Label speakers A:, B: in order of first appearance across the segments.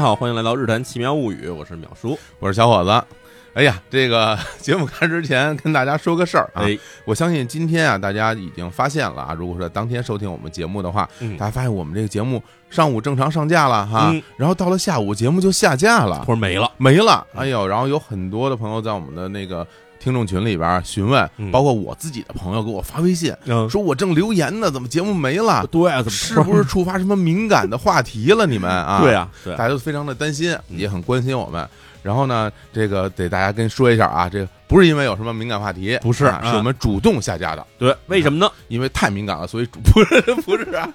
A: 好，欢迎来到《日谈奇妙物语》，我是淼叔。
B: 我是小伙子。哎呀，这个 节目开始之前跟大家说个事儿啊，
A: 哎，
B: 我相信今天啊，大家已经发现了啊，如果说当天收听我们节目的话，
A: 嗯
B: 大家发现我们这个节目上午正常上架了哈，
A: 嗯
B: 然后到了下午节目就下架了
A: 或，者没了，
B: 没了。
A: 嗯
B: 哎呦，然后有很多的朋友在我们的那个听众群里边询问，
A: 嗯
B: 包括我自己的朋友给我发微信，
A: 嗯，
B: 说我正留言呢，怎么节目没 了？
A: 对啊，怎么
B: 是不是触发什么敏感的话题了？你们啊，
A: 对啊，对
B: 大
A: 啊，
B: 家都非常的担心，
A: 嗯
B: 也很关心我们。然后呢，这个得大家跟说一下啊，这个不是因为有什么敏感话题，
A: 不是
B: 啊
A: 啊
B: 是我们主动下架的，
A: 对，为什么呢？
B: 因为太敏感了，所以主不是不是 啊，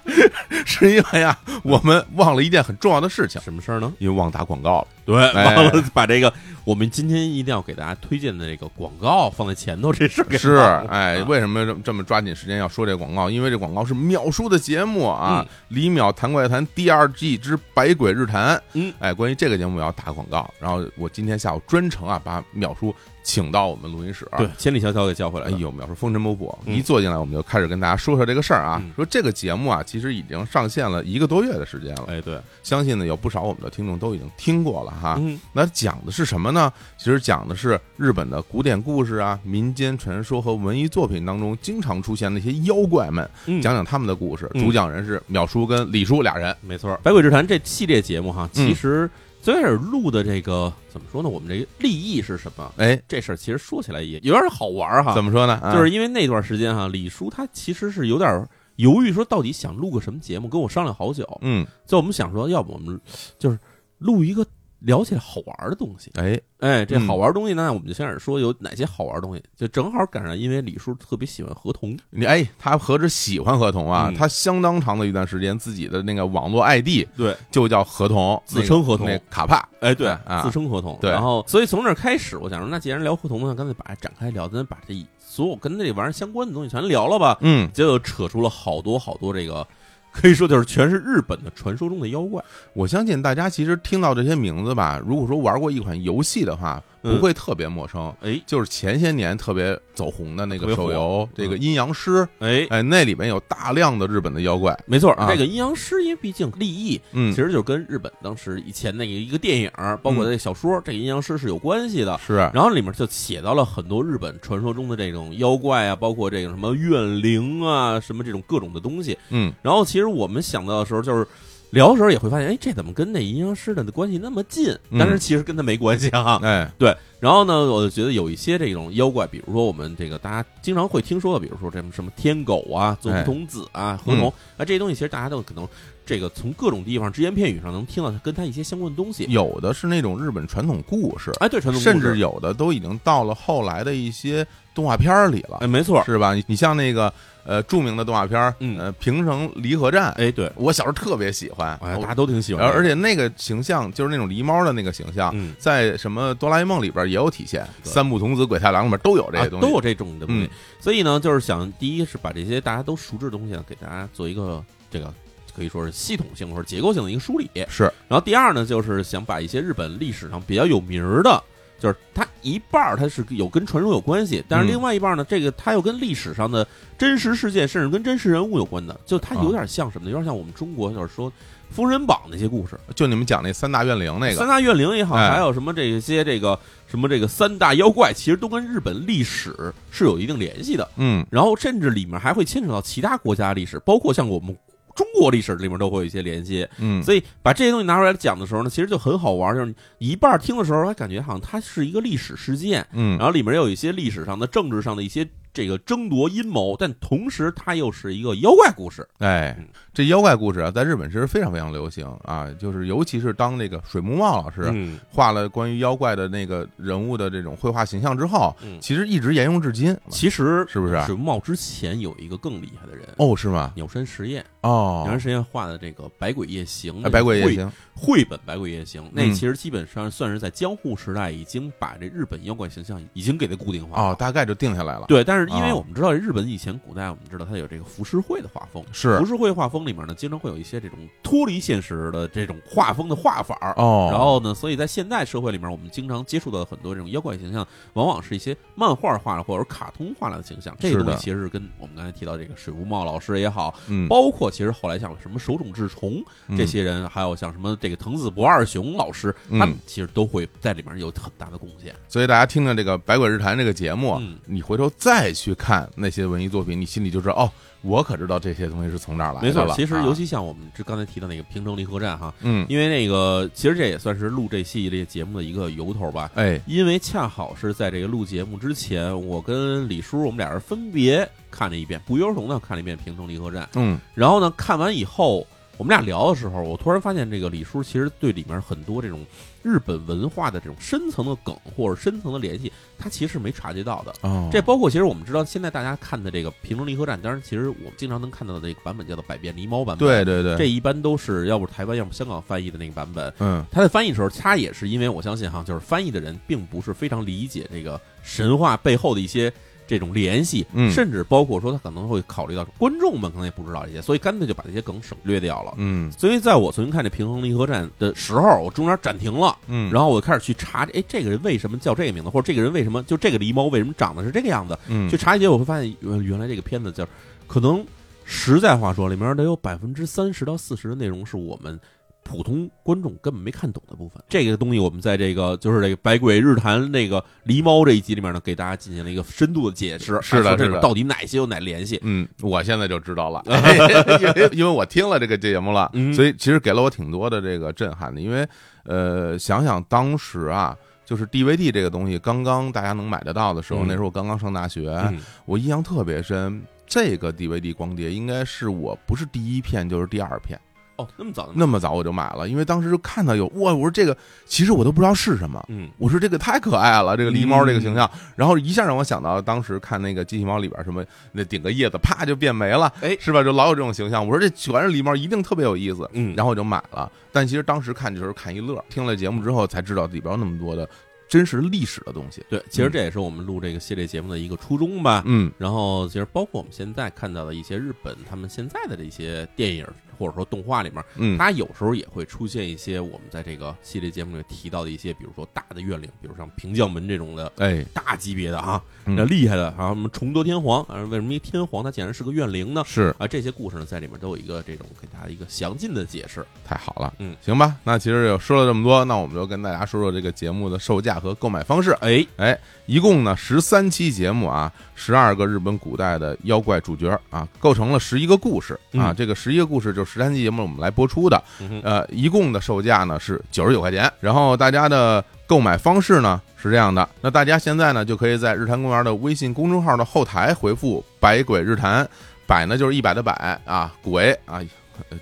B: 是因为啊，我们忘了一件很重要的事情，
A: 什么事儿呢？
B: 因为忘打广告了。
A: 对，
B: 哎
A: 忘了把这个我们今天一定要给大家推荐的这个广告放在前头这事儿给
B: 是
A: 忘，了
B: 哎，
A: 啊
B: 为什么这么这么抓紧时间要说这广告？因为这广告是秒叔的节目啊，李淼谈怪谈第二季之百鬼日谈。
A: 嗯，
B: 哎，关于这个节目我要打广告，然后我今天下午专程啊把淼叔请到我们录音室。
A: 对，千里迢迢给叫回来
B: 哎
A: 的，
B: 呦，淼叔风尘仆仆，
A: 嗯
B: 一坐进来我们就开始跟大家说说这个事儿啊
A: 嗯。
B: 说这个节目啊，其实已经上线了一个多月的时间了，
A: 哎，对，
B: 相信呢有不少我们的听众都已经听过了哈。
A: 嗯，
B: 那讲的是什么呢？其实讲的是日本的古典故事啊、民间传说和文艺作品当中经常出现的一些妖怪们，
A: 嗯
B: 讲讲他们的故事。
A: 嗯
B: 主讲人是淼叔跟李叔俩人。
A: 没错，《百鬼之谈》这系列节目哈，
B: 嗯
A: 其实最开始录的这个怎么说呢？我们这个立意是什么？
B: 哎，
A: 这事儿其实说起来也有点好玩儿哈
B: 怎，么说呢？啊
A: 就是因为那段时间哈，李叔他其实是有点犹豫，说到底想录个什么节目，跟我商量好久。
B: 嗯，
A: 最后我们想说，要不我们就是录一个聊起来好玩儿的东西。
B: 哎，
A: 哎，这
B: 嗯
A: 好玩儿的东西呢，我们就先开始说有哪些好玩儿的东西，就正好赶上，因为李叔特别喜欢合同，
B: 你哎，他何止喜欢合同啊？
A: 嗯
B: 他相当长的一段时间，自己的那个网络 ID
A: 对，
B: 就叫合同，
A: 自称合同
B: 那个那卡帕。
A: 哎，对，
B: 啊
A: 自称合同。
B: 对
A: 然后所以从这儿开始，我想说，那既然聊合同呢，干脆把它展开聊，咱把这所有跟这玩意儿相关的东西全聊了吧。
B: 嗯，
A: 结果扯出了好多好多这个，可以说就是全是日本的传说中的妖怪。
B: 我相信大家其实听到这些名字吧，如果说玩过一款游戏的话，
A: 嗯
B: 不会特别陌生。
A: 哎
B: 就是前些年特别走红的那
A: 特
B: 个
A: 别火
B: 手游，这个
A: 嗯
B: 《阴阳师》，
A: 哎，
B: 哎，那里面有大量的日本的妖怪。
A: 没错，
B: 啊
A: 这个阴阳师，因为毕竟立意
B: 嗯
A: 其，实就跟日本当时以前那个一个电影，包括这个小说，这个阴阳师是有关系的。
B: 嗯是，
A: 然后里面就写到了很多日本传说中的这种妖怪啊，包括这个什么怨灵啊，什么这种各种的东西。
B: 嗯，
A: 然后其实我们想到的时候，就是聊的时候也会发现，哎，这怎么跟那阴阳师的关系那么近？
B: 嗯
A: 但是其实跟他没关系啊。
B: 哎，
A: 对，然后呢，我就觉得有一些这种妖怪，比如说我们这个大家经常会听说的，比如说这什么天狗啊、佐木童子啊、河童啊，这些东西其实大家都可能这个从各种地方只言片语上能听到它跟它一些相关的东西。
B: 有的是那种日本传统故事，
A: 哎，对，传统故事
B: 嗯甚至有的都已经到了后来的一些动画片儿里了
A: 哎，，没错，
B: 是吧？你你像那个呃著名的动画片儿，
A: 嗯
B: 呃，《平城离合战》，
A: 哎，对，
B: 我小时候特别喜欢，
A: 哎，
B: 我
A: 大家都挺喜欢
B: 而
A: 的，
B: 而且那个形象就是那种狸猫的那个形象，
A: 嗯
B: 在什么哆啦 A 梦里边也有体现，
A: 对
B: 三不童子、鬼太郎里边都有这
A: 啊
B: 些东西，
A: 都有这种的东西
B: 嗯。
A: 所以呢，就是想第一是把这些大家都熟知的东西呢，给大家做一个这个可以说是系统性或者结构性的一个梳理。
B: 是
A: 然后第二呢，就是想把一些日本历史上比较有名儿的，就是它一半儿它是有跟传说有关系，但是
B: 嗯
A: 另外一半儿呢，这个它又跟历史上的真实事件，甚至跟真实人物有关的，就它有点像什么呢？有点像我们中国就是说《封神榜》那些故事，
B: 就你们讲那三大怨灵那
A: 三
B: 个，
A: 大怨灵也好，
B: 哎
A: 还有什么这些这个什么这个三大妖怪，其实都跟日本历史是有一定联系的。
B: 嗯，
A: 然后甚至里面还会牵扯到其他国家历史，包括像我们中国历史里面都会有一些联系。
B: 嗯，
A: 所以把这些东西拿出来讲的时候呢，其实就很好玩，就是你一半儿听的时候，还哎感觉好像它是一个历史事件，
B: 嗯
A: 然，后里面有一些历史上的、政治上的一些这个争夺阴谋，但同时它又是一个妖怪故事。
B: 哎，这妖怪故事啊，在日本其实非常非常流行啊，就是尤其是当那个水木茂老师
A: 嗯，
B: 画了关于妖怪的那个人物的这种绘画形象之后
A: 嗯，
B: 其实一直沿用至今，
A: 其实
B: 是不是？
A: 水木茂之前有一个更厉害的人，
B: 哦，是吗？
A: 鸟山实验，鸟
B: 哦
A: 山，实验画的这个《百鬼夜行》
B: 哎百鬼夜
A: 啊
B: 行，
A: 绘本《百鬼夜行》，那
B: 嗯
A: 其实基本上算是在江户时代已经把这日本妖怪形象已经给它固定化了
B: 哦，大概就定下来了。
A: 对，但是因为
B: 啊
A: 我们知道日本以前古代，我们知道它有这个浮世绘的画风，
B: 是
A: 浮世绘画风里面呢，经常会有一些这种脱离现实的这种画风的画法儿。
B: 哦，
A: 然后呢，所以在现代社会里面，我们经常接触到的很多这种妖怪形象，往往是一些漫画画的或者卡通画来的形象。这个
B: 是的
A: 东西其实跟我们刚才提到这个水无茂老师也好，
B: 嗯，
A: 包括其实后来像什么手冢治虫
B: 嗯
A: 这些人，还有像什么这个藤子不二雄老师，
B: 嗯
A: 他们其实都会在里面有很大的贡献。
B: 所以大家听着这个《百鬼日谈》这个节目，
A: 嗯
B: 你回头再去看那些文艺作品，你心里就知道哦，我可知道这些东西是从这儿来的
A: 没错，
B: 了
A: 其实
B: 啊
A: 尤其像我们这刚才提到那个平城离合站哈，
B: 嗯，
A: 因为那个其实这也算是录这系列节目的一个由头吧。
B: 哎，
A: 因为恰好是在这个录节目之前，我跟李叔我们俩人分别看了一遍，不约而同的看了一遍《平城离合站》。
B: 嗯，
A: 然后呢，看完以后，我们俩聊的时候，我突然发现这个李叔其实对里面很多这种日本文化的这种深层的梗或者深层的联系，他其实是没察觉到的。
B: 哦，
A: 这包括其实我们知道，现在大家看的这个《平城离合战》，当然其实我们经常能看到的这个版本叫做《百变狸猫》版本。
B: 对对对，
A: 这一般都是要不是台湾，要不香港翻译的那个版本。
B: 嗯，
A: 他在翻译的时候，他也是因为我相信哈，就是翻译的人并不是非常理解这个神话背后的一些这种联系，
B: 嗯
A: 甚至包括说他可能会考虑到观众们可能也不知道这些，所以干脆就把这些梗省略掉了。
B: 嗯
A: 所以在我重新看这《平衡离合战》的时候，我中间暂停了，
B: 嗯，
A: 然后我开始去查，哎，这个人为什么叫这个名字，或者这个人为什么就这个狸猫为什么长得是这个样子？
B: 嗯
A: 去查一些，我会发现原原来这个片子叫，可能实在话说，里面得有百分之三十到四十的内容是我们普通观众根本没看懂的部分。这个东西我们在这个就是这个《百鬼日谈》那个狸猫这一集里面呢，给大家进行了一个深度的解释，啊
B: 是的
A: 还说这
B: 是的
A: 到底哪些有哪联系？
B: 嗯，我现在就知 道了，因为因为我听了这个节目了，
A: 嗯
B: 所以其实给了我挺多的这个震撼的。因为呃，想想当时啊，就是 DVD 这个东西刚刚大家能买得到的时候，
A: 嗯
B: 那时候我刚刚上大学，
A: 嗯
B: 我印象特别深。这个 DVD 光碟应该是我不是第一片就是第二片，
A: 哦，那么早的吗
B: 那么早我就买了，因为当时就看到有哇，我说这个其实我都不知道是什么，
A: 嗯
B: 我说这个太可爱了，这个狸猫这个
A: 嗯
B: 形象，然后一下让我想到当时看那个机器猫里边什么那顶个叶子啪就变没了，
A: 哎
B: 是吧？就老有这种形象。我说这全是狸猫，一定特别有意思。
A: 嗯，
B: 然后我就买了，但其实当时看就是看一乐，听了节目之后才知道里边有那么多的真实历史的东西。
A: 对，其实这也是我们录这个系列节目的一个初衷吧。
B: 嗯，
A: 然后其实包括我们现在看到的一些日本他们现在的这些电影或者说动画里面，
B: 嗯
A: 它有时候也会出现一些我们在这个系列节目里提到的一些，比如说大的怨灵，比如像平将门这种的
B: 哎，
A: 大级别的哈，
B: 嗯
A: 那厉害的，啊还有什么崇德天皇，啊，为什么一天皇他竟然是个怨灵呢？
B: 是
A: 啊，这些故事呢，在里面都有一个这种给大家一个详尽的解释。
B: 太好了。
A: 嗯，
B: 行吧，那其实有说了这么多，那我们就跟大家说说这个节目的售价和购买方式。
A: 哎，
B: 哎，一共呢十三期节目啊，十二个日本古代的妖怪主角啊，构成了十一个故事啊。
A: 嗯
B: 这个十一个故事就是十三期节目我们来播出的。
A: 嗯哼
B: 呃，一共的售价呢是九十九块钱。然后大家的购买方式呢是这样的，那大家现在呢就可以在日坛公园的微信公众号的后台回复“百鬼日坛”，百呢就是一百的百啊，鬼啊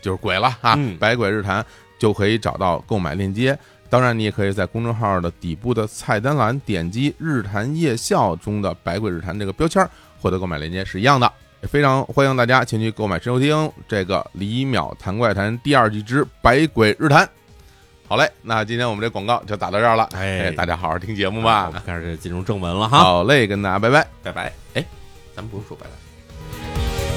B: 就是鬼了啊，
A: 嗯
B: 百鬼日坛就可以找到购买链接。当然，你也可以在公众号的底部的菜单栏点击“日坛夜校”中的“百鬼日坛”这个标签儿，获得购买链接是一样的。也非常欢迎大家前去购买、收听这个《李淼谈怪谈》第二季之《百鬼日谈》。好嘞，那今天我们这广告就打到这儿了。
A: 哎
B: 大家好好听节目
A: 啊
B: 吧
A: 我。们开始进入正文了哈，
B: 好嘞，跟大家拜拜。
A: 拜拜。哎，咱们不是说拜拜。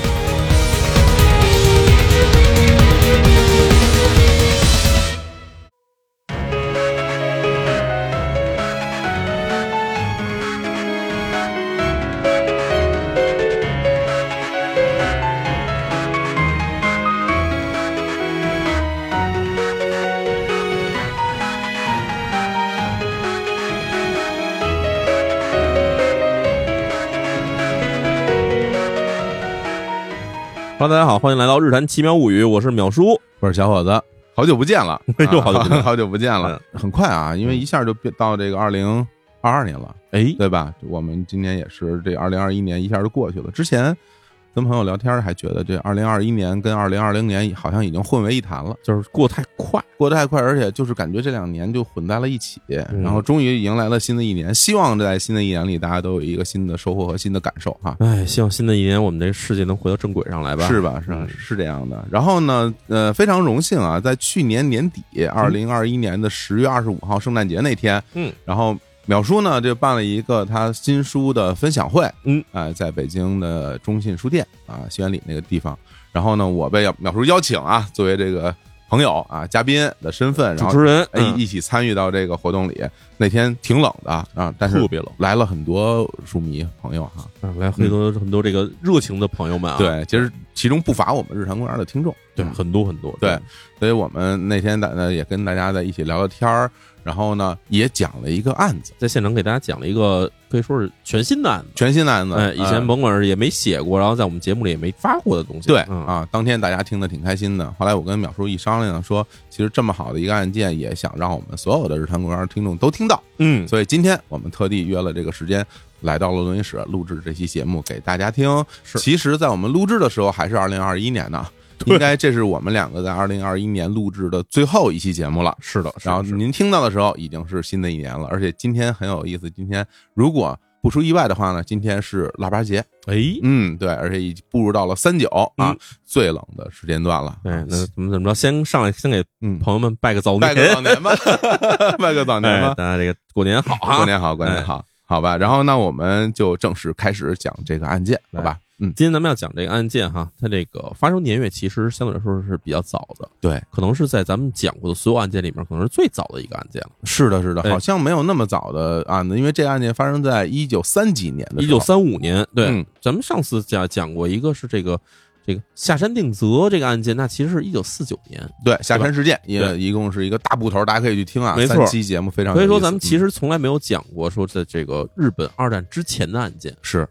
A: 哈喽，大家好，欢迎来到《日谈奇妙物语》，我是淼叔。
B: 我是小伙子，好久不见了，
A: 又好久不见
B: 啊好久不见了。很快啊，因为一下就变到这个二零二二年了。
A: 哎，
B: 对吧？我们今年也是这二零二一年一下就过去了。之前跟朋友聊天还觉得这二零二一年跟二零二零年好像已经混为一谈了，
A: 就是过太快，
B: 过得太快，而且就是感觉这两年就混在了一起。
A: 嗯
B: 然后终于迎来了新的一年，希望在新的一年里大家都有一个新的收获和新的感受哈。
A: 哎，希望新的一年我们这个世界能回到正轨上来吧。嗯
B: 是吧？是吧是这样的。然后呢，呃，非常荣幸啊，在去年年底，二零二一年的十月二十五号圣诞节那天，
A: 嗯，
B: 然后淼叔呢就办了一个他新书的分享会，
A: 嗯，
B: 啊、在北京的中信书店啊西园里那个地方。然后呢，我被淼叔邀请啊，作为这个朋友啊嘉宾的身份，然
A: 主
B: 后
A: 持人，
B: 哎，一起参与到这个活动里。那天挺冷的啊，但是
A: 特别冷
B: 来了很多书迷朋友哈、
A: 嗯来很多很多这个热情的朋友们啊，
B: 对，其实其中不乏我们日常公园的听众，
A: 对，
B: 嗯
A: 很多很多，
B: 对所以我们那天大呢也跟大家在一起聊聊天儿，然后呢也讲了一个案子，
A: 在现场给大家讲了一个可以说是全新的案子，
B: 全新的案子，
A: 哎，以
B: 呃
A: 前甭管是也没写过，然后在我们节目里也没发过的东西，
B: 对
A: 嗯，
B: 啊，当天大家听得挺开心的。后来我跟淼叔一商量，说其实这么好的一个案件，也想让我们所有的日坛公园听众都听到，
A: 嗯，
B: 所以今天我们特地约了这个时间。来到了录音室录制这期节目给大家听。
A: 是
B: 其实，在我们录制的时候还是二零二一年呢，应该这是我们两个在二零二一年录制的最后一期节目了。
A: 是的，是的
B: 然后
A: 是的
B: 您听到的时候已经是新的一年了，而且今天很有意思。今天如果不出意外的话呢，今天是腊八节，
A: 哎。
B: 嗯，对，而且已经步入到了三九啊、
A: 嗯
B: 最冷的时间段了。
A: 哎，那怎么怎么着？先上来，先给
B: 嗯，
A: 朋友们拜个早年，
B: 拜个 早年吧，拜个早年
A: 哎，
B: 吧
A: 大，家这个过年好啊！
B: 过年好，过年好，好吧。然后那我们就正式开始讲这个案件，好吧？嗯，
A: 今天咱们要讲这个案件哈，它这个发生年月其实相对来说是比较早的，
B: 对，
A: 可能是在咱们讲过的所有案件里面，可能是最早的一个案件了。
B: 是的，是的，
A: 哎
B: 好像没有那么早的案子，因为这个案件发生在一九三几年的
A: 一
B: 时候，
A: 九三五年，对，
B: 嗯
A: 咱们上次讲讲过一个是这个这个下山定则这个案件，那其实是一九四九年，
B: 对下山事件，
A: 对
B: 也一共是一个大部头，大家可以去听啊，
A: 没错
B: 三期节目非常有
A: 所
B: 意
A: 以
B: 思。
A: 说咱们其
B: 嗯
A: 实从来没有讲过说在这个日本二战之前的案件。哎
B: 是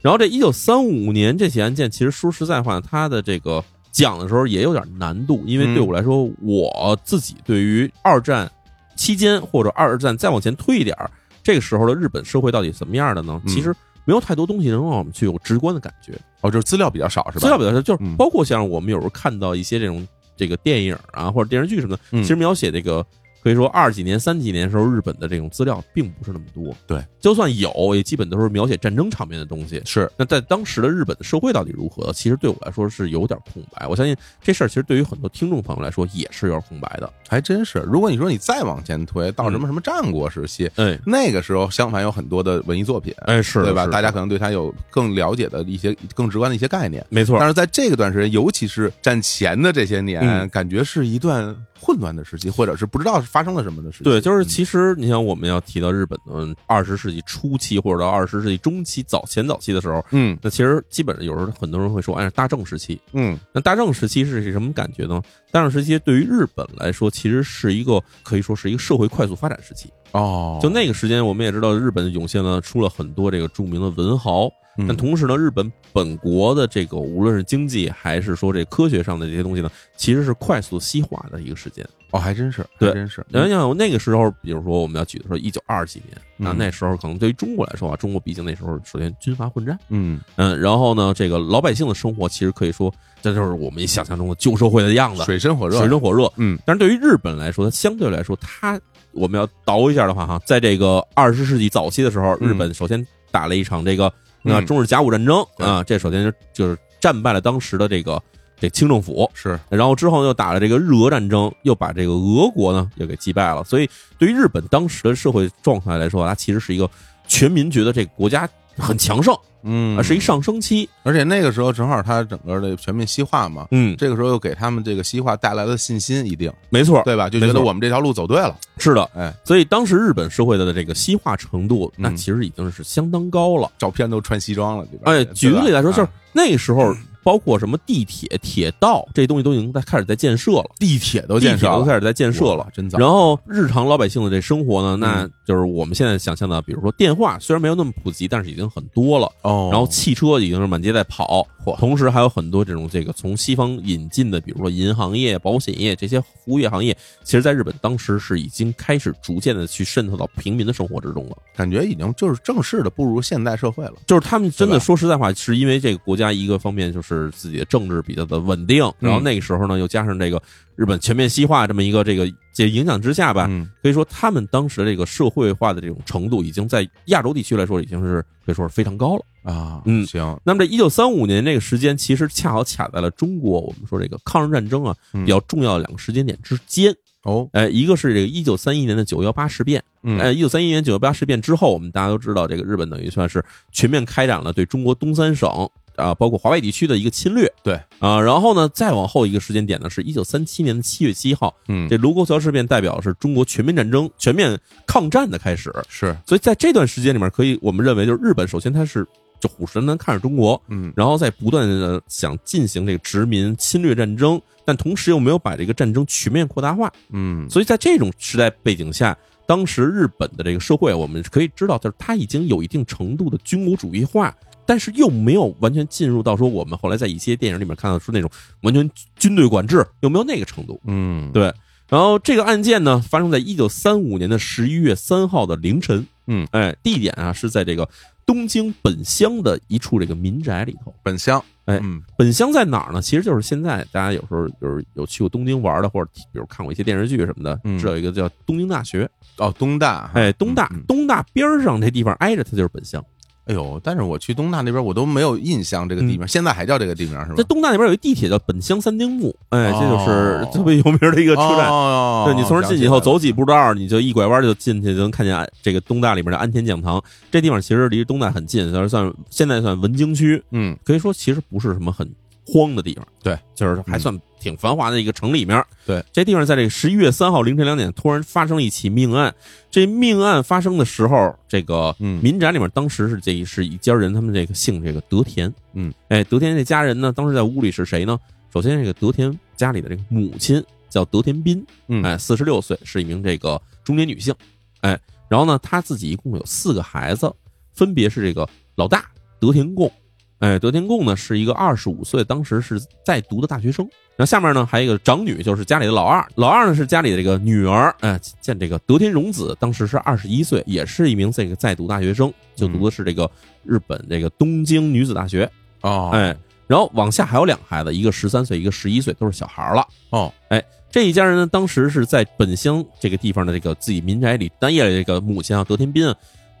A: 然后这一九三五年这起案件，其实说实在话，它的这个讲的时候也有点难度，因为
B: 嗯
A: 对我来说，我自己对于二战期间或者二战再往前推一点儿，这个时候的日本社会到底什么样的呢？
B: 嗯
A: 其实没有太多东西能让我们去有直观的感觉。
B: 哦，就是资料比较少是吧？
A: 资料表达就是
B: 嗯
A: 包括像我们有时候看到一些这种这个电影啊或者电视剧什么的，
B: 嗯
A: 其实描写这个可以说二几年、三几年时候日本的这种资料并不是那么多。
B: 对，
A: 就算有，也基本都是描写战争场面的东西。
B: 是
A: 那在当时的日本的社会到底如何？其实对我来说是有点空白。我相信这事儿其实对于很多听众朋友来说也是有点空白的。
B: 还真是。如果你说你再往前推到什么什么战国时期，
A: 哎
B: 那个时候相反有很多的文艺作品，
A: 哎，是
B: 对吧？大家
A: 可
B: 可能对它有更了解的一些、更直观的一些概念。
A: 没错
B: 但。是在这个段时间，尤其是战前的这些年，
A: 嗯
B: 感觉是一段混乱的时期，或者是不知道发生了什么的时期。
A: 对，就是
B: 嗯
A: 其实你像我们要提到日本的二十世纪初期或者到二十世纪中期早前早期的时候，
B: 嗯
A: 那其实基本上有时候很多人会说，哎，大正时期。
B: 嗯，
A: 那大正时期是什么感觉呢？大正时期对于日本来说，其实是一个可以说是一个社会快速发展时期。
B: 哦，
A: 就那个时间，我们也知道，日本涌现了出了很多这个著名的文豪，
B: 嗯，
A: 但同时呢，日本本国的这个无论是经济还是说这科学上的这些东西呢，其实是快速西化的一个时间。
B: 哦，还真是，
A: 对
B: 还真是，
A: 然后像那个时候，比如说我们要举的说一九二几年，那
B: 嗯
A: 那时候可能对于中国来说啊，中国毕竟那时候首先军阀混战。
B: 嗯，
A: 嗯，然后呢，这个老百姓的生活其实可以说，这就是我们想象中的旧社会的样子，
B: 水深火热，
A: 嗯水深火热。
B: 嗯，
A: 但是对于日本来说，它相对来说，它我们要倒一下的话，哈，在这个二十世纪早期的时候，
B: 嗯
A: 日本首先打了一场这个那
B: 嗯
A: 中日甲午战争
B: 对
A: 啊，这首先就就是战败了当时的这个这清政府，
B: 是
A: 然后之后又打了这个日俄战争，又把这个俄国呢又给击败了。所以对于日本当时的社会状态来说，啊它其实是一个全民觉得这个国家很强盛
B: 嗯
A: 啊，是一上升期。
B: 而且那个时候正好他整个的全面西化嘛，
A: 嗯，
B: 这个时候又给他们这个西化带来了信心，一定
A: 没错，
B: 对吧？就觉
A: 没
B: 得
A: 错
B: 我们这条路走对了，
A: 是的，
B: 哎，
A: 所以当时日本社会的这个西化程度，那
B: 嗯
A: 其实已经是相当高了。
B: 照片都穿西装了，里边
A: 哎，举个例来说，就是
B: 啊
A: 那时候，包括什么地铁、铁道这东西都已经在开始在建设了，
B: 地铁都
A: 地
B: 建
A: 铁
B: 设
A: 都
B: 了，
A: 开始在建设了
B: 哇。真早。嗯
A: 然后日常老百姓的这生活呢，那就是我们现在想象的，比如说电话虽然没有那么普及，但是已经很多了。
B: 哦，
A: 然后汽车已经是满街在跑，同时还有很多这种这个从西方引进的，比如说银行业、保险业这些服务业行业，其实在日本当时是已经开始逐渐的去渗透到平民的生活之中了。
B: 感觉已经就是正式的步入现代社会了，
A: 就是他们真
B: 对
A: 的
B: 吧
A: 说实在话，是因为这个国家一个方面就是自己的政治比较的稳定，然后那个时候呢又加上这个日本全面西化这么一个这个这影响之下吧，
B: 嗯，
A: 可以说他们当时这个社会化的这种程度已经在亚洲地区来说已经是可以说是非常高了。
B: 啊，
A: 嗯
B: 行，
A: 那么这一九三五年这个时间，其实恰好卡在了中国我们说这个抗日战争啊
B: 嗯
A: 比较重要的两个时间点之间。
B: 哦，
A: 呃，一个是这个一九三一年的九幺八事变，
B: 嗯
A: 呃，一九三一年九幺八事变之后，我们大家都知道，这个日本等于算是全面开展了对中国东三省啊、包括华北地区的一个侵略。
B: 对
A: 啊、然后呢，再往后一个时间点呢，是一九三七年的七月七号，
B: 嗯，
A: 这卢沟桥事变代表是中国全面战争、全面抗战的开始。
B: 是，
A: 所以在这段时间里面，可以我们认为就是日本首先它是就虎视眈眈看着中国，
B: 嗯
A: 然后在不断的想进行这个殖民侵略战争，但同时又没有把这个战争全面扩大化。
B: 嗯，
A: 所以在这种时代背景下，当时日本的这个社会，我们可以知道，就是它已经有一定程度的军国主义化，但是又没有完全进入到说我们后来在一些电影里面看到说那种完全军队管制，又没有那个程度。
B: 嗯，
A: 对然后这个案件呢，发生在一九三五年的十一月三号的凌晨。
B: 嗯，
A: 哎，地点啊是在这个东京本乡的一处这个民宅里头。
B: 本乡，
A: 哎
B: 嗯
A: 本乡在哪儿呢？其实就是现在大家有时候就是有去过东京玩的，或者比如看过一些电视剧什么的
B: 嗯，
A: 知道有一个叫东京大学。
B: 哦，东大，
A: 哎，东大
B: 嗯嗯
A: 东大边儿上这地方挨着它就是本乡。
B: 哎呦，但是我去东大那边，我都没有印象这个地名，现在还叫这个地名是吧？
A: 在嗯东大那边有一地铁叫本乡三丁目，哎，这就是
B: 哦
A: 特别有名的一个车站。
B: 哦，
A: 对你从这儿进去以
B: 了
A: 后，
B: 解
A: 走几步道，你就一拐弯就进去，就能看见安这个东大里面的安田讲堂。这地方其实离东大很近，算是算现在算文京区，
B: 嗯，
A: 可以说其实不是什么很荒的地方，嗯
B: 对，
A: 就是还算挺繁华的一个城里面。
B: 对，
A: 这地方在这个十一月三号凌晨两点突然发生了一起命案。这命案发生的时候，这个
B: 嗯
A: 民宅里面当时是这一是一家人，他们这个姓这个德田，
B: 嗯，
A: 哎，德田这家人呢，当时在屋里是谁呢？首先，这个德田家里的这个母亲叫德田彬，
B: 嗯
A: 哎，四十六岁，是一名这个中年女性，哎，然后呢，她自己一共有四个孩子，分别是这个老大德田贡，哎，德田贡呢是一个二十五岁，当时是在读的大学生。然后下面呢还有一个长女，就是家里的老二，老二呢是家里的这个女儿，哎，见这个德田荣子，当时是二十一岁，也是一名这个在读大学生，就读的是这个日本这个东京女子大学，
B: 哦，
A: 哎，然后往下还有两个孩子，一个十三岁，一个十一岁，都是小孩儿了。
B: 哦，
A: 哎，这一家人呢，当时是在本乡这个地方的这个自己民宅里，单夜里这个母亲啊，德天斌啊，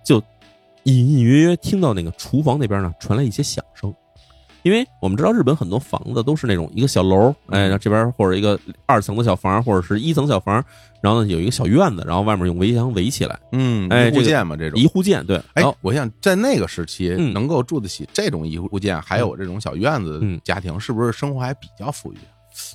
A: 就隐隐约约听到那个厨房那边呢传来一些响声，因为我们知道日本很多房子都是那种一个小楼，
B: 嗯
A: 哎，然后这边或者一个二层的小房，或者是一层小房，然后呢有一个小院子，然后外面用围墙围起来，
B: 嗯，
A: 哎
B: 一户
A: 这个
B: 建嘛这种
A: 一。户建，对，
B: 哎
A: 然后，
B: 我想在那个时期
A: 嗯
B: 能够住得起这种一户建，还有这种小院子的
A: 嗯
B: 家庭，是不是生活还比较富裕？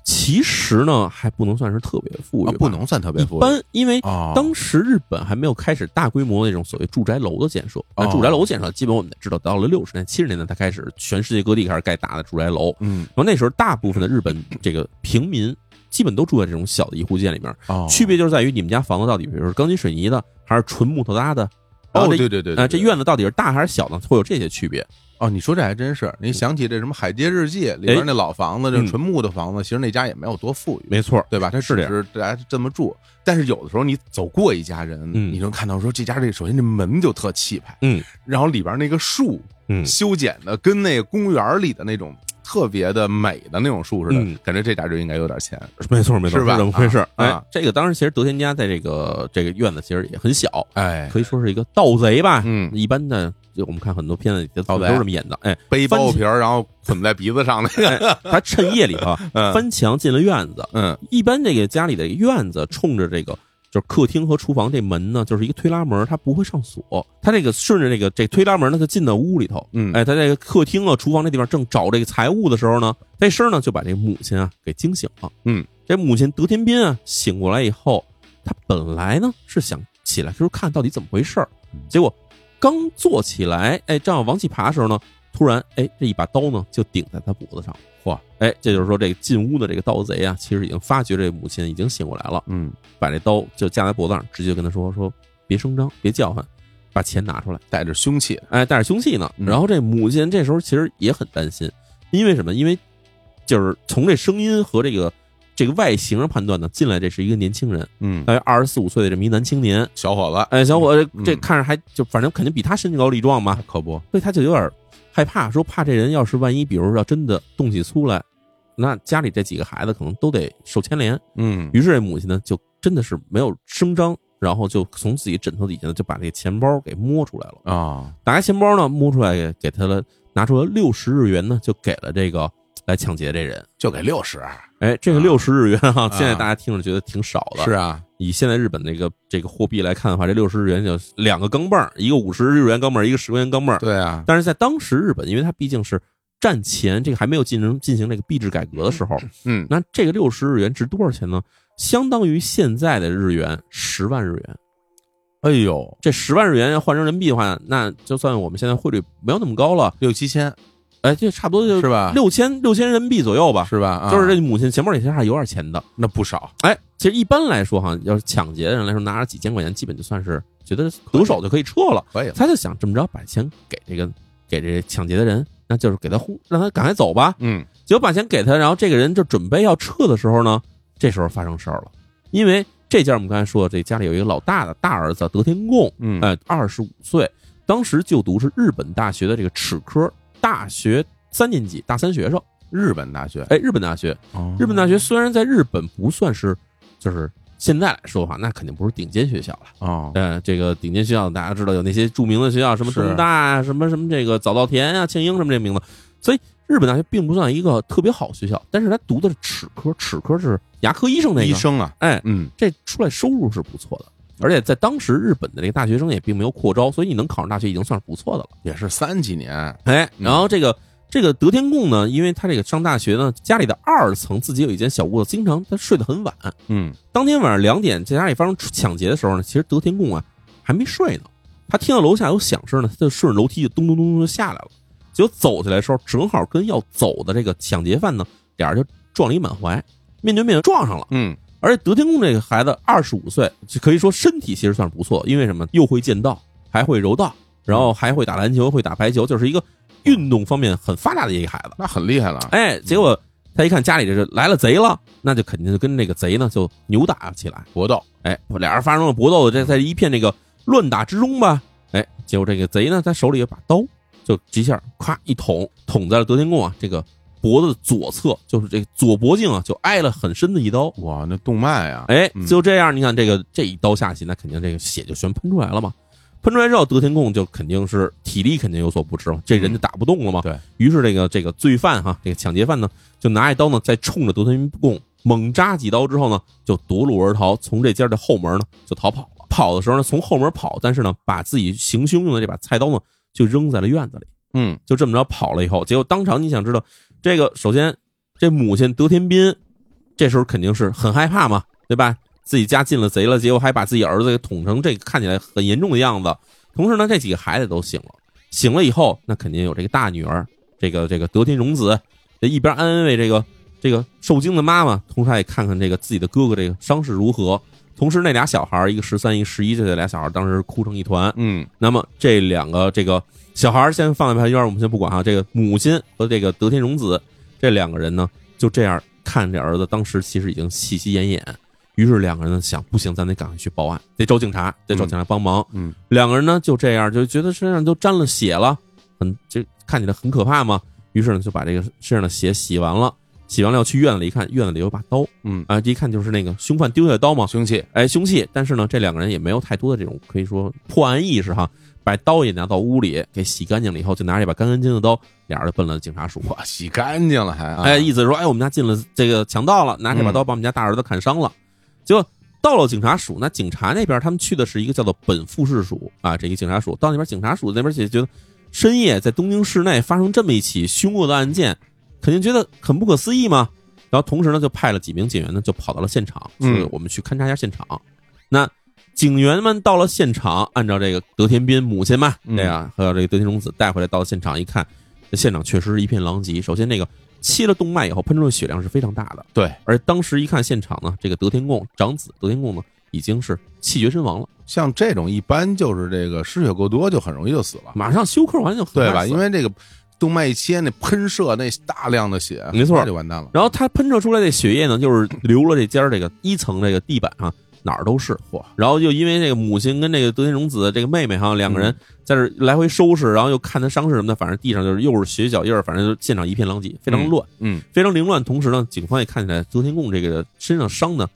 A: 其实呢还不能算是特别富裕
B: 啊
A: 吧，
B: 不能算特别
A: 一
B: 富裕。
A: 般，因为
B: 哦，
A: 当时日本还没有开始大规模那种所谓住宅楼的建设，那
B: 哦
A: 住宅楼建设基本我们得知道，到了六十年、七十年代才开始，全世界各地开始盖大的住宅楼。
B: 嗯，
A: 然后那时候，大部分的日本这个平民基本都住在这种小的一户建里面，
B: 哦，
A: 区别就是在于你们家房子到底，比如说钢筋水泥的，还是纯木头搭的。然
B: 哦，
A: 后
B: 对
A: 这
B: 对对对
A: 啊，这
B: 对
A: 院子到底是大还是小呢？会有这些区别。
B: 哦，你说这还真是，你想起这什么《海街日记》里边那老房子，这
A: 嗯
B: 纯木的房子，其实那家也没有多富裕，
A: 没错，
B: 对吧？它
A: 是
B: 只
A: 这样
B: 是大家这么住，但是有的时候你走过一家人，
A: 嗯
B: 你就看到说这家这首先这门就特气派，
A: 嗯，
B: 然后里边那个树
A: 嗯
B: 修剪的跟那个公园里的那种特别的美的那种树似的
A: 嗯，
B: 感觉这家就应该有点钱，
A: 没错，没错，
B: 嗯是吧
A: 这么回事
B: 啊。
A: 哎
B: 啊，
A: 这个当时其实德田家在这个这个院子其实也很小，
B: 哎，
A: 可以说是一个盗贼吧。
B: 嗯
A: 一般的，就我们看很多片子里的
B: 盗
A: 都
B: 贼
A: 是这么演的。 哎，
B: 背
A: 翻
B: 包
A: 起
B: 皮儿，然后捆在鼻子 上那个，
A: 他趁夜里头啊
B: 嗯
A: 翻墙进了院子。
B: 嗯，
A: 一般这个家里的院子冲着这个就是客厅和厨房这门呢，就是一个推拉门，它不会上锁。它这个顺着这个这推拉门呢，就进到屋里头。
B: 嗯
A: 哎，他这个客厅啊、厨房这地方正找这个财物的时候呢，这声呢就把这个母亲啊给惊醒了。
B: 嗯，
A: 这母亲德天斌啊醒过来以后，他本来呢是想起来就是看到底怎么回事儿，
B: 嗯
A: 结果刚坐起来，哎，正要往起爬的时候呢，突然哎这一把刀呢就顶在他脖子上。
B: 嚯！
A: 哎，这就是说，这个进屋的这个盗贼啊，其实已经发觉这母亲已经醒过来了，
B: 嗯，
A: 把这刀就架在脖子上，直接就跟他说：“说别声张，别叫唤，把钱拿出来。”
B: 带着凶器，
A: 哎，带着凶器呢。
B: 嗯
A: 然后这母亲这时候其实也很担心，因为什么？因为就是从这声音和这个这个外形上判断呢，进来这是一个年轻人，
B: 嗯，
A: 大约二十四五岁的这么一男青年。
B: 小伙子，
A: 哎，小伙子，
B: 嗯
A: 这看着还就反正肯定比他身高力壮嘛，
B: 可不，
A: 所以他就有点害怕，说怕这人要是万一，比如说要真的动起粗来，那家里这几个孩子可能都得受牵连。
B: 嗯
A: 于是这母亲呢，就真的是没有声张，然后就从自己枕头底下呢，就把这个钱包给摸出来了。
B: 啊，
A: 打开钱包呢，摸出来给给他了，拿出了六十日元呢，就给了这个来抢劫这人。
B: 就给六十，
A: 哎，这个
B: 啊
A: 六十日元啊，
B: 啊
A: 现在大家听着觉得挺少的。
B: 是啊，
A: 以现在日本那个这个货币来看的话，这六十日元就两个钢镚儿，一个五十日元钢镚儿，一个十块钱钢镚儿。
B: 对啊，
A: 但是在当时日本，因为它毕竟是战前这个还没有进行进行这个币制改革的时候，
B: 嗯，
A: 那这个六十日元值多少钱呢？相当于现在的日元十万日元。
B: 哎呦，
A: 这十万日元要换成人民币的话，那就算我们现在汇率没有那么高了，
B: 六七千
A: 哎，就差不多就是
B: 吧？
A: 六千六千人民币左右吧。
B: 是吧？啊
A: 就是这母亲钱包里其实还是有点钱的。
B: 那不少，
A: 哎，其实一般来说哈，要是抢劫的人来说，拿着几千块钱，基本就算是觉得得手就可以撤了。
B: 可以了，
A: 他就想这么着把钱给这个给这抢劫的人，那就是给他呼，让他赶快走吧。
B: 嗯，
A: 结果把钱给他，然后这个人就准备要撤的时候呢，这时候发生事儿了，因为这家我们刚才说的，这家里有一个老大的大儿子德天贡，
B: 嗯，
A: 呃，二十五岁，当时就读是日本大学的这个齿科大学三年级大三学生。
B: 日本大学，哦
A: 哎，日本大学，日本大学虽然在日本不算是，就是现在来说的话，那肯定不是顶尖学校了。
B: 哦，
A: 呃，这个顶尖学校大家知道有那些著名的学校，什么
B: 是
A: 东大啊，什么什么这个早稻田啊、庆英什么这名字，所以日本大学并不算一个特别好的学校，但是他读的是齿科，齿科是牙科医生那个，
B: 医生啊，
A: 哎，
B: 嗯，
A: 这出来收入是不错的，而且在当时日本的这个大学生也并没有扩招，所以你能考上大学已经算是不错的了。
B: 也是三几年，
A: 哎，
B: 嗯
A: 然后这个这个德天贡呢，因为他这个上大学呢，家里的二层自己有一间小屋子，经常他睡得很晚。
B: 嗯，
A: 当天晚上两点，在家里发生抢劫的时候呢，其实德天贡啊还没睡呢，他听到楼下有响声呢，他就顺着楼梯就咚咚咚咚就下来了。结果走下来的时候，正好跟要走的这个抢劫犯呢，俩人就撞了一满怀，面对面就撞上了。
B: 嗯，
A: 而且德天贡这个孩子二十五岁，就可以说身体其实算是不错，因为什么又会剑道，还会柔道，然后还会打篮球，会打排球，就是一个运动方面很发达的一个孩子。
B: 那很厉害了，
A: 哎，结果他一看家里这是来了贼了，那就肯定就跟这个贼呢就扭打起来。
B: 搏斗，
A: 哎，俩人发生了搏斗，这在一片这个乱打之中吧，哎，结果这个贼呢，他手里有把刀，就一下咵一捅，捅在了德天贡啊这个脖子的左侧，就是这个左脖颈啊，就挨了很深的一刀。
B: 哇，那动脉啊，
A: 哎
B: 嗯，
A: 就这样，你看这个这一刀下去，那肯定这个血就全喷出来了嘛。喷出来之后，德天贡就肯定是体力肯定有所不支嘛，这人就打不动了嘛。
B: 嗯对
A: 于是，这个这个罪犯哈，这个抢劫犯呢，就拿一刀呢，再冲着德天贡猛扎几刀之后呢，就夺路而逃，从这家的后门呢就逃跑了。跑的时候呢，从后门跑，但是呢，把自己行凶用的这把菜刀呢，就扔在了院子里。
B: 嗯，
A: 就这么着跑了以后，结果当场你想知道，这个首先这母亲德天斌这时候肯定是很害怕嘛，对吧？自己家进了贼了，结果还把自己儿子给捅成这个看起来很严重的样子。同时呢，这几个孩子都醒了，醒了以后，那肯定有这个大女儿，这个这个德天荣子，这一边安慰这个这个受惊的妈妈，同时还看看这个自己的哥哥这个伤势如何。同时，那俩小孩儿，一个十三，一个十一岁的俩小孩儿，当时哭成一团。
B: 嗯，
A: 那么这两个这个小孩儿先放在旁边，我们先不管啊。这个母亲和这个德天荣子这两个人呢，就这样看这儿子，当时其实已经喜气奄奄。于是两个人呢想，不行，咱得赶快去报案，得找警察，得找警察帮忙。
B: 嗯嗯
A: 两个人呢就这样就觉得身上都沾了血了，很这看起来很可怕嘛。于是呢就把这个身上的血洗完了，洗完了要去院子里一看，院子里有把刀，
B: 嗯
A: 啊，这一看就是那个凶犯丢下的刀嘛，
B: 凶器，
A: 哎，凶器。但是呢，这两个人也没有太多的这种可以说破案意识哈，把刀也拿到屋里给洗干净了以后，就拿着一把干干净净的刀，俩人就奔了警察署。
B: 哇，啊洗干净了还啊，
A: 哎，意思是说，哎，我们家进了这个强盗了，拿这把刀把我们家大儿子砍伤了。结果到了警察署，那警察那边他们去的是一个叫做本副市署啊，这一个警察署。到那边警察署那边也觉得，深夜在东京市内发生这么一起凶恶的案件，肯定觉得很不可思议嘛。然后同时呢，就派了几名警员呢，就跑到了现场，说
B: 嗯
A: 我们去勘察一下现场。那警员们到了现场，按照这个德天斌母亲嘛，
B: 嗯
A: 对啊，还有这个德天荣子带回来到了现场一看，这现场确实是一片狼藉。首先，那个切了动脉以后喷出的血量是非常大的，
B: 对，
A: 而当时一看现场呢，这个德天贡长子德天贡呢已经是气绝身亡了，
B: 像这种一般就是这个失血过多就很容易就死了，
A: 马上休克完就很
B: 对
A: 快
B: 吧？
A: 死
B: 因为这个动脉一切，那喷射那大量的血，
A: 没错
B: 那就完蛋了。
A: 然后他喷射出来的血液呢，就是流了这间儿这个一层这个地板上、哪儿都是。
B: 嚯！
A: 然后就因为这个母亲跟这个德天荣子的这个妹妹哈、两个
B: 嗯
A: 人在这儿来回收拾，然后又看他伤势什么的，反正地上就是又是血脚印儿，反正就现场一片狼藉，非常乱，
B: 嗯，
A: 非常凌乱。同时呢，警方也看起来德天贡这个身上伤呢，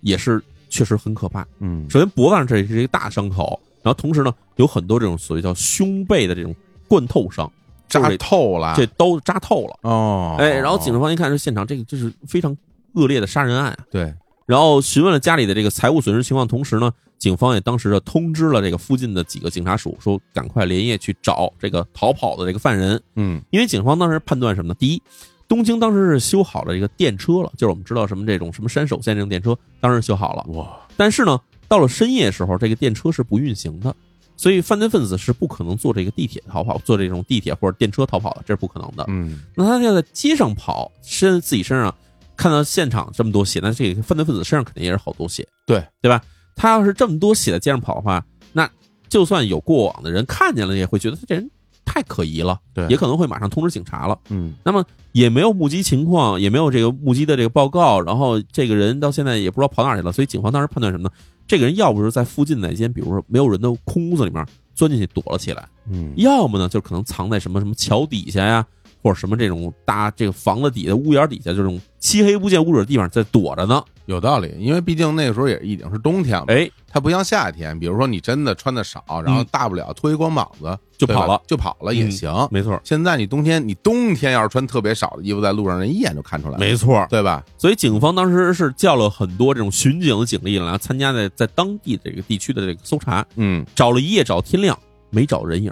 A: 也是确实很可怕。
B: 嗯，
A: 首先脖子上这是一个大伤口，然后同时呢有很多这种所谓叫胸背的这种贯透伤，就是
B: 扎
A: 这
B: 透了，
A: 这都扎透了。
B: 哦，
A: 哎，然后警察方一看这现场，这个这是非常恶劣的杀人案啊。
B: 对，
A: 然后询问了家里的这个财务损失情况，同时呢，警方也当时的通知了这个附近的几个警察署，说赶快连夜去找这个逃跑的这个犯人。
B: 嗯
A: 因为警方当时判断什么呢？第一，东京当时是修好了这个电车了，就是我们知道什么这种什么山手线这种电车，当时修好了。
B: 哇，
A: 但是呢，到了深夜时候，这个电车是不运行的，所以犯罪分子是不可能坐这个地铁逃跑，坐这种地铁或者电车逃跑的，这是不可能的。
B: 嗯
A: 那他要在街上跑，身自己身上看到现场这么多血，那这个犯罪分子身上肯定也是好多血，
B: 对
A: 对吧？他要是这么多血在街上跑的话，那就算有过往的人看见了，也会觉得这人太可疑了，
B: 对
A: 也可能会马上通知警察了。
B: 嗯
A: 那么也没有目击情况，也没有这个目击的这个报告，然后这个人到现在也不知道跑哪儿去了，所以警方当时判断什么呢？这个人要不是在附近哪间，比如说没有人的空屋子里面钻进去躲了起来，
B: 嗯，
A: 要么呢就可能藏在什么什么桥底下呀，或者什么这种大这个房子底下、屋檐底下就这种漆黑不见屋主的地方在躲着呢。
B: 有道理，因为毕竟那个时候也已经是冬天了，
A: 哎，
B: 它不像夏天，比如说你真的穿的少，然后
A: 嗯
B: 大不了脱一光膀子
A: 就
B: 对吧
A: 跑了，
B: 就跑了也
A: 嗯
B: 行。
A: 没错，
B: 现在你冬天，你冬天要是穿特别少的衣服在路上，人一眼就看出来了，
A: 没错。
B: 对吧？
A: 所以警方当时是叫了很多这种巡警的警力来参加在在当地这个地区的这个搜查，
B: 嗯，
A: 找了一夜找天亮，没找人影。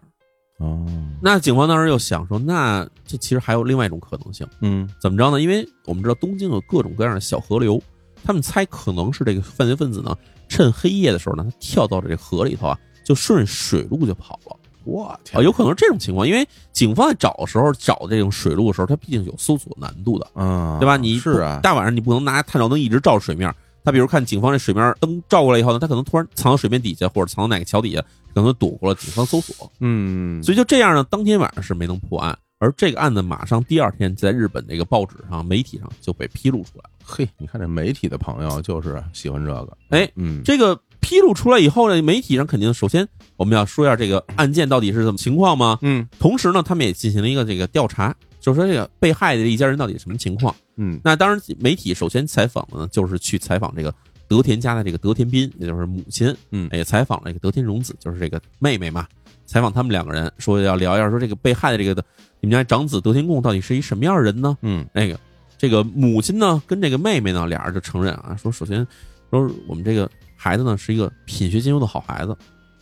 B: 哦，
A: 那警方当时又想说，那这其实还有另外一种可能性，
B: 嗯
A: 怎么着呢？因为我们知道东京有各种各样的小河流，他们猜可能是这个犯罪分子呢，趁黑夜的时候呢，他跳到这河里头啊，就顺着水路就跑了
B: 我天
A: 啊，有可能是这种情况。因为警方在找的时候，找这种水路的时候，它毕竟有搜索难度的，
B: 嗯，
A: 对吧？你不
B: 是啊，
A: 大晚上你不能拿探照灯一直照着水面儿。他比如看警方这水面灯照过来以后呢，他可能突然藏到水面底下，或者藏到哪个桥底下，可能就躲过了警方搜索。
B: 嗯，
A: 所以就这样呢，当天晚上是没能破案，而这个案子马上第二天在日本这个报纸上、媒体上就被披露出来了。
B: 嘿，你看这媒体的朋友就是喜欢这个，
A: 哎，
B: 嗯，
A: 这个披露出来以后呢，媒体上肯定首先我们要说一下这个案件到底是怎么情况嘛，
B: 嗯
A: 同时呢，他们也进行了一个这个调查，就是说这个被害的一家人到底什么情况。
B: 嗯
A: 那当然，媒体首先采访的呢，就是去采访这个德田家的这个德田彬，也就是母亲，哎
B: 嗯
A: 也采访了这个德田荣子，就是这个妹妹嘛。采访他们两个人，说要聊一下，说这个被害的这个的你们家长子德田贡到底是一什么样的人呢？
B: 嗯
A: 那个这个母亲呢，跟这个妹妹呢，俩人就承认啊，说首先说我们这个孩子呢是一个品学兼优的好孩子，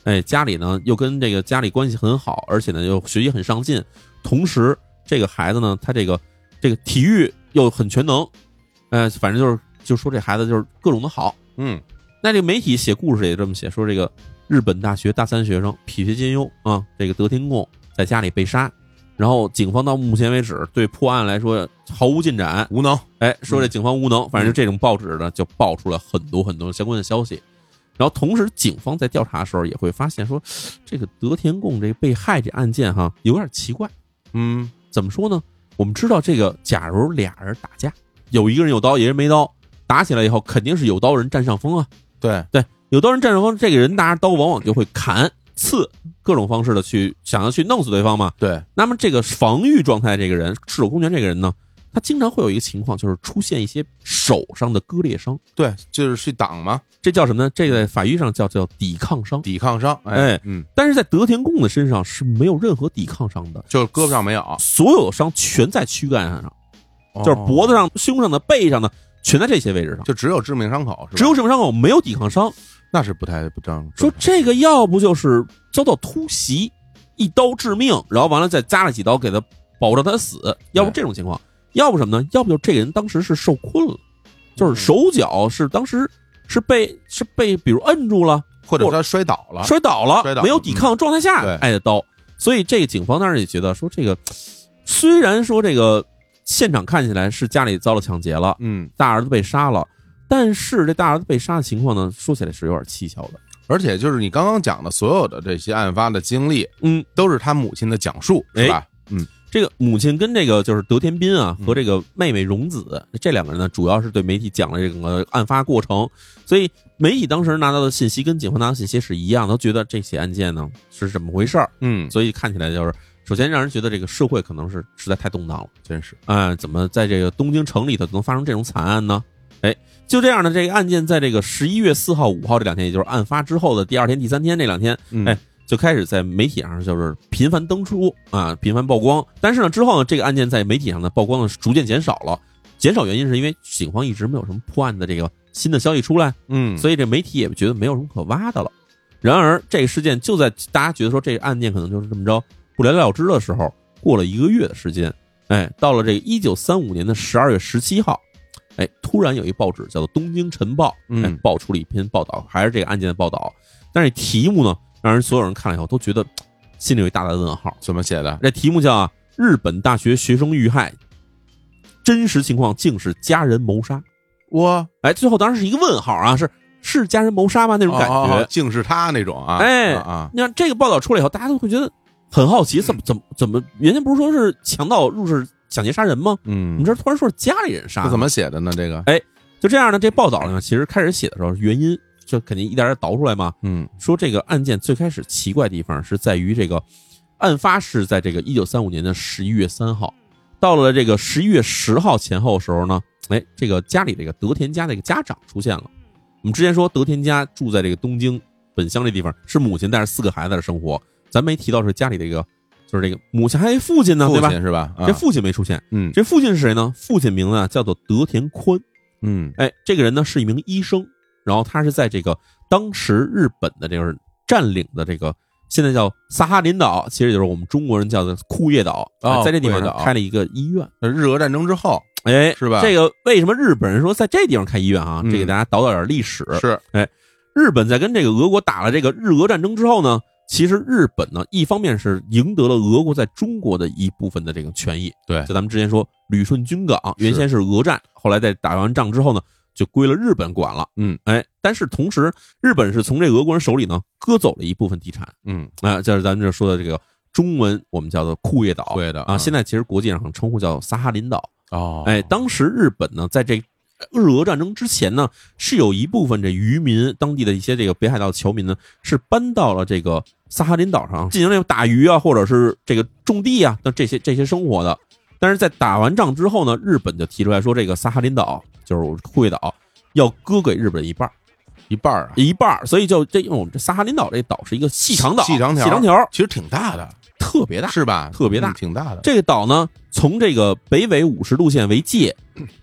A: 哎，家里呢又跟这个家里关系很好，而且呢又学习很上进，同时这个孩子呢他这个这个体育又很全能，呃，反正就是就说这孩子就是各种的好。
B: 嗯，
A: 那这个媒体写故事也这么写，说这个日本大学大三学生品学兼优啊，这个德天贡在家里被杀，然后警方到目前为止对破案来说毫无进展，
B: 无能，嗯
A: 哎，说这警方无能，反正就这种报纸呢就爆出了很多很多相关的消息。然后同时，警方在调查的时候也会发现说，这个德田贡这个被害这案件哈有点奇怪。
B: 嗯
A: 怎么说呢？我们知道这个，假如俩人打架，有一个人有刀，一个人没刀，打起来以后肯定是有刀人占上风啊。
B: 对，
A: 有刀人占上风，这个人拿着刀往往就会砍、刺，各种方式的去想要去弄死对方嘛。
B: 对，
A: 那么这个防御状态，这个人赤手空拳这个人呢，他经常会有一个情况，就是出现一些手上的割裂伤，
B: 对，就是去挡嘛，
A: 这叫什么呢？这个在法医上叫叫抵抗伤。
B: 抵抗伤，
A: 哎
B: 嗯，
A: 但是在德田贡的身上是没有任何抵抗伤的，
B: 就是胳膊上没有，
A: 所有的伤全在躯干上，哦就是脖
B: 子，
A: 子上、胸上的、背上的，全在这些位置上，
B: 就只有致命伤口，是吧
A: 只有什么伤口没有抵抗伤。
B: 那是不太不正，
A: 说这个要不就是遭到突袭，一刀致命，然后完了再扎了几刀给他保证他死，要不这种情况，要不什么呢？要不就这个人当时是受困了，
B: 嗯
A: 就是手脚是当时是被是被比如摁住了，
B: 或者说摔倒了，
A: 摔倒了，
B: 啊摔倒了嗯
A: 没有抵抗状态下
B: 对
A: 挨的刀，所以这个警方当时也觉得说这个，虽然说这个现场看起来是家里遭了抢劫了，
B: 嗯，
A: 大儿子被杀了。但是这大儿子被杀的情况呢，说起来是有点蹊跷的。
B: 而且就是你刚刚讲的所有的这些案发的经历，
A: 嗯，
B: 都是他母亲的讲述，是吧？
A: 哎
B: 嗯
A: 这个母亲跟这个就是德田彬啊
B: 嗯
A: 和这个妹妹荣子这两个人呢，主要是对媒体讲了这个呃案发过程，所以媒体当时拿到的信息跟警方拿到的信息是一样的，都觉得这起案件呢是怎么回事儿，
B: 嗯，
A: 所以看起来就是首先让人觉得这个社会可能是实在太动荡了，
B: 真是，
A: 哎，怎么在这个东京城里头能发生这种惨案呢？哎，就这样呢，这个案件在这个十一月四号、五号这两天，也就是案发之后的第二天、第三天这两天，
B: 嗯
A: 哎就开始在媒体上就是频繁登出啊，频繁曝光。但是呢，之后呢，这个案件在媒体上的曝光呢逐渐减少了。减少原因是因为警方一直没有什么破案的这个新的消息出来，
B: 嗯，
A: 所以这媒体也觉得没有什么可挖的了。然而，这个事件就在大家觉得说这个案件可能就是这么着不了了之的时候，过了一个月的时间，哎，到了这个一九三五年的十二月十七号，哎，突然有一报纸叫做《东京晨报》，哎
B: 嗯，
A: 爆出了一篇报道，还是这个案件的报道，但是题目呢，让人所有人看了以后都觉得嘖心里有一大大的问号。
B: 怎么写的？
A: 这题目叫啊“日本大学学生遇害”，真实情况竟是家人谋杀。
B: 我
A: 哎，最后当然是一个问号啊，是是家人谋杀吗？那
B: 那
A: 种感觉。
B: 哦竟是他那种啊，
A: 哎
B: 啊啊，
A: 你看这个报道出来以后，大家都会觉得很好奇，怎么怎么怎么，原先不是说是强盗入室抢劫杀人吗？你
B: 嗯，
A: 这突然说是哎家里人杀
B: 这
A: 的，
B: 怎么写的呢？这个，
A: 就这样呢？这报道呢，其实开始写的时候，原因就肯定一点点倒出来嘛。
B: 嗯
A: 说这个案件最开始奇怪的地方是在于这个案发是在这个一九三五年的十一月三号，到了这个十一月十号前后的时候呢，哎，这个家里这个德田家的一个家长出现了。我们之前说德田家住在这个东京本乡这地方，是母亲带着四个孩子的生活，咱没提到是家里这个就是这个母亲还有父亲呢，
B: 父
A: 对吧？
B: 亲是吧？啊
A: 这父亲没出现，
B: 嗯
A: 这父亲是谁呢？父亲名字啊叫做德田宽。
B: 嗯
A: 哎，这个人呢是一名医生，然后他是在这个当时日本的这个占领的这个现在叫萨哈林岛，其实就是我们中国人叫的库页岛啊、
B: 哦
A: 在这地方
B: 库页
A: 呢
B: 岛
A: 开了一个医院。
B: 那日俄战争之后
A: 哎，
B: 是吧
A: 这个为什么日本人说在这地方开医院啊？
B: 嗯
A: 这给大家倒倒点历史。
B: 是，
A: 日本在跟这个俄国打了这个日俄战争之后呢，其实日本呢，一方面是赢得了俄国在中国的一部分的这个权益，
B: 对
A: 就咱们之前说旅顺军港，
B: 是
A: 原先是俄战，后来在打完仗之后呢，就归了日本管了，
B: 嗯，
A: 哎，但是同时，日本是从这俄国人手里呢割走了一部分地产，
B: 嗯，
A: 啊、就是咱们这说的这个中文我们叫做库页岛，
B: 对的嗯
A: 啊，现在其实国际上称呼叫萨哈林岛，
B: 哦，
A: 哎，当时日本呢，在这日俄战争之前呢，是有一部分这渔民，当地的一些这个北海道侨民呢，是搬到了这个萨哈林岛上进行这种打鱼啊，或者是这个种地啊，那这些这些生活的。但是在打完仗之后呢，日本就提出来说，这个萨哈林岛就是库页岛要割给日本一半儿，
B: 一半儿啊，
A: 一半儿，所以就这因为我们这萨哈林岛这岛是一个细长岛，
B: 细长条
A: 细长条儿
B: 其实挺大的，
A: 特别大，
B: 是吧？
A: 特别大
B: 嗯挺大的。
A: 这个岛呢，从这个北纬五十度线为界，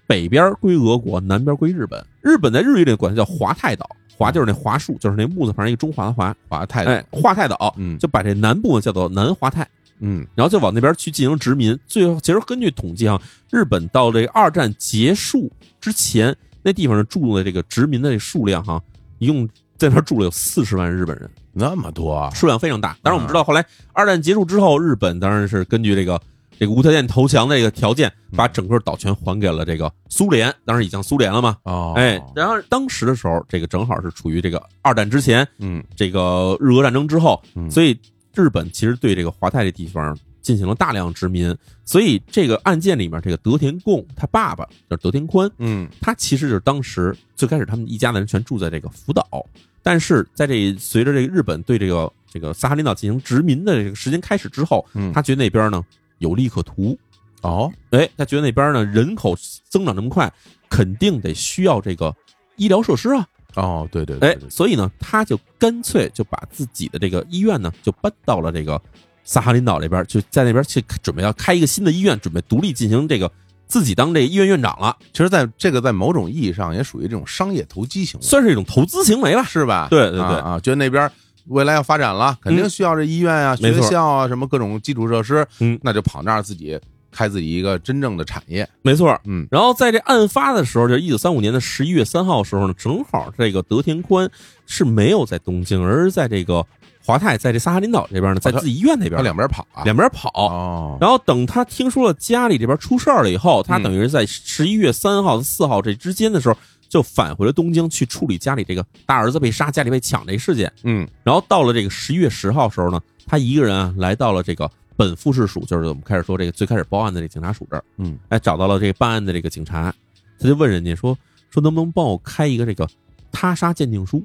A: 北边归俄国，南边归日本。日本在日语里管它叫华泰岛，华就是那华树，就是那木字旁一个中华的华，
B: 华泰
A: 哎
B: 的，，
A: 华泰岛
B: 嗯
A: 就把这南部呢叫做南华泰，
B: 嗯
A: 然后就往那边去进行殖民。最后，其实根据统计啊，日本到这个二战结束之前，那地方住的这个殖民的这数量哈、一共在那儿住了有四十万日本人。
B: 那么多啊，
A: 数量非常大。当然，我们
B: 啊
A: 知道后来二战结束之后，日本当然是根据这个这个无条件投降的这个条件，
B: 嗯
A: 把整个岛权还给了这个苏联，当然已经苏联了嘛。
B: 哦，
A: 哎，然后当时的时候，这个正好是处于这个二战之前，
B: 嗯
A: 这个日俄战争之后，
B: 嗯
A: 所以日本其实对这个华泰这地方进行了大量殖民。所以这个案件里面，这个德田贡他爸爸就是德田宽，
B: 嗯
A: 他其实就是当时最开始他们一家的人全住在这个福岛，但是在这随着这个日本对这个这个萨哈林岛进行殖民的这个时间开始之后，
B: 嗯，
A: 他觉得那边呢有利可图，
B: 哦，
A: 哎，他觉得那边呢人口增长这么快，肯定得需要这个医疗设施啊，
B: 哦，对对对
A: 哎
B: 对，，
A: 所以呢，他就干脆就把自己的这个医院呢就搬到了这个萨哈林岛这边，就在那边去准备要开一个新的医院，准备独立进行这个自己当这个医院院长了，
B: 其实在这个在某种意义上也属于这种商业投机行为，
A: 算是一种投资行为吧。
B: 是吧？
A: 对对对
B: 啊啊，觉得那边未来要发展了，肯定需要这医院啊、
A: 没
B: 学
A: 错
B: 校啊、什么各种基础设施，
A: 嗯
B: 那就跑那儿自己开自己一个真正的产业，
A: 没错。
B: 嗯
A: 然后在这案发的时候，就是一九三五年的十一月三号的时候呢，正好这个德田宽是没有在东京，而是在这个华泰，在这萨哈林岛这边呢，在
B: 哦他
A: 自己医院那
B: 他
A: 边
B: 两边跑啊，
A: 两边跑。
B: 哦，
A: 然后等他听说了家里这边出事儿了以后，
B: 嗯
A: 他等于是在十一月三号、四号这之间的时候，就返回了东京去处理家里这个大儿子被杀、家里被抢这个事件。
B: 嗯
A: 然后到了这个十一月十号时候呢，他一个人啊来到了这个本富士署，就是我们开始说这个最开始报案的这个警察署这儿，
B: 嗯，
A: 哎，找到了这个办案的这个警察，他就问人家说说能不能帮我开一个这个他杀鉴定书？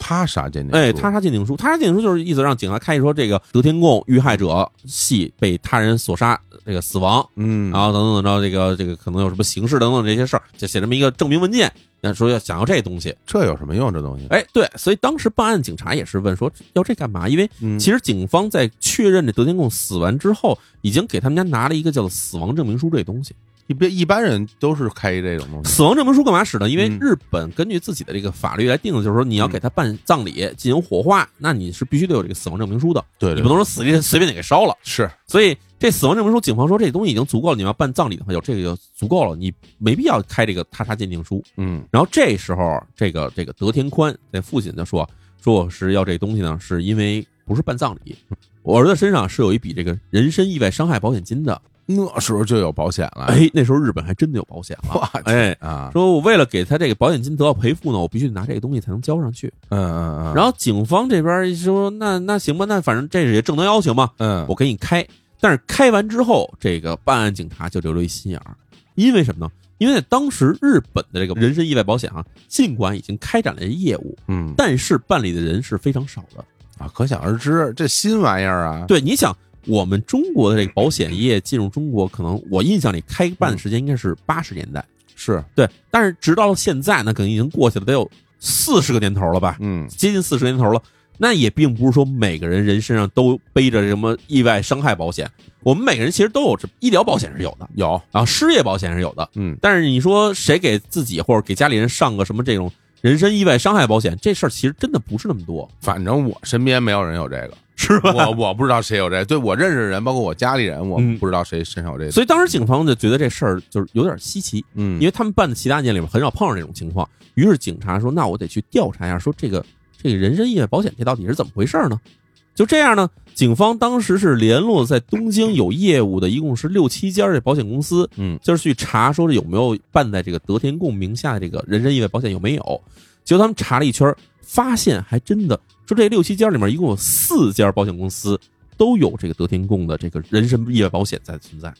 B: 他杀鉴定
A: 哎，
B: 术
A: 他杀鉴定书，他杀鉴定书就是意思让警察开一说这个德天贡遇害者系被他人所杀，这个死亡，
B: 嗯
A: 啊然后等等等着这个这个可能有什么刑事等等这些事儿，就写这么一个证明文件。那说要想要这东西，
B: 这有什么用？这东西，
A: 哎，对，所以当时办案警察也是问说要这干嘛？因为
B: 嗯
A: 其实警方在确认这德天贡死完之后，已经给他们家拿了一个叫做死亡证明书这东西。
B: 一般一般人都是开这种东西，
A: 死亡证明书干嘛使呢？因为
B: 嗯
A: 日本根据自己的这个法律来定的，就是说你要给他办葬礼、进行火化，那你是必须得有这个死亡证明书的，
B: 对
A: 你
B: 对
A: 不
B: 对，
A: 能说死给随便给烧了。
B: 是
A: 所以这死亡证明书，警方说这东西已经足够了，你们要办葬礼的话，有这个就足够了，你没必要开这个他杀鉴定书。
B: 嗯
A: 然后这时候，这个这个德天宽这父亲就说说我是要这东西呢，是因为不是办葬礼，我儿子身上是有一笔这个人身意外伤害保险金的。
B: 那时候就有保险了，
A: 哎，那时候日本还真的有保险了。
B: 哇
A: 哎，
B: 啊，
A: 说我为了给他这个保险金得到赔付呢，我必须拿这个东西才能交上去。
B: 嗯嗯嗯，
A: 然后警方这边说那那行吧，那反正这是也正当要求嘛，
B: 嗯
A: 我给你开。但是开完之后，这个办案警察就留了一心眼儿，因为什么呢？因为在当时日本的这个人身意外保险啊，尽管已经开展了业务，
B: 嗯
A: 但是办理的人是非常少的。
B: 啊，可想而知，这新玩意儿啊，
A: 对，你想，我们中国的这个保险业进入中国，可能我印象里开办
B: 嗯
A: 的时间应该是八十年代，
B: 是，
A: 对，但是直到现在，那可能已经过去了得有四十个年头了吧，
B: 嗯
A: 接近四十年头了。那也并不是说每个人人身上都背着什么意外伤害保险，我们每个人其实都有这医疗保险是有的，
B: 有，
A: 啊，失业保险是有的，
B: 嗯
A: 但是你说谁给自己或者给家里人上个什么这种人身意外伤害保险，这事儿其实真的不是那么多，
B: 反正我身边没有人有这 个，
A: 是吧？
B: 我我不知道谁有这，对我认识的人，包括我家里人，我
A: 嗯
B: 不知道谁身上有这个，
A: 所以当时警方就觉得这事儿就是有点稀奇，
B: 嗯
A: 因为他们办的其他案件里面很少碰上这种情况。于是警察说：“那我得去调查一下，说这个这个人身意外保险这到底是怎么回事儿呢？”就这样呢，警方当时是联络在东京有业务的，一共是六七家儿这保险公司，
B: 嗯
A: 就是去查说有没有办在这个德田贡名下的这个人身意外保险有没有。结果他们查了一圈儿，发现还真的说这六七家里面一共有四家保险公司都有这个德田贡的这个人身意外保险在存在，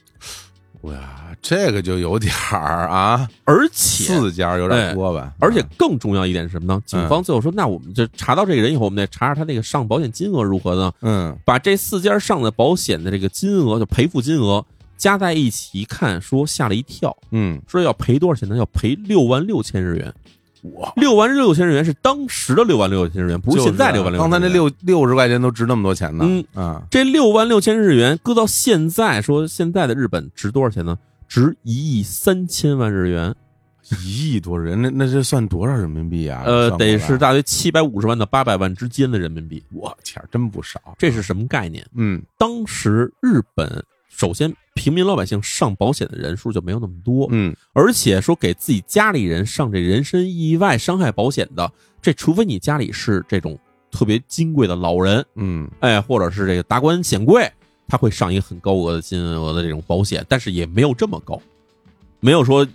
B: 哇，这个就有点儿啊，
A: 而且。
B: 四家有点多吧，
A: 而且更重要一点是什么呢？警方最后说，那我们就查到这个人以后，我们得查查他这个上保险金额如何呢？
B: 嗯
A: 把这四家上的保险的这个金额，就赔付金额加在一起一看，说吓了一跳，
B: 嗯，
A: 说要赔多少钱呢？要赔六万六千日元。
B: 我
A: 六万六千日元是当时的六万六千日元，不是现在六万六。
B: 刚才那，六六十块钱都值那么多钱呢，
A: 嗯
B: 啊，
A: 这六万六千日元搁到现在，说现在的日本值多少钱呢？值一亿三千万日元，
B: 一亿多人，那那这算多少人民币啊？
A: 呃，
B: 算不过来
A: 得是大约七百五十万到八百万之间的人民币。
B: 我天儿，真不少，
A: 这是什么概念？
B: 嗯
A: 当时日本首先平民老百姓上保险的人数就没有那么多，
B: 嗯，
A: 而且说给自己家里人上这人身意外伤害保险的，这除非你家里是这种特别金贵的老人，
B: 嗯，
A: 哎，或者是这个达官显贵，他会上一个很高额的金额的这种保险，但是也没有这么高，没有说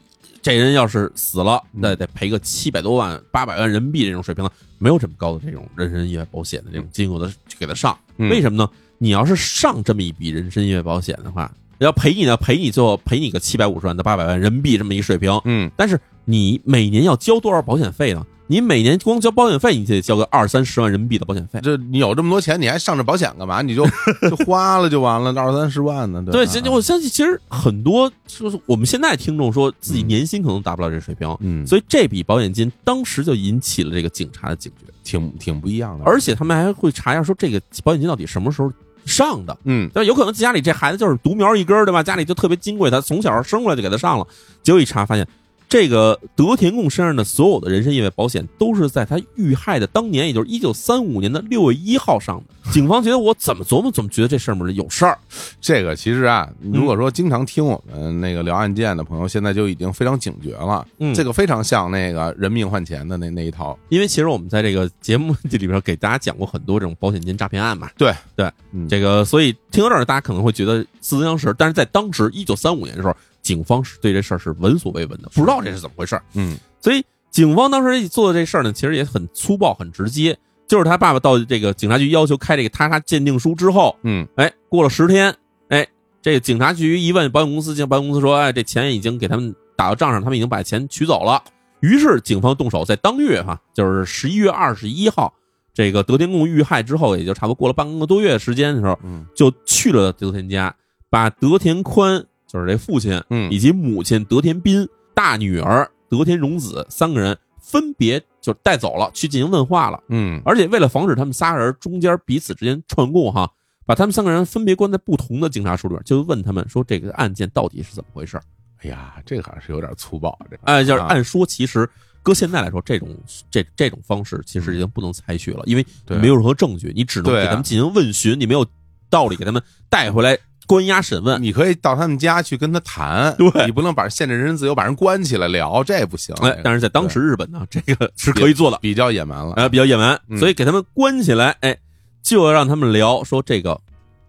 A: 这人要是死了，那得赔个七百多万、八百万人民币这种水平的，没有这么高的这种人身意外保险的这种金额的去给他上。
B: 嗯
A: 为什么呢？你要是上这么一笔人身意外保险的话，要赔你呢，赔你最后赔你个七百五十万到八百万人民币这么一水平，
B: 嗯
A: 但是你每年要交多少保险费呢？你每年光交保险费，你就得交个二三十万人民币的保险费。
B: 这你有这么多钱，你还上这保险干嘛？你就就花了就完了，二三十万呢？
A: 对，
B: 吧
A: 其实我相信，其实很多就是我们现在听众说自己年薪可能达不到这水平，
B: 嗯，
A: 所以这笔保险金当时就引起了这个警察的警觉，
B: 挺挺不一样的。
A: 而且他们还会查一下说这个保险金到底什么时候上的。
B: 嗯
A: 但有可能家里这孩子就是独苗一根儿，对吧？家里就特别金贵，他从小生过来就给他上了，结果一查发现，这个德田贡身上的所有的人身意外保险都是在他遇害的当年，也就是一九三五年的六月一号上的。警方觉得我怎么琢磨怎么觉得这事儿里有事儿，
B: 这个其实啊，如
A: 嗯
B: 果说经常听我们那个聊案件的朋友，现在就已经非常警觉了。
A: 嗯
B: 这个非常像那个人命换钱的那那一套。
A: 因为其实我们在这个节目里边给大家讲过很多这种保险金诈骗案嘛，
B: 对
A: 对，
B: 嗯
A: 这个所以听到这儿大家可能会觉得似曾相识，但是在当时一九三五年的时候，警方是对这事儿是闻所未闻的，不知道这是怎么回事儿，
B: 嗯
A: 所以警方当时做的这事儿呢，其实也很粗暴、很直接，就是他爸爸到这个警察局要求开这个他杀鉴定书之后，
B: 嗯
A: 哎，过了十天，哎，这个警察局一问保险公司，保险公司说，哎，这钱已经给他们打到账上，他们已经把钱取走了。于是警方动手，在当月哈，就是十一月二十一号，这个德天贡遇害之后，也就差不多过了半个多月时间的时候，
B: 嗯
A: 就去了德田家，把德田宽，就是这父亲，
B: 嗯
A: 以及母亲德田斌、大女儿德田荣子三个人分别就带走了，去进行问话了。
B: 嗯
A: 而且为了防止他们仨人中间彼此之间串供哈，把他们三个人分别关在不同的警察署里边，就问他们说这个案件到底是怎么回事儿。
B: 哎呀，这个好像是有点粗暴，这个
A: 哎，就是
B: 啊
A: 按说其实搁现在来说，这种这这种方式其实已经不能采取了，因为
B: 嗯对
A: 没有任何证据，你只能
B: 对啊
A: 给他们进行问询，你没有道理给他们带回来关押审问。
B: 你可以到他们家去跟他谈，
A: 对
B: 你不能把限制人身自由把人关起来聊，这不行，
A: 哎，但是在当时日本呢，这个是可以做的。
B: 比较野蛮了。
A: 呃，比较野蛮，
B: 嗯
A: 所以给他们关起来，哎，就要让他们聊说这个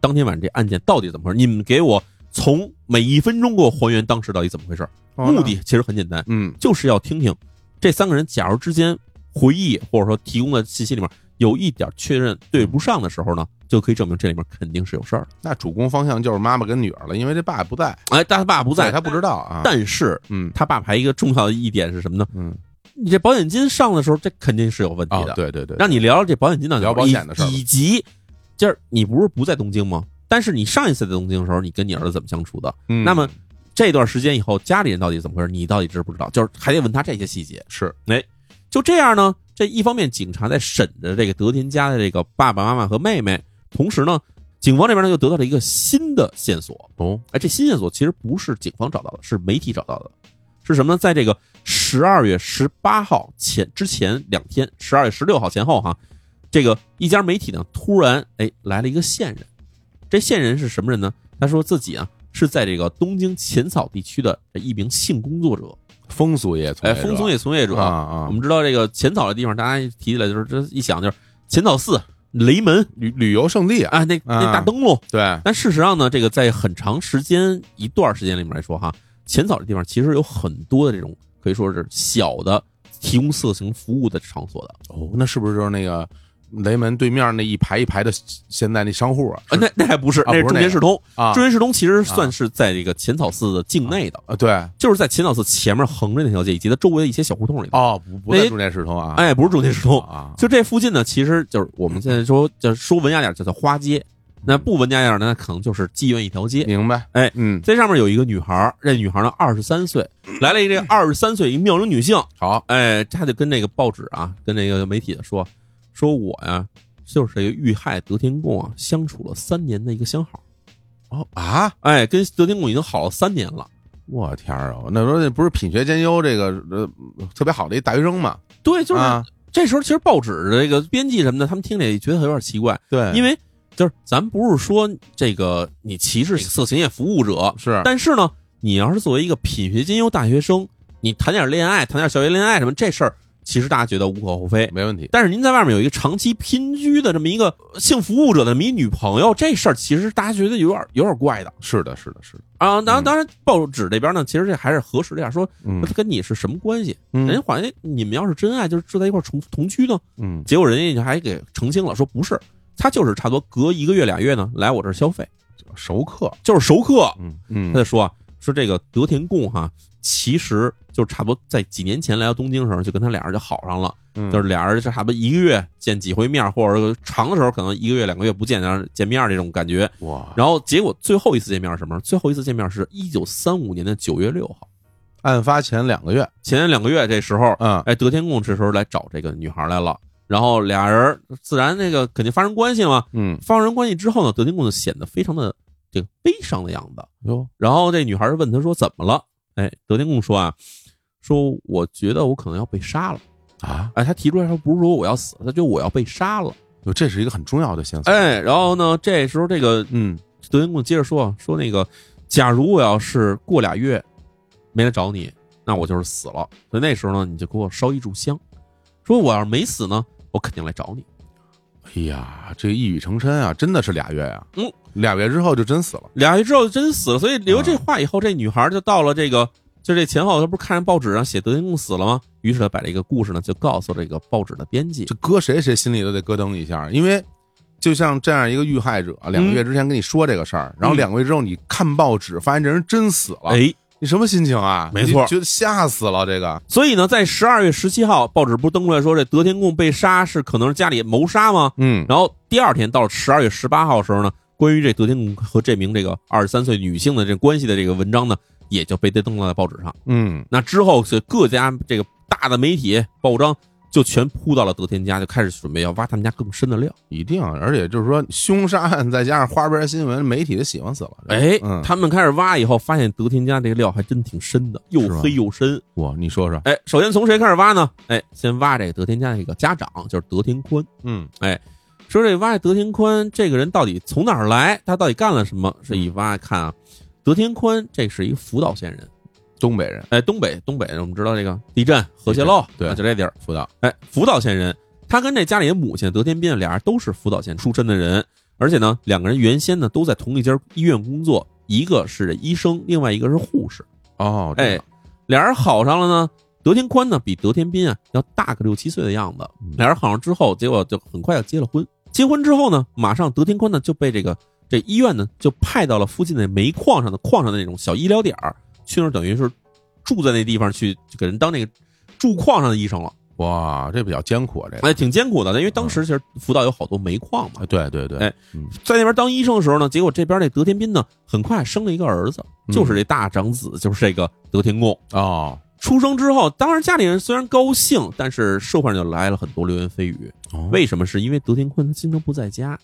A: 当天晚上这案件到底怎么回事，你们给我从每一分钟给我还原当时到底怎么回事。
B: 哦
A: 目的，其实很简单，
B: 嗯
A: 就是要听听这三个人假如之间回忆或者说提供的信息里面有一点确认对不上的时候呢，就可以证明这里面肯定是有事儿。
B: 那主攻方向就是妈妈跟女儿了，因为这爸不在，
A: 哎，但他爸不
B: 不
A: 在，
B: 他不知道啊。
A: 但是
B: 嗯
A: 他爸还有一个重要的一点是什么呢？
B: 嗯，
A: 你这保险金上的时候，这肯定是有问题
B: 哦
A: 的。，
B: 对对对，
A: 让你聊聊这保险金到底
B: 聊保险的事儿吧
A: 以以及今儿你不是不在东京吗？但是你上一次在东京的时候，你跟你儿子怎么相处的？
B: 嗯
A: 那么这段时间以后，家里人到底怎么回事？你到底知不知道？就是还得问他这些细节。
B: 是
A: 就这样呢，这一方面警察在审着这个德田家的这个爸爸妈妈和妹妹，同时呢，警方这边呢又得到了一个新的线索。
B: 哦，
A: 哎，这新线索其实不是警方找到的，是媒体找到的，是什么呢？在这个十二月十八号前之前两天，十二月十六号前后哈，这个一家媒体呢突然哎来了一个线人，这线人是什么人呢？他说自己啊是在这个东京浅草地区的这一名性工作者，
B: 风俗业从
A: 哎，
B: 业者，
A: 风俗业从业者。
B: 啊啊
A: 我，们知道这个浅草的地方，大家一提起来就是这一想就是浅草寺、雷门
B: 旅旅游胜地啊，
A: 啊，那那大灯笼，
B: 对，
A: 但事实上呢，这个在很长时间一段时间里面来说哈，浅草这地方其实有很多的这种可以说是小的提供色情服务的场所的
B: 哦，那是不是就是那个雷门对面那一排一排的现在那商户啊？
A: 啊，那那还不是，
B: 啊
A: 那是
B: 不
A: 中
B: 是那
A: 间
B: 个
A: 市通，
B: 啊
A: 中间市通其实算是在这个浅草寺的境内的，
B: 啊，对，
A: 就是在浅草寺前面横着那条街以及它周围的一些小胡同里头。
B: 哦，不不
A: 哎
B: 在中间石头啊，
A: 哎，不是中间市通，
B: 啊，
A: 就这附近呢，其实就是我们现在说，就是说文雅点儿叫做花街，那不文雅点儿呢，可能就是妓院一条街。
B: 明白？
A: 哎
B: 嗯，
A: 这上面有一个女孩儿，这女孩儿呢二十三岁，来了一个二十三岁一妙龄女性，
B: 好，
A: 哎，她就跟那个报纸啊，跟那个媒体说，说我呀、就是这个遇害德天贡啊相处了三年的一个相好，
B: 哦啊，
A: 哎，跟德天贡已经好了三年了。
B: 我天儿啊，那时候那不是品学兼优这个呃特别好的一大学生嘛？
A: 对，就是、
B: 啊，
A: 这时候，其实报纸这个编辑什么的，他们听着也觉得有点奇怪，
B: 对，
A: 因
B: 为
A: 为就是咱不是说这个你歧视色情业服务者，
B: 是
A: 但是呢，你要是作为一个品学兼优大学生，你谈点恋爱，谈点校园恋爱什么这事儿，其实大家觉得无可厚非。
B: 没问题，
A: 但是您在外面有一个长期拼居的这么一个性服务者的这么一女朋友，这事儿其实大家觉得有点有点怪的
B: 是的，是的，是的，
A: 啊。当然，
B: 嗯
A: 当然，报纸这边呢，其实这还是核实了一下，说哎
B: 嗯
A: 跟你是什么关系？人家
B: 嗯
A: 好像你们要是真爱，就是住在一块儿同同居呢。
B: 嗯，
A: 结果人家还给澄清了，说不是，他就是差不多隔一个月俩月呢来我这儿消费，
B: 熟客，
A: 就是熟客。
B: 嗯
A: 他
B: 嗯，
A: 就说啊，说这个德田贡哈、其实就差不多在几年前来到东京的时候，就跟他俩人就好上了，就
B: 就是
A: 俩人就差不多一个月见几回面，或者长的时候可能一个月两个月不见，然后见面这种感觉。
B: 哇，
A: 然后结果最后一次见面是什么时候？最后一次见面是一九三五年的九月六号，
B: 案发前两个月，
A: 前两个月这时候，
B: 嗯，
A: 哎，德天贡这时候来找这个女孩来了，然后俩人自然那个肯定发生关系嘛，
B: 嗯，
A: 发生关系之后呢，德天贡就显得非常的这个悲伤的样子。
B: 哟，
A: 然后这女孩问他说：“怎么了？”哎，德天贡说啊，说我觉得我可能要被杀了。
B: 啊，
A: 哎，他提出来说不是说我要死，他觉得我要被杀了。
B: 哟这是一个很重要的线索，，
A: 哎，然后呢，这时候这个
B: 嗯，
A: 德天贡接着说啊说那个，假如我要是过俩月没来找你，那我就是死了。所以那时候呢，你就给我烧一炷香。说我要是没死呢，我肯定来找你。
B: 哎呀，这一语成谶啊，真的是俩月呀，
A: 嗯，
B: 俩月之后就真死了，
A: 俩月之后就真死了。所以留这话以后，这女孩就到了这个，就这前后，她不是看着报纸上写德天贡死了吗？于是她把这个故事呢，就告诉这个报纸的编辑
B: 这。搁谁谁心里都得咯噔一下，因为。就像这样一个遇害者，啊两个月之前跟你说这个事儿，然后两个月之后你看报纸，发现这人真死了，
A: 哎，
B: 你什么心情啊？
A: 没错
B: 你觉得吓死了这个。
A: 所以呢，在十二月十七号，报纸不是登出来说这德天贡被杀是可能是家里谋杀吗？
B: 嗯，
A: 然后第二天到了十二月十八号的时候呢，关于这德天贡和这名这个二十三岁女性的这关系的这个文章呢，也就被登了在报纸上。
B: 嗯
A: 那之后是各家这个大的媒体报章就全扑到了德天家，就开始准备要挖他们家更深的料。
B: 一定，而且就是说凶杀案再加上花边新闻，媒体都喜欢死了。
A: 哎，
B: 嗯，
A: 他们开始挖以后，发现德天家这个料还真挺深的，又
B: 是吗
A: 黑又深。
B: 我你说说，
A: 哎，首先从谁开始挖呢？哎，先挖这个德天家这个家长，就是德天宽。
B: 嗯
A: 说这挖德天宽这个人到底从哪儿来？他到底干了什么？这一挖看啊，德天宽这是一个福岛县人，
B: 东北人
A: 哎，东北东北我们知道这个地震核泄漏，
B: 对
A: 啊就这地儿，
B: 福岛，
A: 哎，福岛县人，他跟这家里的母亲德天斌俩人都是福岛县出身的人，而且呢，两个人原先呢都在同一家医院工作，一个是医生，另外一个是护士，
B: 哦，这
A: 哎
B: 样，
A: 俩人好上了呢。德天宽呢，比德天斌啊要大个六七岁的样子。俩人好上之后，结果就很快要结了婚。结婚之后呢，马上德天宽呢就被这个这医院呢就派到了附近的煤矿上的矿上的那种小医疗点儿，去那儿等于是住在那地方去，就给人当那个住矿上的医生了。
B: 哇，这比较艰苦啊，这个，
A: 哎，挺艰苦的，因为当时其实福岛有好多煤矿嘛
B: 啊，对对对，
A: 哎在那边当医生的时候呢，结果这边这德天斌呢很快生了一个儿子，就是这大长子，就是这个德天贡。
B: 哦
A: 出生之后，当然家里人虽然高兴，但是社会上就来了很多流言蜚语。
B: 哦
A: 为什么？是因为德天宽他经常不在家，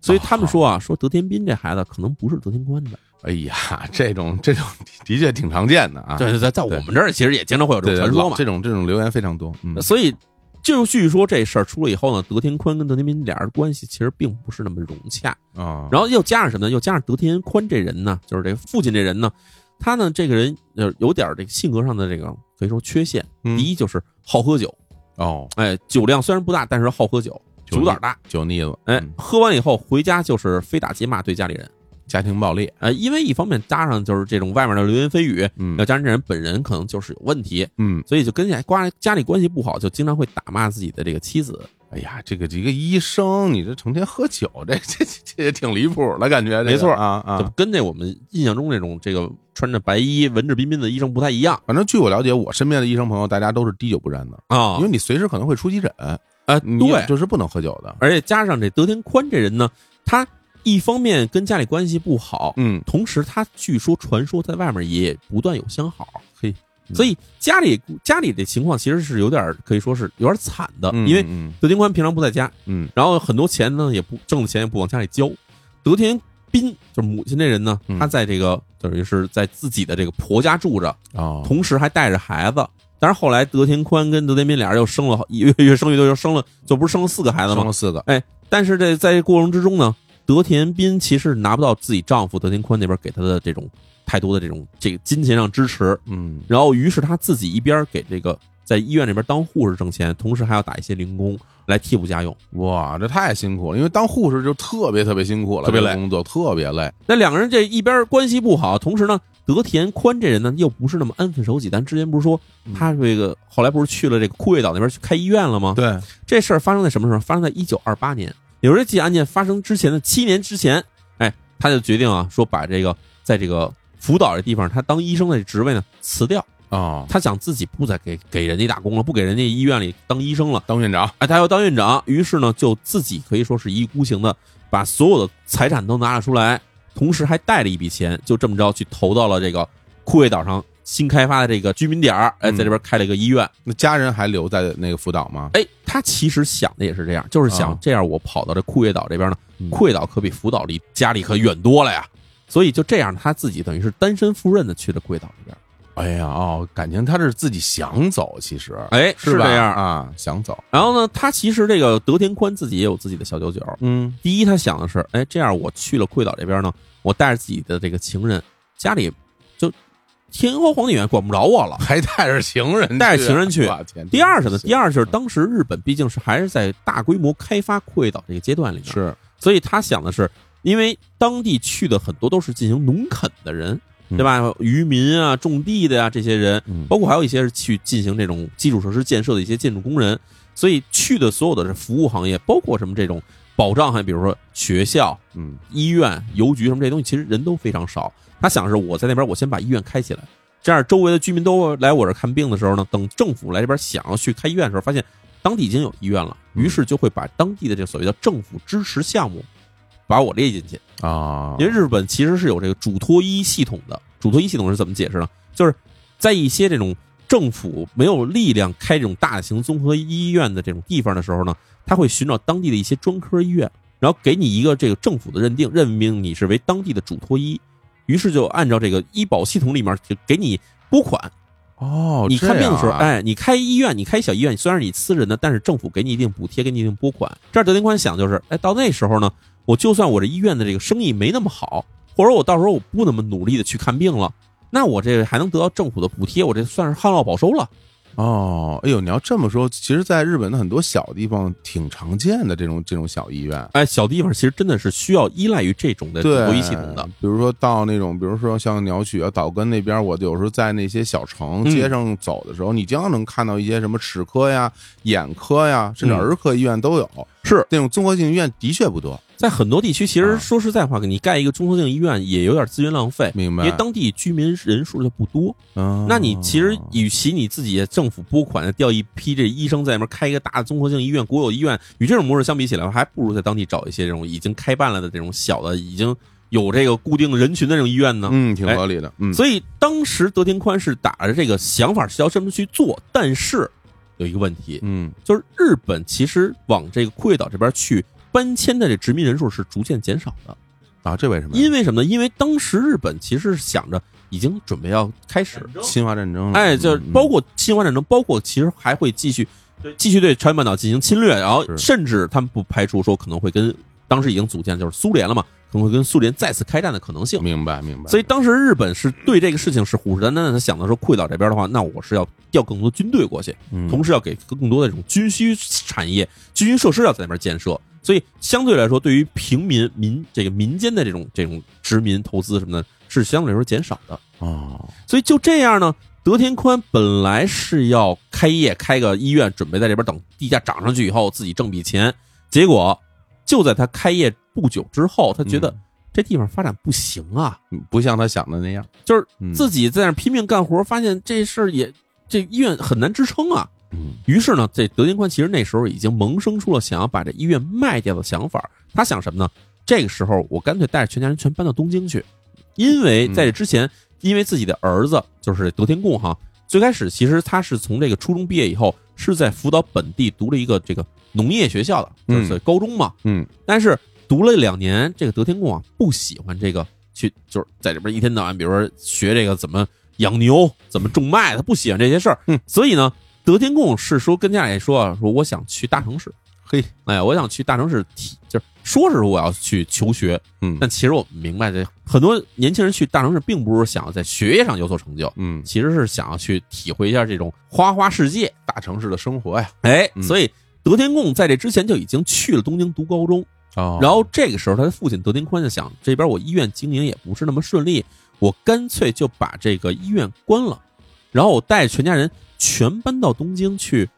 A: 所以他们说啊，说德天斌这孩子可能不是德天宽的。
B: 哎呀， 这种这种的确挺常见的啊，
A: 对对对，在我们这儿其实也经常会有这
B: 对
A: 种
B: 对
A: 传
B: 老
A: 说嘛。
B: 这种这种留言非常多，嗯
A: 所以就据说这事儿出了以后呢，德天宽跟德天斌俩人关系其实并不是那么融洽。
B: 啊，
A: 呃然后又加上什么呢？又加上德天宽这人呢，就是这父亲这人呢，他呢这个人呃有点儿这个性格上的这个可以说缺陷。
B: 嗯
A: 第一就是好喝酒，
B: 哦，
A: 哎，酒量虽然不大，但是好喝酒，
B: 酒
A: 酒胆儿大。
B: 酒腻子，
A: 哎
B: 嗯，
A: 喝完以后回家就是非打即骂对家里人，
B: 家庭暴力，
A: 呃，因为一方面加上就是这种外面的流言蜚语，
B: 嗯
A: 要加上这人本人可能就是有问题，
B: 嗯，
A: 所以就跟家关家里关系不好，就经常会打骂自己的这个妻子。
B: 哎呀，这个一个医生，你这成天喝酒，这 这这这也挺离谱的感觉。这个
A: 没错
B: 啊
A: 就
B: 啊，
A: 跟这我们印象中这种这个穿着白衣、文质彬彬的医生不太一样
B: 反正据我了解，我身边的医生朋友，大家都是滴酒不沾的，
A: 啊
B: 因为你随时可能会出急诊，
A: 啊，
B: 你
A: 对，
B: 就是不能喝酒的。
A: 而且加上这德天宽这人呢，他一方面跟家里关系不好，
B: 嗯，
A: 同时他据说传说在外面也不断有相好，
B: 嘿，
A: 所以家里家里的情况其实是有点儿可以说是有点儿惨的，
B: 嗯
A: 呃因为
B: 嗯
A: 德天宽平常不在家，
B: 嗯
A: 然后很多钱呢也不挣的钱也不往家里交，德天斌就是母亲这人呢
B: 嗯，
A: 她在这个等于是在自己的这个婆家住着，
B: 哦，
A: 同时还带着孩子。但是后来德天宽跟德天斌俩人又生了好，越越生越多，又生了，就不是生了四个孩子吗
B: 生？了四个，
A: 但是这在这过程之中呢，德田斌其实拿不到自己丈夫德田宽那边给他的这种太多的这种这个金钱上支持，
B: 嗯
A: 然后于是他自己一边给这个在医院那边当护士挣钱，同时还要打一些零工来替补家用。
B: 哇，这太辛苦了，因为当护士就特别特别辛苦了，
A: 特别
B: 这个
A: 累
B: 工作特别累。
A: 那两个人这一边关系不好，同时呢，德田宽这人呢又不是那么安分守己。咱之前不是说他这个后来不是去了这个库页岛那边去开医院了吗？
B: 对，
A: 这事儿发生在什么时候？发生在一九二八年，也就是这起案件发生之前的七年之前。哎，他就决定啊，说把这个在这个福岛这地方，他当医生的职位呢辞掉，
B: 哦，
A: 他想自己不再给给人家打工了，不给人家医院里当医生了，
B: 当院长，
A: 哎，他要当院长，于是呢就自己可以说是一意孤行的把所有的财产都拿了出来，同时还带了一笔钱，就这么着去投到了这个库页岛上新开发的这个居民点儿，哎，在这边开了一个医院。
B: 那家人还留在那个福岛吗？
A: 哎，他其实想的也是这样，就是想
B: 啊
A: 这样，我跑到这库页岛这边呢
B: 嗯，
A: 库页岛可比福岛离家里可远多了呀。所以就这样，他自己等于是单身赴任的去了库页岛这边。
B: 哎呀，哦，感情他是自己想走，其实
A: 哎，
B: 吧
A: 这样。
B: 啊，想走。
A: 然后呢，他其实这个德田宽自己也有自己的小九九。
B: 嗯，
A: 第一，他想的是，哎，这样我去了库页岛这边呢，我带着自己的这个情人，家里就天高皇帝远，管不着我了。
B: 还带着情人去，
A: 带着情人去
B: 我天
A: 第二什么？第二就是
B: 嗯
A: 当时日本毕竟是还是在大规模开发库页岛这个阶段里面，
B: 是
A: 所以他想的是，因为当地去的很多都是进行农垦的人，
B: 嗯
A: 对吧？渔民啊、种地的呀、这些人，
B: 嗯
A: 包括还有一些是去进行这种基础设施建设的一些建筑工人，所以去的所有的这服务行业，包括什么这种保障行业，比如说学校、
B: 嗯
A: 医院、邮局什么这些东西，其实人都非常少。他想的是，我在那边，我先把医院开起来，这样周围的居民都来我这儿看病的时候呢，等政府来这边想要去开医院的时候，发现当地已经有医院了，
B: 嗯
A: 于是就会把当地的这个所谓的政府支持项目，把我列进去。
B: 啊，
A: 因为日本其实是有这个嘱托医系统的，主脱一系统是怎么解释呢？就是在一些这种政府没有力量开这种大型综合医院的这种地方的时候呢，他会寻找当地的一些专科医院，然后给你一个这个政府的认定，任命你是为当地的主托医，于是就按照这个医保系统里面就给你拨款，
B: 哦，
A: 你看病的时候，
B: 这样啊，
A: 哎，你开医院，你开小医院，虽然你私人的，但是政府给你一定补贴，给你一定拨款。这儿德林宽想就是，哎，到那时候呢，我就算我这医院的这个生意没那么好，或者我到时候我不那么努力的去看病了，那我这还能得到政府的补贴，我这算是旱涝保收了。
B: 哦，哎呦，你要这么说，其实，在日本的很多小地方挺常见的这种这种小医院，
A: 哎，小地方其实真的是需要依赖于这种的
B: 对，
A: 国医系统的。
B: 比如说到那种，比如说像鸟取啊、岛根那边，我有时候在那些小城
A: 嗯
B: 街上走的时候，你经常能看到一些什么齿科呀、眼科呀，甚至
A: 嗯
B: 儿科医院都有。
A: 是
B: 那种综合性医院的确不多，
A: 在很多地区，其实
B: 啊
A: 说实在话，给你盖一个综合性医院也有点资源浪费，
B: 明
A: 因
B: 白？
A: 为当地居民人数就不多。
B: 嗯
A: 那你其实与其你自己政府拨款调一批这医生在那边开一个大的综合性医院、国有医院，与这种模式相比起来，还不如在当地找一些这种已经开办了的这种小的、已经有这个固定人群的这种医院呢。
B: 嗯，挺合理的，嗯，
A: 哎所以当时德田宽是打着这个想法是要这么去做，但是有一个问题，
B: 嗯，
A: 就是日本其实往这个库页岛这边去搬迁的这殖民人数是逐渐减少的，
B: 啊，这为什么呀？
A: 因为什么呢？因为当时日本其实是想着已经准备要开始
B: 侵华战争了，
A: 哎，就是
B: 嗯
A: 包括侵华战争，包括其实还会继续继续对朝鲜半岛进行侵略，然后
B: 是
A: 甚至他们不排除说可能会跟当时已经组建就是苏联了嘛，可能会跟苏联再次开战的可能性。
B: 明白明白，
A: 所以当时日本是对这个事情是虎视眈眈的，他想到说库页岛这边的话，那我是要调更多军队过去，
B: 嗯
A: 同时要给更多的这种军需产业、军需设施要在那边建设。所以相对来说，对于平民民这个民间的这种这种殖民投资什么的，是相对来说减少的。
B: 哦，
A: 所以就这样呢，德田宽本来是要开业开个医院，准备在这边等地价涨上去以后自己挣笔钱。结果就在他开业不久之后，他觉得
B: 嗯
A: 这地方发展不行啊，
B: 不像他想的那样，
A: 就是
B: 嗯
A: 自己在那儿拼命干活，发现这事儿也这医院很难支撑啊。
B: 嗯
A: 于是呢，这德田宽其实那时候已经萌生出了想要把这医院卖掉的想法。他想什么呢？这个时候我干脆带着全家人全搬到东京去，因为在这之前，因为自己的儿子就是德田贡哈，最开始其实他是从这个初中毕业以后是在福岛本地读了一个这个农业学校的，就
B: 嗯
A: 是高中嘛。
B: 嗯，
A: 但是读了两年，这个德天贡啊不喜欢这个去，就是在这边一天到晚，比如说学这个怎么养牛、怎么种麦，他不喜欢这些事儿。
B: 嗯
A: 所以呢，德天贡是说跟家里说啊，说我想去大城市，
B: 嘿，
A: 哎，我想去大城市体，就是说是说我要去求学，
B: 嗯
A: 但其实我明白这很多年轻人去大城市，并不是想要在学业上有所成就，
B: 嗯，
A: 其实是想要去体会一下这种花花世界。
B: 大城市的生活呀，
A: 哎，
B: 嗯
A: 所以德天贡在这之前就已经去了东京读高中。
B: 哦
A: 然后这个时候，他的父亲德丁宽就想，这边我医院经营也不是那么顺利，我干脆就把这个医院关了，然后我带着全家人全搬到东京去，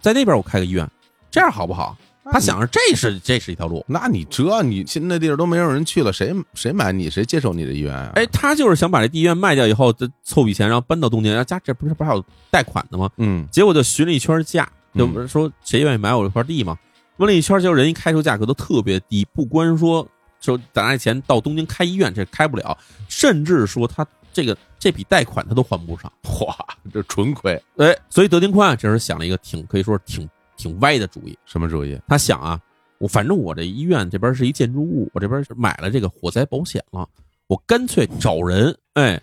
A: 在那边我开个医院，这样好不好？他想着这是这是一条路，
B: 那你这你现在地儿都没有人去了，谁谁买你，谁接手你的医院啊？
A: 哎，，他就是想把这地医院卖掉以后，再凑笔钱，然后搬到东京，然后家这不是不是还有贷款的吗？
B: 嗯，
A: 结果就询了一圈价，就
B: 嗯
A: 说谁愿意买我这块地嘛？问了一圈，结果人一开出价格都特别低，不光说说咱这钱到东京开医院这开不了，甚至说他这个这笔贷款他都还不上。
B: 哇，这纯亏，
A: 哎，所以德丁宽啊，这时候想了一个挺可以说是挺挺歪的主意。
B: 什么主意？
A: 他想啊，我反正我这医院这边是一建筑物，我这边是买了这个火灾保险了，我干脆找人，哎，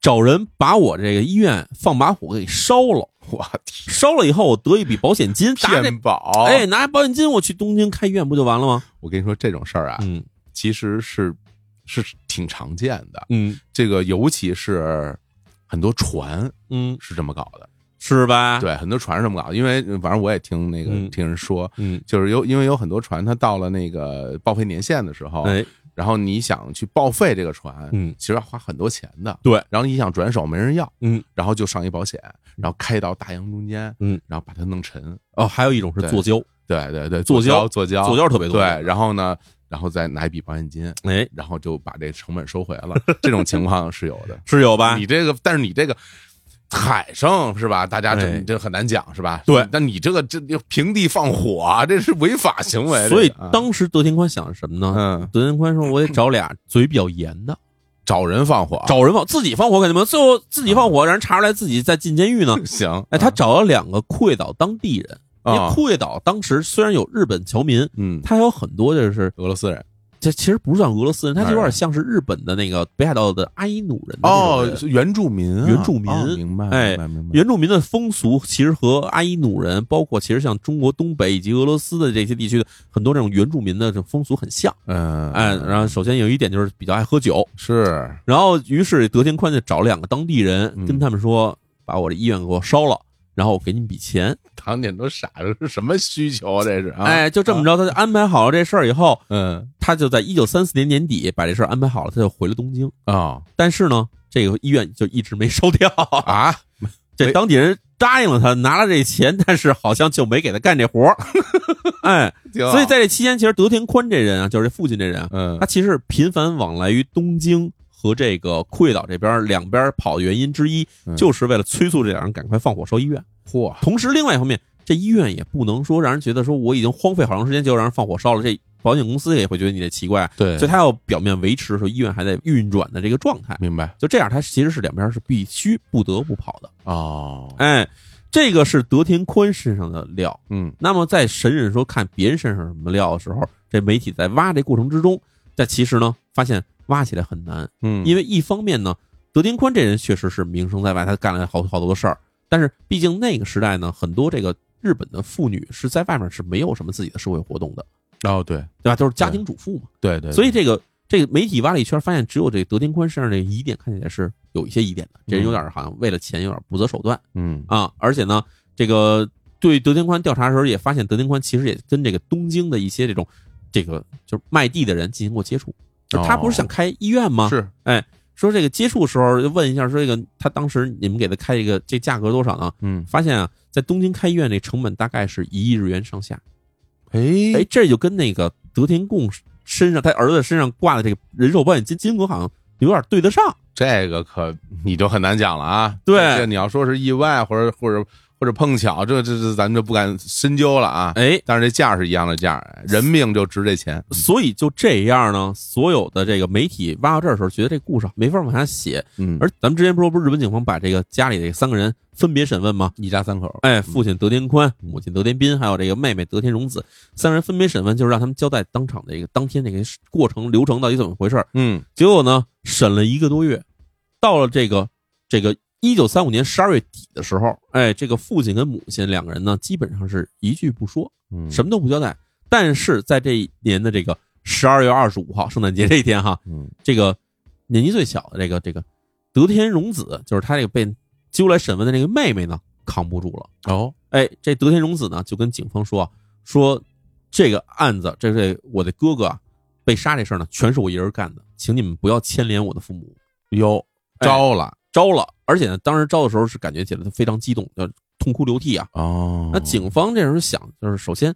A: 找人把我这个医院放把火给烧了。
B: 我天，
A: 烧了以后，我得一笔保险金，拿这
B: 骗保！
A: 哎，，拿保险金我去东京开医院不就完了吗？
B: 我跟你说这种事儿啊，
A: 嗯
B: 其实是是挺常见的，
A: 嗯
B: 这个尤其是很多船
A: 嗯，
B: 是这么搞的，
A: 是吧？，
B: 对，很多船是这么搞的，因为反正我也听那个
A: 啊嗯
B: 听人说。
A: 嗯，
B: 就是有，因为有很多船，它到了那个报废年限的时候，
A: 哎，
B: 然后你想去报废这个船，
A: 嗯
B: 其实要花很多钱的。
A: 对，
B: 然后你想转手没人要，
A: 嗯，
B: 然后就上一保险，然后开到大洋中间，
A: 嗯，
B: 然后把它弄沉。
A: 哦，还有一种是
B: 对
A: 做胶，
B: 对对对，
A: 做胶
B: 胶做胶
A: 做胶特别多。
B: 对，，然后呢，然后再拿一笔保险金，
A: 哎，
B: 然后就把这成本收回来 了。这种情况是有的。
A: 是有吧？
B: 你这个，但是你这个。海上是吧？大家这
A: 哎
B: 这很难讲是吧？
A: 对
B: 但你这个这平地放火啊，这是违法行为。
A: 所以
B: 这个啊
A: 当时德天宽想的什么呢？
B: 嗯，啊
A: 德天宽说：“我得找俩嘴比较严的，
B: 找人放火，
A: 找人放自己放火肯定没有，最后自己
B: 啊
A: 放火，让人查出来自己在进监狱呢。
B: 行，
A: 哎，他找了两个库页岛当地人，因为
B: 嗯啊，
A: 库页岛当时虽然有日本侨民，
B: 嗯，
A: 他有很多就是
B: 俄罗斯人
A: 这其实不算俄罗斯人，他
B: 哪
A: 就
B: 儿
A: 有点
B: 人
A: 像是日本的那个北海道的阿伊努人的那种
B: 哦
A: 人，
B: 是原住民啊，
A: 原住民
B: 哦明白，
A: 哎
B: 明白，明白，
A: 原住民的风俗其实和阿伊努人，包括其实像中国东北以及俄罗斯的这些地区的很多这种原住民的这种风俗很像。
B: 嗯，
A: 哎，然后首先有一点就是比较爱喝酒，
B: 是，
A: 然后于是德天宽就找两个当地人
B: 嗯
A: 跟他们说，把我这医院给我烧了。然后我给你们笔钱，
B: 唐点都傻了，这是什么需求啊？这是啊，
A: 哎，就这么着，他就安排好了这事儿以后，
B: 嗯
A: 他就在一九三四年年底把这事儿安排好了，他就回了东京。
B: 啊
A: 但是呢，这个医院就一直没收 掉，
B: 啊，
A: 这当地人答应了他，拿了这钱，但是好像就没给他干这 活儿。哎，
B: 行
A: 所以在这期间，其实德田宽这人啊，就是这父亲这人啊，
B: 嗯
A: 他其实是频繁往来于东京和这个库页岛这边两边跑的原因之一
B: 嗯，
A: 就是为了催促这两人赶快放火烧医院。
B: 嚯，
A: 同时，另外一方面，这医院也不能说让人觉得说我已经荒废好长时间，结果让人放火烧了，这保险公司也会觉得你这奇怪，
B: 对
A: 所以他要表面维持说医院还在运转的这个状态。
B: 明白
A: 就这样，他其实是两边是必须不得不跑的。
B: 哦，
A: 哎，这个是德田宽身上的料。
B: 嗯
A: 那么在神人说看别人身上什么料的时候，这媒体在挖这过程之中，但其实呢，发现挖起来很难，
B: 嗯，
A: 因为
B: 为
A: 一方面呢，德田宽这人确实是名声在外，他干了好好多的事儿，但是毕竟那个时代呢，很多这个日本的妇女是在外面是没有什么自己的社会活动的，
B: 哦对
A: 对吧？都是家庭主妇嘛，
B: 对对，
A: 所
B: 以
A: 以这个。这个媒体挖了一圈，发现只有这德田宽身上这疑点看起来是有一些疑点的。这人有点好像为了钱有点不择手段，
B: 嗯
A: 啊，而且呢，这个对德天宽调查的时候也发现，德天宽其实也跟这个东京的一些这种这个就是卖地的人进行过接触。就他不是想开医院吗？
B: 哦是
A: 说这个接触时候就问一下，说这个他当时你们给他开一个这价格多少呢？
B: 嗯
A: 发现啊，在东京开医院这成本大概是一亿日元上下。
B: 哎
A: 哎，这就跟那个德田贡身上他儿子身上挂的这个人寿保险金金额好像有点对得上。
B: 这个可你就很难讲了啊。
A: 对
B: 这你要说是意外或者或者或者碰巧，这这这咱们就不敢深究了啊。
A: 哎，
B: 但是这价是一样的价，人命就值这钱。
A: 所以就这样呢，所有的这个媒体挖到这儿的时候，觉得这故事啊没法往下写，
B: 嗯，
A: 而咱们之前不是说，不是日本警方把这个家里的三个人分别审问吗？
B: 一家三口，
A: 哎，父亲德天宽，母亲德天斌，还有这个妹妹德天荣子，三个人分别审问，就是让他们交代当场的这个当天这个过程流程到底怎么回事儿。
B: 嗯
A: 结果呢，审了一个多月，到了这个这个一九三五年十二月底的时候，哎，这个父亲跟母亲两个人呢，基本上是一句不说，
B: 嗯，
A: 什么都不交代。但是在这一年的这个十二月二十五号，圣诞节这一天哈，
B: 嗯
A: 这个年纪最小的这个这个德天荣子，就是他这个被揪来审问的这个妹妹呢，扛不住了。
B: 哦，
A: 哎，这德天荣子呢就跟警方说啊，说这个案子，这这我的哥哥啊被杀这事儿呢，全是我一人干的，请你们不要牵连我的父母。
B: 哟，招了
A: 招了，而且呢，当时招的时候是感觉起来他非常激动，呃，痛哭流涕啊。
B: 哦，
A: 那警方这时候想，就是首先，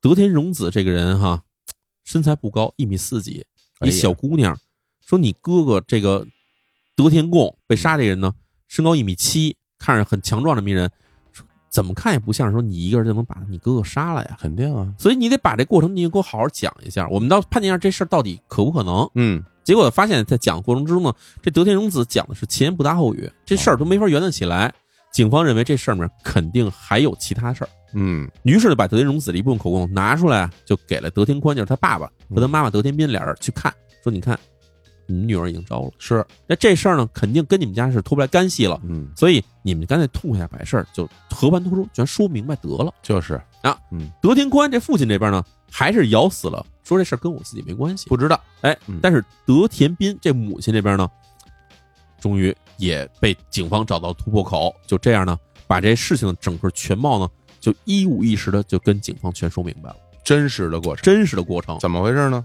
A: 德天荣子这个人哈，身材不高，一米四几，
B: 哎
A: 一
B: 呀
A: 小姑娘。说你哥哥这个德天贡被杀这人呢，身高一米七，看着很强壮这么一人，说怎么看也不像是说你一个人就能把你哥哥杀了呀。
B: 肯定啊，
A: 所以你得把这过程你给我好好讲一下，我们到判定一下这事儿到底可不可能。
B: 嗯，
A: 结果发现，在讲的过程之中呢，这德天荣子讲的是前言不搭后语，这事儿都没法圆得起来。警方认为这事儿面肯定还有其他事儿，
B: 嗯
A: 于是就把德天荣子的一部分口供拿出来，就给了德天宽，就是他爸爸和他妈妈德天斌俩人去看，说你看，你们女儿已经招了，
B: 是，
A: 那这事儿呢，肯定跟你们家是脱不来干系了，
B: 嗯
A: 所以你们干脆痛快点把这事儿就和盘托出，全说明白得了。
B: 就是
A: 啊，
B: 嗯，
A: 德天宽这父亲这边呢，还是咬死了，说这事儿跟我自己没关系，
B: 不知道，
A: 哎
B: 嗯，
A: 但是德田斌这母亲这边呢，终于也被警方找到突破口，就这样呢，把这事情的整个全貌呢，就一五一十的就跟警方全说明白了，
B: 真实的过程
A: 真实的过程。
B: 怎么回事呢？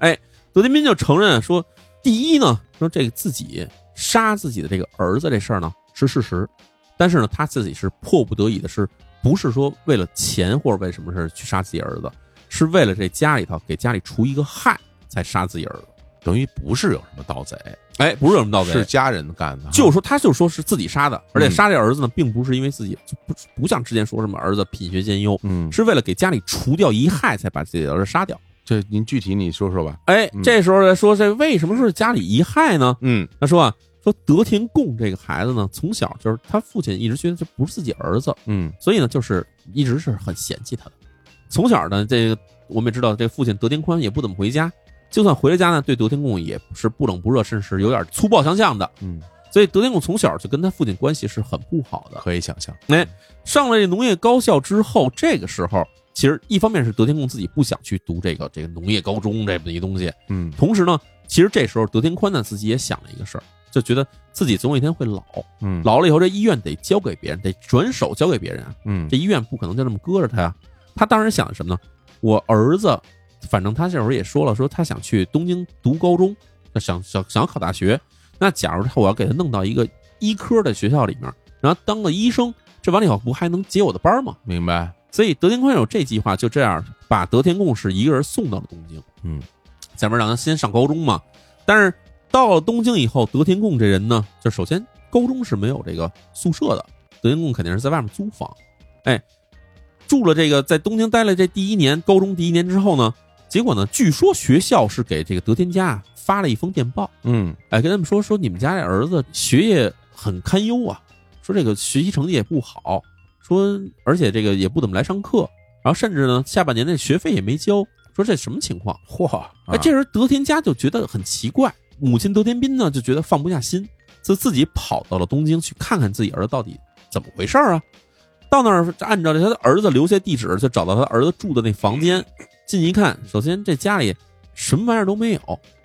A: 德田斌就承认说，第一呢，说这个自己杀自己的这个儿子这事儿呢是事实，但是呢，他自己是迫不得已的是，不是说为了钱或者为什么事儿去杀自己儿子，是为了这家里头给家里除一个害才杀自己儿子。
B: 等于不是有什么盗贼，
A: 哎，不是有什么盗贼，
B: 是家人干的，
A: 就是说他就说是自己杀的，而且
B: 嗯
A: 杀这儿子呢，并不是因为自己就不不像之前说什么儿子品学兼优，
B: 嗯，
A: 是为了给家里除掉一害才把自己的儿子杀掉。
B: 这您具体你说说吧。
A: 哎
B: 嗯，
A: 这时候来说，这为什么是家里遗害呢？
B: 嗯
A: 他说啊，说德田贡这个孩子呢，从小就是他父亲一直觉得这不是自己儿子，
B: 嗯
A: 所以呢，就是一直是很嫌弃他的。从小呢，这个我们也知道，这父亲德田宽也不怎么回家，就算回了家呢，对德田贡也是不冷不热，甚至是有点粗暴相向的。
B: 嗯，
A: 所以德田贡从小就跟他父亲关系是很不好的。
B: 可以想象。
A: 上了这农业高校之后，这个时候其实一方面是德天贡自己不想去读这个这个农业高中这么一东西，
B: 嗯
A: 同时呢，其实这时候德天宽呢自己也想了一个事儿，就觉得自己总有一天会老，
B: 嗯
A: 老了以后这医院得交给别人，得转手交给别人啊，
B: 嗯
A: 这医院不可能就这么搁着他呀。他当时想的什么呢？我儿子，反正他这会儿也说了，说他想去东京读高中，那想想想要考大学。那假如他我要给他弄到一个医科的学校里面，然后当个医生，这完了以后不还能接我的班吗？
B: 明白。
A: 所以德天宽有这计划，就这样把德天贡是一个人送到了东京。
B: 嗯，
A: 前面让他先上高中嘛，但是到了东京以后，德天贡这人呢，就首先高中是没有这个宿舍的，德天贡肯定是在外面租房。哎，住了这个在东京待了这第一年，高中第一年之后呢，结果呢，据说学校是给这个德天家发了一封电报，
B: 嗯
A: 哎，跟他们说说你们家这儿子学业很堪忧啊，说这个学习成绩也不好，说而且这个也不怎么来上课，然后甚至呢下半年这学费也没交，说这什么情况？
B: 嚯！啊
A: 哎，这时候德田家就觉得很奇怪，母亲德田彬呢就觉得放不下心，就自己跑到了东京去看看自己儿子到底怎么回事儿啊。到那儿按照他的儿子留下地址，就找到他儿子住的那房间，进去一看，首先这家里什么玩意儿都没有，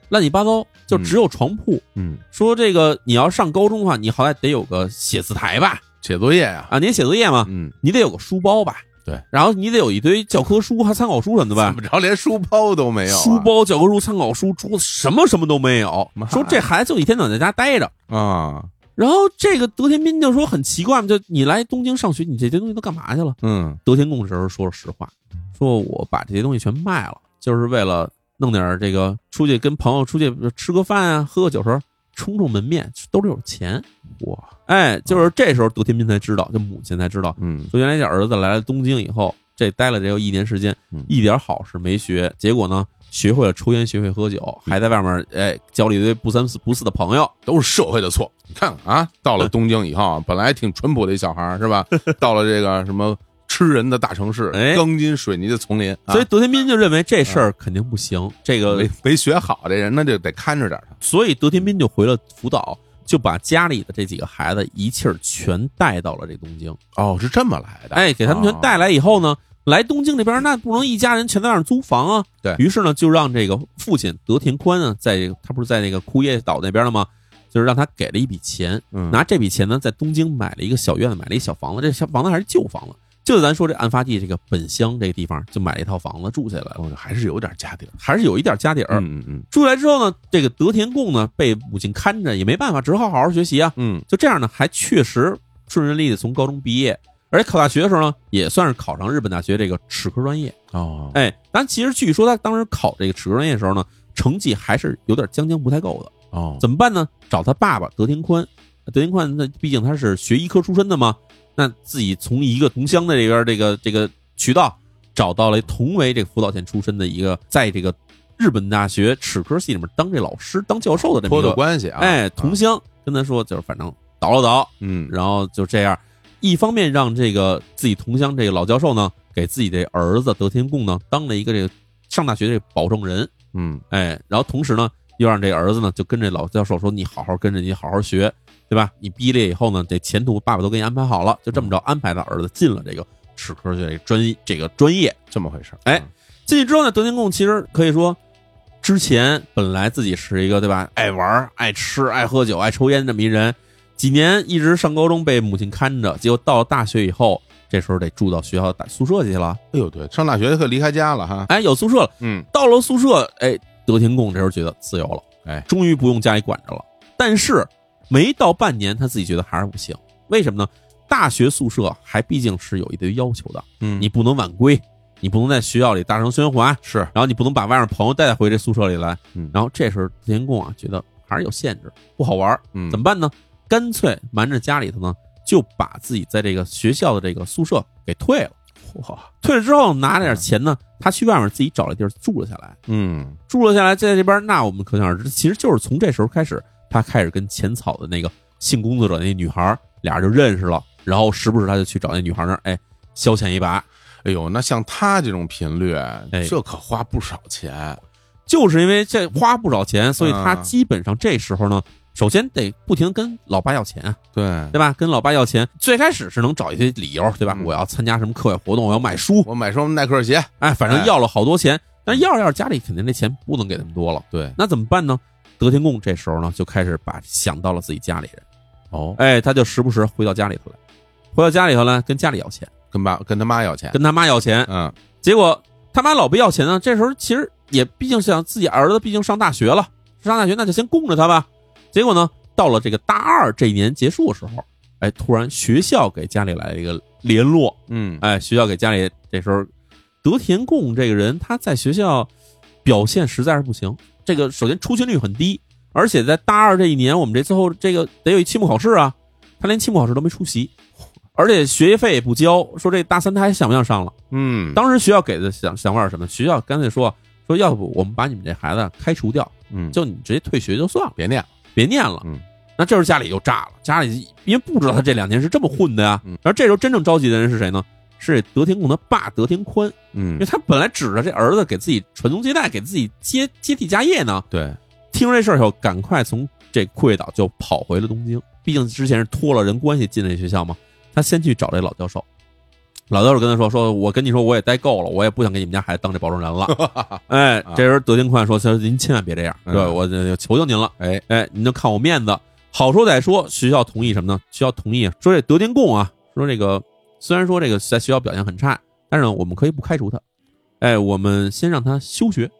A: 乱七八糟，就只有床铺。
B: 嗯
A: 说这个你要上高中的话，你好歹得有个写字台吧？
B: 写作业呀。
A: 啊，你也写作业嘛，
B: 嗯，
A: 你得有个书包吧？
B: 对，
A: 然后你得有一堆教科书和参考书什么的吧？
B: 怎么着连书包都没有啊？
A: 书包、教科书、参考书、桌子什么什么都没有
B: 妈。呀
A: 说这孩子就一天到晚在家待着。
B: 啊？
A: 然后这个德天斌就说很奇怪嘛，就你来东京上学，你这些东西都干嘛去了？
B: 嗯
A: 德天贡这时候说了实话，说我把这些东西全卖了，就是为了弄点儿这个出去跟朋友出去吃个饭啊，喝个酒时候充充门面，兜里有钱。
B: 哇！
A: 哎，就是这时候德天斌才知道，这母亲才知道，
B: 嗯
A: 说原来这儿子来了东京以后，这待了得有一年时间
B: 嗯，
A: 一点好事没学，结果呢，学会了抽烟，学会喝酒，还在外面哎交了一堆不三不四的朋友。
B: 都是社会的错。你看看啊，到了东京 以后，本来挺淳朴的一小孩儿是吧？到了这个什么吃人的大城市，
A: 哎
B: 钢筋水泥的丛林，啊
A: 所以德呃天斌就认为这事儿肯定不行，这个
B: 没，没学好这人，那就得看着点儿他。
A: 所以德天斌就回了福岛，就把家里的这几个孩子一气儿全带到了这东京。
B: 哦，是这么来的。
A: 哎，给他们全带来以后呢，来东京这边那不能一家人全在那儿租房啊。
B: 对
A: 于是呢，就让这个父亲德田宽啊，在这个他不是在那个枯叶岛那边了吗？就是让他给了一笔钱，
B: 嗯，
A: 拿这笔钱呢，在东京买了一个小院子，买了一小房子。这小房子还是旧房子，就咱说这案发地这个本乡这个地方，就买了一套房子住起来了，
B: 哦还是有点家底儿。
A: 还是有一点家底儿。
B: 嗯嗯
A: 住来之后呢，这个德田贡呢被母亲看着，也没办法，只好好好学习啊。
B: 嗯
A: 就这样呢，还确实顺顺利利地从高中毕业，而且考大学的时候呢，也算是考上日本大学这个齿科专业。
B: 嗯，哦，
A: 哎，但其实据说他当时考这个齿科专业的时候呢，成绩还是有点将将不太够的。
B: 哦，
A: 怎么办呢？找他爸爸德天宽，德天宽那毕竟他是学医科出身的嘛，那自己从一个同乡的这边这个这个渠道找到了同为这个福岛县出身的一个，在这个日本大学齿科系里面当这老师当教授的这么
B: 脱
A: 一
B: 的
A: 个，
B: 关系啊？
A: 哎，同
B: 啊
A: 乡跟他说就是反正倒了倒，
B: 嗯
A: 然后就这样，一方面让这个自己同乡这个老教授呢，给自己的儿子德天贡呢当了一个这个上大学这个保证人，
B: 嗯
A: 哎，然后同时呢，又让这儿子呢就跟这老教授说：“你好好跟着，你好好学，对吧？你毕业以后呢，这前途爸爸都给你安排好了。”就这么着安排他儿子进了这个齿科学这个专这个专业。
B: 这么回事儿。嗯
A: 哎进去之后呢，德天贡其实可以说，之前本来自己是一个对吧，爱玩儿、爱吃、爱喝酒、爱抽烟这么一人，几年一直上高中被母亲看着，结果到了大学以后，这时候得住到学校的大宿舍去了。
B: 嗯，哎呦，对，上大学可离开家了哈。
A: 哎，有宿舍了。
B: 嗯
A: 到了宿舍，哎，德天贡这时候觉得自由了，
B: 哎
A: 终于不用家里管着了。但是没到半年，他自己觉得还是不行，为什么呢？大学宿舍还毕竟是有一堆要求的，
B: 嗯，
A: 你不能晚归，你不能在学校里大声喧哗，
B: 是
A: 然后你不能把外面朋友带回这宿舍里来。
B: 嗯
A: 然后这时候德天贡啊，觉得还是有限制，不好玩儿，
B: 嗯
A: 怎么办呢？干脆瞒着家里头呢，就把自己在这个学校的这个宿舍给退了。
B: 嚯，
A: 退了之后拿了点钱呢，他去外面自己找了地儿住了下来，
B: 嗯，
A: 住了下来，在这边，那我们可想而知，其实就是从这时候开始，他开始跟浅草的那个性工作者那女孩儿俩人就认识了，然后时不时他就去找那女孩儿那儿，哎，消遣一把，
B: 哎呦，那像他这种频率，
A: 哎
B: 这可花不少钱。
A: 就是因为这花不少钱，所以他
B: 嗯
A: 基本上这时候呢，首先得不停跟老爸要钱啊，
B: 对，
A: 对吧？跟老爸要钱，最开始是能找一些理由，对吧？
B: 嗯
A: 我要参加什么课外活动，我要买书，
B: 我买双耐克鞋，
A: 哎，反正
B: 哎
A: 要了好多钱，但要着要着家里肯定这钱不能给那么多了，
B: 对，
A: 那怎么办呢？德天贡这时候呢，就开始把想到了自己家里人。
B: 哦，
A: 哎，他就时不时回到家里头来，回到家里头来跟家里要钱，
B: 跟爸跟他妈要钱，
A: 跟他妈要钱。
B: 嗯，
A: 结果他妈老不要钱呢，啊这时候其实也毕竟想自己儿子毕竟上大学了，上大学那就先供着他吧。结果呢，到了这个大二这一年结束的时候，哎，突然学校给家里来了一个联络，
B: 嗯，
A: 哎，学校给家里这时候德田贡这个人他在学校表现实在是不行，这个首先出勤率很低，而且在大二这一年，我们这最后这个得有一期末考试啊，他连期末考试都没出席，而且学业费也不交，说这大三他还想不想上了？
B: 嗯，
A: 当时学校给的想想法是什么？学校干脆说说要不我们把你们这孩子开除掉，
B: 嗯，
A: 就你直接退学就算了，
B: 别念了，
A: 别念了。
B: 嗯，
A: 那这时候家里就炸了，家里因为不知道他这两年是这么混的呀、
B: 嗯
A: 然后这时候真正着急的人是谁呢？是德天贡的爸德天宽，因为
B: 嗯，
A: 他本来指着这儿子给自己传宗接代，给自己接接替家业呢。
B: 对，
A: 听说这事儿以后，赶快从这库页岛就跑回了东京。毕竟之前是托了人关系进这学校嘛，他先去找这老教授。老教授跟他说：“说我跟你说，我也待够了，我也不想给你们家孩子当这保证人了。”哎，这时候德天宽说：“说您千万别这样，
B: 嗯
A: 对吧我我求求您了，
B: 哎，
A: 哎，您就看我面子。好说歹说，学校同意什么呢？学校同意说这德天贡啊，说这个虽然说这个在学校表现很差，但是呢，我们可以不开除他。哎，我们先让他休学，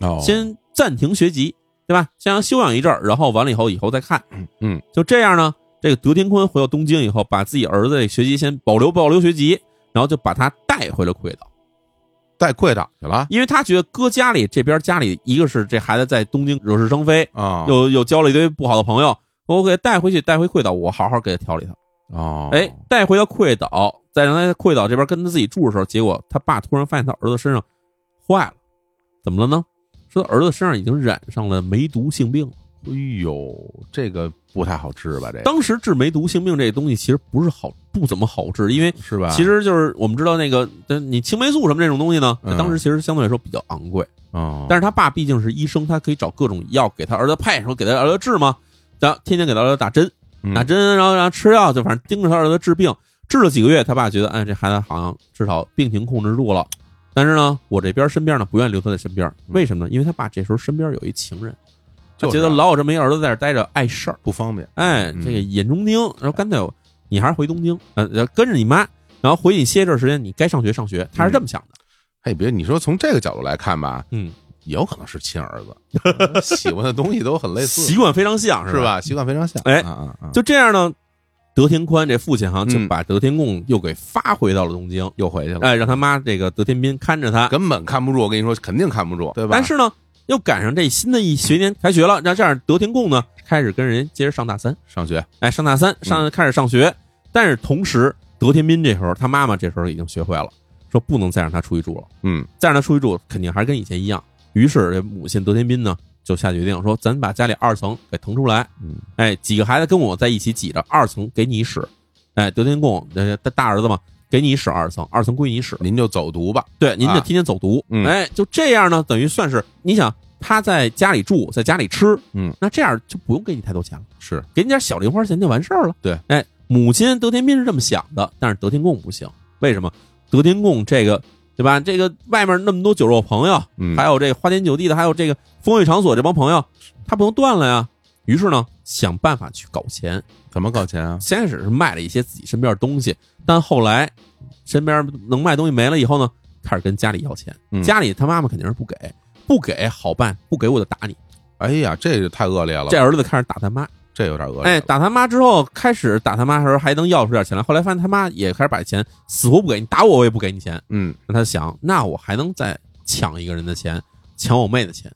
B: 哦，
A: 先暂停学籍，对吧？先让休养一阵儿，然后完了以后以后再看。
B: 嗯，
A: 就这样呢，这个德天坤回到东京以后，把自己儿子的学籍先保留保留学籍，然后就把他带回了库页岛，
B: 带贵岛去了
A: 因为他觉得搁家里这边家里，一个是这孩子在东京惹是生非，
B: 啊，
A: 又又交了一堆不好的朋友，我给他带回去，带回库页岛，我好好给他调理他。
B: 哦，
A: 哎，带回到库页岛，再让他在库页岛这边跟他自己住的时候，结果他爸突然发现他儿子身上坏了，怎么了呢？说他儿子身上已经染上了梅毒性病了。
B: 哎呦，这个不太好治吧？这个
A: 当时治梅毒性病这东西其实不是好，不怎么好治，因为
B: 是吧？
A: 其实就是我们知道那个，但你青霉素什么这种东西呢，
B: 嗯
A: 当时其实相对来说比较昂贵。
B: 哦，
A: 但是他爸毕竟是医生，他可以找各种药给他儿子配，说给他儿子治嘛，然后天天给他儿子打针，
B: 嗯
A: 打针，然后然后吃药，就反正盯着他儿子治病，治了几个月，他爸觉得，哎，这孩子好像至少病情控制住了。但是呢，我这边身边呢不愿意留他在身边，为什么呢？因为他爸这时候身边有一情人，就
B: 嗯就是啊
A: 觉得老有这么一儿子在这儿待着碍事儿。
B: 不方便，
A: 哎，
B: 嗯
A: 这个眼中钉，然后干脆你还是回东京，呃，然后跟着你妈，然后回去歇一段时间，你该上学上学，他是这么想的。
B: 哎，别你说从这个角度来看吧，
A: 嗯，
B: 也有可能是亲儿子，喜欢的东西都很类似，
A: 习惯非常像，
B: 是
A: 吧？
B: 吧？习惯非常像，
A: 哎
B: 啊啊啊
A: 就这样呢，德天宽这父亲哈就
B: 嗯
A: 把德天贡又给发回到了东京，
B: 又回去了，
A: 哎，让他妈这个德天斌看着他。
B: 根本看不住，我跟你说，肯定看不住，对吧？
A: 但是呢，又赶上这新的一学年开学了，那这样德天贡呢开始跟人接着上大三，
B: 上学，
A: 哎，上大三
B: 嗯
A: 上开始上学，但是同时德天斌这时候他妈妈这时候已经学会了，说不能再让他出去住了。
B: 嗯，
A: 再让他出去住，肯定还是跟以前一样。于是这母亲德天斌呢就下决定说，咱把家里二层给腾出来，
B: 嗯，
A: 哎，几个孩子跟我在一起挤着，二层给你使，哎，德天贡这大大儿子嘛，给你使二层，二层归你使，
B: 您就走读吧，
A: 对，您就
B: 啊
A: 天天走读，
B: 嗯
A: 哎，就这样呢，等于算是你想他在家里住，在家里吃，
B: 嗯，
A: 那这样就不用给你太多钱了，
B: 是
A: 给你点小零花钱就完事儿了。
B: 对，
A: 哎，母亲德天斌是这么想的，但是德天贡不行，为什么？德天贡这个对吧？这个外面那么多酒肉朋友，
B: 嗯
A: 还有这花天酒地的，还有这个风月场所这帮朋友，他不能断了呀。于是呢，想办法去搞钱。
B: 怎么搞钱啊？
A: 先开始是卖了一些自己身边的东西，但后来身边能卖东西没了以后呢，开始跟家里要钱。
B: 嗯
A: 家里他妈妈肯定是不给，不给好办，不给我就打你。
B: 哎呀，这个太恶劣了，
A: 这
B: 这
A: 儿子开始打他妈，
B: 这有点恶劣，
A: 哎，，打他妈之后，开始打他妈的时候还能要出点钱来，后来发现他妈也开始把钱死活不给你，打我我也不给你钱。
B: 嗯，
A: 那他想，那我还能再抢一个人的钱，抢我妹的钱，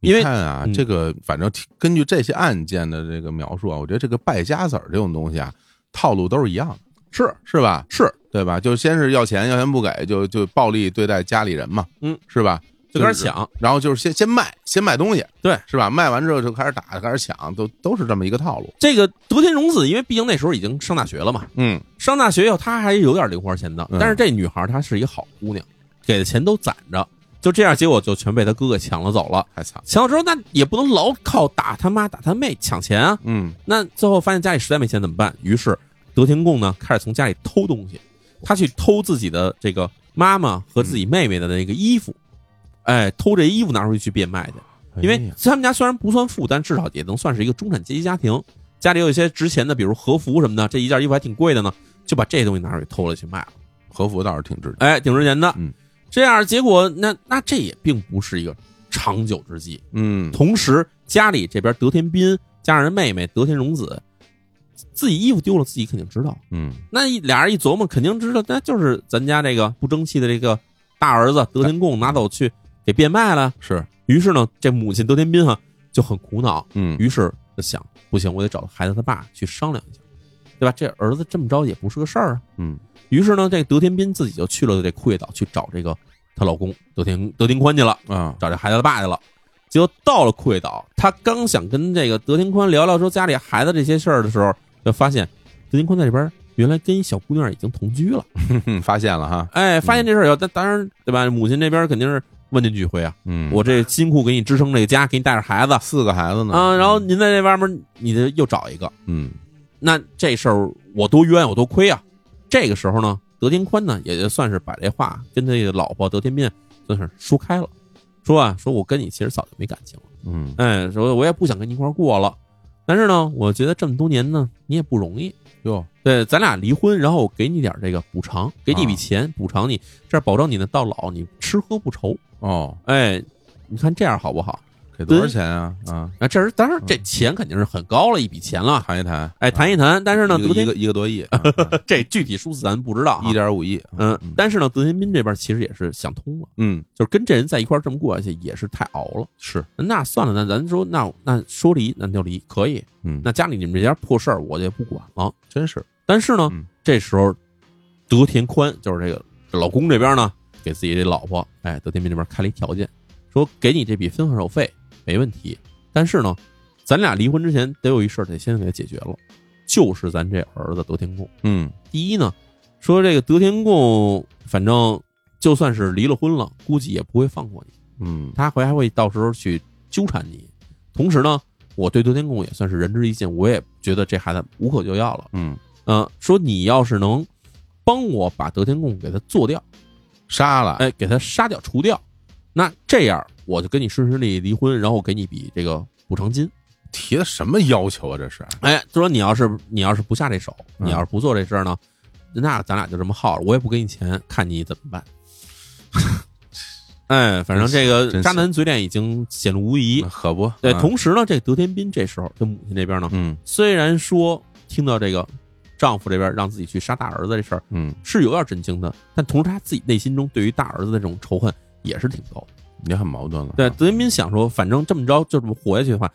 B: 你
A: 因为
B: 看啊
A: 嗯，
B: 这个反正听根据这些案件的这个描述啊，我觉得这个败家子儿这种东西啊，套路都是一样的，
A: 是
B: 是吧？
A: 是，
B: 对吧？就先是要钱，要钱不给，就就暴力对待家里人嘛，
A: 嗯，
B: 是吧？
A: 就开始
B: 是
A: 抢，
B: 然后就是先先卖，先卖东西，
A: 对，
B: 是吧？卖完之后就开始打，开始抢，都都是这么一个套路。
A: 这个德天荣子，因为毕竟那时候已经上大学了嘛，
B: 嗯，
A: 上大学以后她还有点零花钱的
B: 嗯，
A: 但是这女孩她是一个好姑娘，给的钱都攒着，就这样，结果就全被她哥哥抢了走了。
B: 太惨了。
A: 抢了之后，那也不能老靠打他妈打他妹抢钱啊。
B: 嗯
A: 那最后发现家里实在没钱怎么办？于是德天贡呢开始从家里偷东西，他去偷自己的这个妈妈和自己妹妹的那个衣服，哎，偷这衣服拿出去去变卖去。因
B: 哎
A: 为
B: 呀
A: 他们家虽然不算富，但至少也能算是一个中产阶级家庭，家里有一些值钱的，比如和服什么的，这一件衣服还挺贵的呢，就把这东西拿出去偷了去卖了，
B: 和服倒是挺值的。
A: 哎，挺值钱的。
B: 嗯，
A: 这样结果那那这也并不是一个长久之计。
B: 嗯，
A: 同时，家里这边德天斌加上人妹妹德天荣子，自己衣服丢了，自己肯定知道。
B: 嗯，
A: 那一俩人一琢磨，肯定知道，那就是咱家这个不争气的这个大儿子德天贡拿走去给变卖了。
B: 是，
A: 于是呢，这母亲德天斌哈、就很苦恼，
B: 嗯
A: 于是就想，不行，我得找孩子他爸去商量一下，对吧？这儿子这么着也不是个事儿啊。
B: 嗯
A: 于是呢，这德天斌自己就去了这库页岛去找这个她老公德天德天宽去了。
B: 啊，
A: 找这孩子他爸去了。结果到了库页岛，他刚想跟这个德天宽聊聊说家里孩子这些事儿的时候，就发现德天宽在这边原来跟一小姑娘已经同居了。
B: 哼哼发现了哈。
A: 哎，发现这事儿以后，但当然对吧？母亲这边肯定是问您几回啊，
B: 嗯，
A: 我这辛苦给你支撑这个家，给你带着孩子
B: 四个孩子呢。
A: 啊，然后您在这外面，你这又找一个，
B: 嗯
A: 那这事儿我多冤，我多亏啊。这个时候呢，德天宽呢也就算是把这话跟这个老婆德天斌算是说开了，说啊，说我跟你其实早就没感情了。
B: 嗯
A: 哎，说我也不想跟你一块儿过了，但是呢，我觉得这么多年呢，你也不容易。
B: 哟，
A: 对，咱俩离婚，然后我给你点儿这个补偿，给你一笔
B: 啊
A: 钱补偿你，这样保证你呢到老你吃喝不愁。
B: 哦，
A: 哎，你看这样好不好？
B: 给多少钱啊？啊，
A: 啊，这是当然，这钱肯定是很高了一笔钱了。
B: 谈一谈。
A: 哎，谈一谈，但是呢，
B: 一
A: 德
B: 个一
A: 天
B: 个一个 多亿，啊
A: 这具体数字咱不知道啊
B: 一。点五亿。
A: 嗯，但是呢，德天斌这边其实也是想通了，
B: 嗯，
A: 就是跟这人在一块儿这么过下去也是太熬了。
B: 是，
A: 那算了，那咱说那那说离那就离，可以。
B: 嗯，
A: 那家里你们这件破事儿我就不管了。
B: 真是，
A: 但是呢，
B: 嗯
A: 这时候德田宽就是这个老公这边呢，给自己这老婆，哎，德田斌这边开了一条件，说给你这笔分手费没问题，但是呢，咱俩离婚之前得有一事儿得先给他解决了，就是咱这儿子德天贡。
B: 嗯
A: 第一呢，说这个德天贡，反正就算是离了婚了，估计也不会放过你。
B: 嗯
A: 他回还会到时候去纠缠你。同时呢，我对德天贡也算是仁至义尽，我也觉得这孩子无可救药了。
B: 嗯，
A: 嗯、说你要是能帮我把德天贡给他做掉，
B: 杀了。
A: 哎，给他杀掉、除掉，那这样我就跟你顺顺利利离婚，然后给你笔这个补偿金。
B: 提的什么要求啊？这是，
A: 哎，就说你要是你要是不下这手，
B: 嗯
A: 你要是不做这事儿呢，那咱俩就这么耗着，我也不给你钱，看你怎么办。哎，反正这
B: 真是
A: 个渣男嘴脸已经显露无遗，
B: 可不？
A: 对，
B: 啊
A: 同时呢，这德天斌这时候，这母亲这边呢，
B: 嗯
A: 虽然说听到这个丈夫这边让自己去杀大儿子这事儿
B: 嗯，
A: 是有点震惊的，但同时她自己内心中对于大儿子的这种仇恨也是挺高的。
B: 也很矛盾了。
A: 对，德天斌想说，反正这么着就这么活下去的话，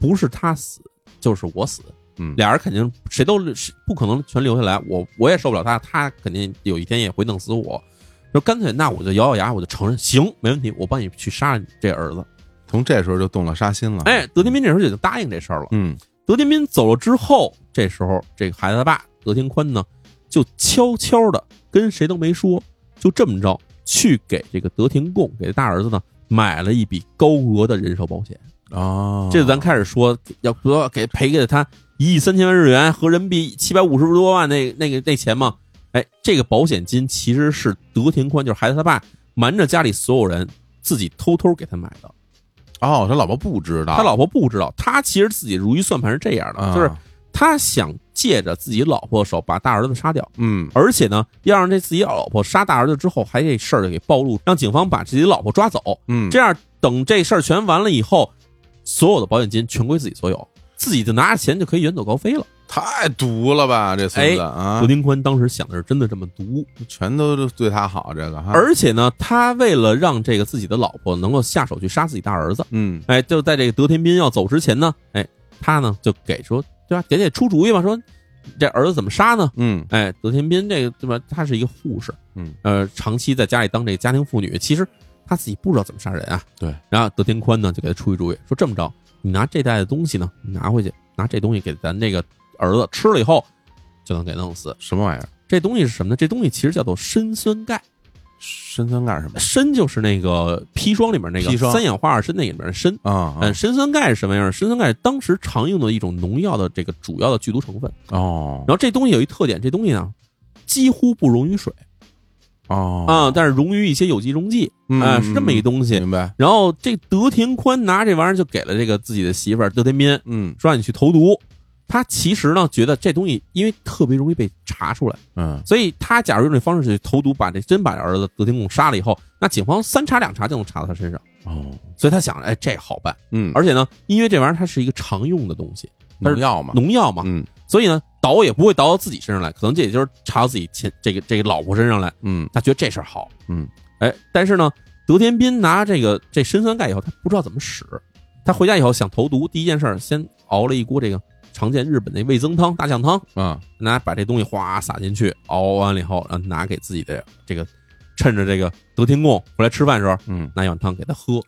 A: 不是他死就是我死，
B: 嗯
A: 俩人肯定谁都是不可能全留下来，我我也受不了他，他肯定有一天也会弄死我。就干脆，那我就咬咬牙，我就承认，行，没问题，我帮你去杀你这儿
B: 啊
A: 子。
B: 从这时候就动了杀心了。
A: 哎，德天斌这时候也就答应这事儿了。
B: 嗯，
A: 德天斌走了之后，这时候这个孩子他爸德天宽呢，就悄悄的跟谁都没说，就这么着去给这个德天贡给大儿子呢买了一笔高额的人寿保险。
B: 哦，
A: 这咱开始说要说给赔给他一亿三千万日元合人民币七百五十多万那那个那钱嘛。哎，这个保险金其实是德天宽，就是孩子他爸瞒着家里所有人自己偷偷给他买的。
B: 哦，他老婆不知道，
A: 他老婆不知道，他其实自己如意算盘是这样的，
B: 啊
A: 就是他想借着自己老婆的手把大儿子杀掉，
B: 嗯
A: 而且呢，要让这自己老婆杀大儿子之后，还这事儿给暴露，让警方把自己老婆抓走。
B: 嗯，
A: 这样等这事儿全完了以后，所有的保险金全归自己所有，自己就拿着钱就可以远走高飞了。
B: 太毒了吧？这孙子啊
A: 刘，丁宽当时想的是真的这么毒，
B: 全都对他好，这个哈。
A: 而且呢，他为了让这个自己的老婆能够下手去杀自己大儿子，
B: 嗯
A: 哎，就在这个德天斌要走之前呢，哎，他呢就给说，对吧？给得出主意吧，说这儿子怎么杀呢？
B: 嗯
A: 哎，德天斌这个对吧？她是一个护士，
B: 嗯，
A: 呃，长期在家里当这个家庭妇女，其实她自己不知道怎么杀人啊。
B: 对，
A: 然后德天宽呢就给她出一主意，说这么着，你拿这袋的东西呢，你拿回去，拿这东西给咱这个儿子吃了以后，就能给弄死。
B: 什么玩意儿？
A: 这东西是什么呢？这东西其实叫做砷酸钙，
B: 深酸钙是什么？
A: 砷就是那个砒霜里面那
B: 砒
A: 个
B: 霜
A: 三氧化二砷那里面的砷。
B: 啊
A: 嗯，砷酸钙是什么样？砷酸钙是当时常用的一种农药的这个主要的剧毒成分。
B: 哦
A: 然后这东西有一特点，这东西呢几乎不溶于水
B: 哦
A: 啊，但是溶于一些有机溶剂
B: 嗯
A: 啊，是这么一个东西。
B: 明白？
A: 然后这德田宽拿这玩意儿就给了这个自己的媳妇儿德田斌，
B: 嗯
A: 说让你去投毒。他其实呢觉得这东西因为特别容易被查出来，
B: 嗯
A: 所以他假如用这方式去投毒，把这真把这儿子德天贡杀了以后，那警方三查两查就能查到他身上。
B: 哦
A: 所以他想着，哎，这好办。
B: 嗯，
A: 而且呢，因为这玩意儿它是一个常用的东西，
B: 农药嘛，
A: 农药嘛，
B: 嗯
A: 所以呢，倒也不会倒到自己身上来，可能这也就是查到自己前这个这个老婆身上来。
B: 嗯
A: 他觉得这事儿好，
B: 嗯，
A: 哎，但是呢，德天斌拿这个这砷酸钙以后，他不知道怎么使，他回家以后想投毒，第一件事儿先熬了一锅这个常见日本那味增汤、大酱汤，
B: 啊
A: 拿把这东西哗撒进去，熬完了以后，然后拿给自己的这个，趁着这个德天贡回来吃饭的时候，
B: 嗯
A: 拿一碗汤给他喝，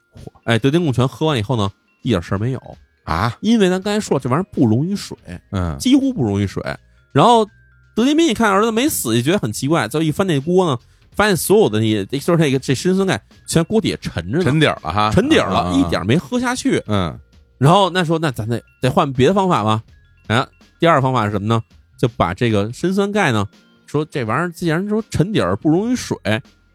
A: 哎，德天贡全喝完以后呢，一点事儿没有，
B: 啊
A: 因为咱刚才说了，这玩意儿不溶于水，
B: 嗯
A: 几乎不溶于水。然后德天斌一看儿子没死，也觉得很奇怪，最后一翻那锅呢，发现所有的那些就是那个这深酸钙全锅底下沉着呢，
B: 沉底儿了哈，
A: 沉底儿了，
B: 啊
A: 一点儿没喝下去。
B: 嗯
A: 然后那说那咱得得换别的方法吧。啊，第二个方法是什么呢？就把这个砷酸钙呢，说这玩意儿既然说沉底儿不溶于水，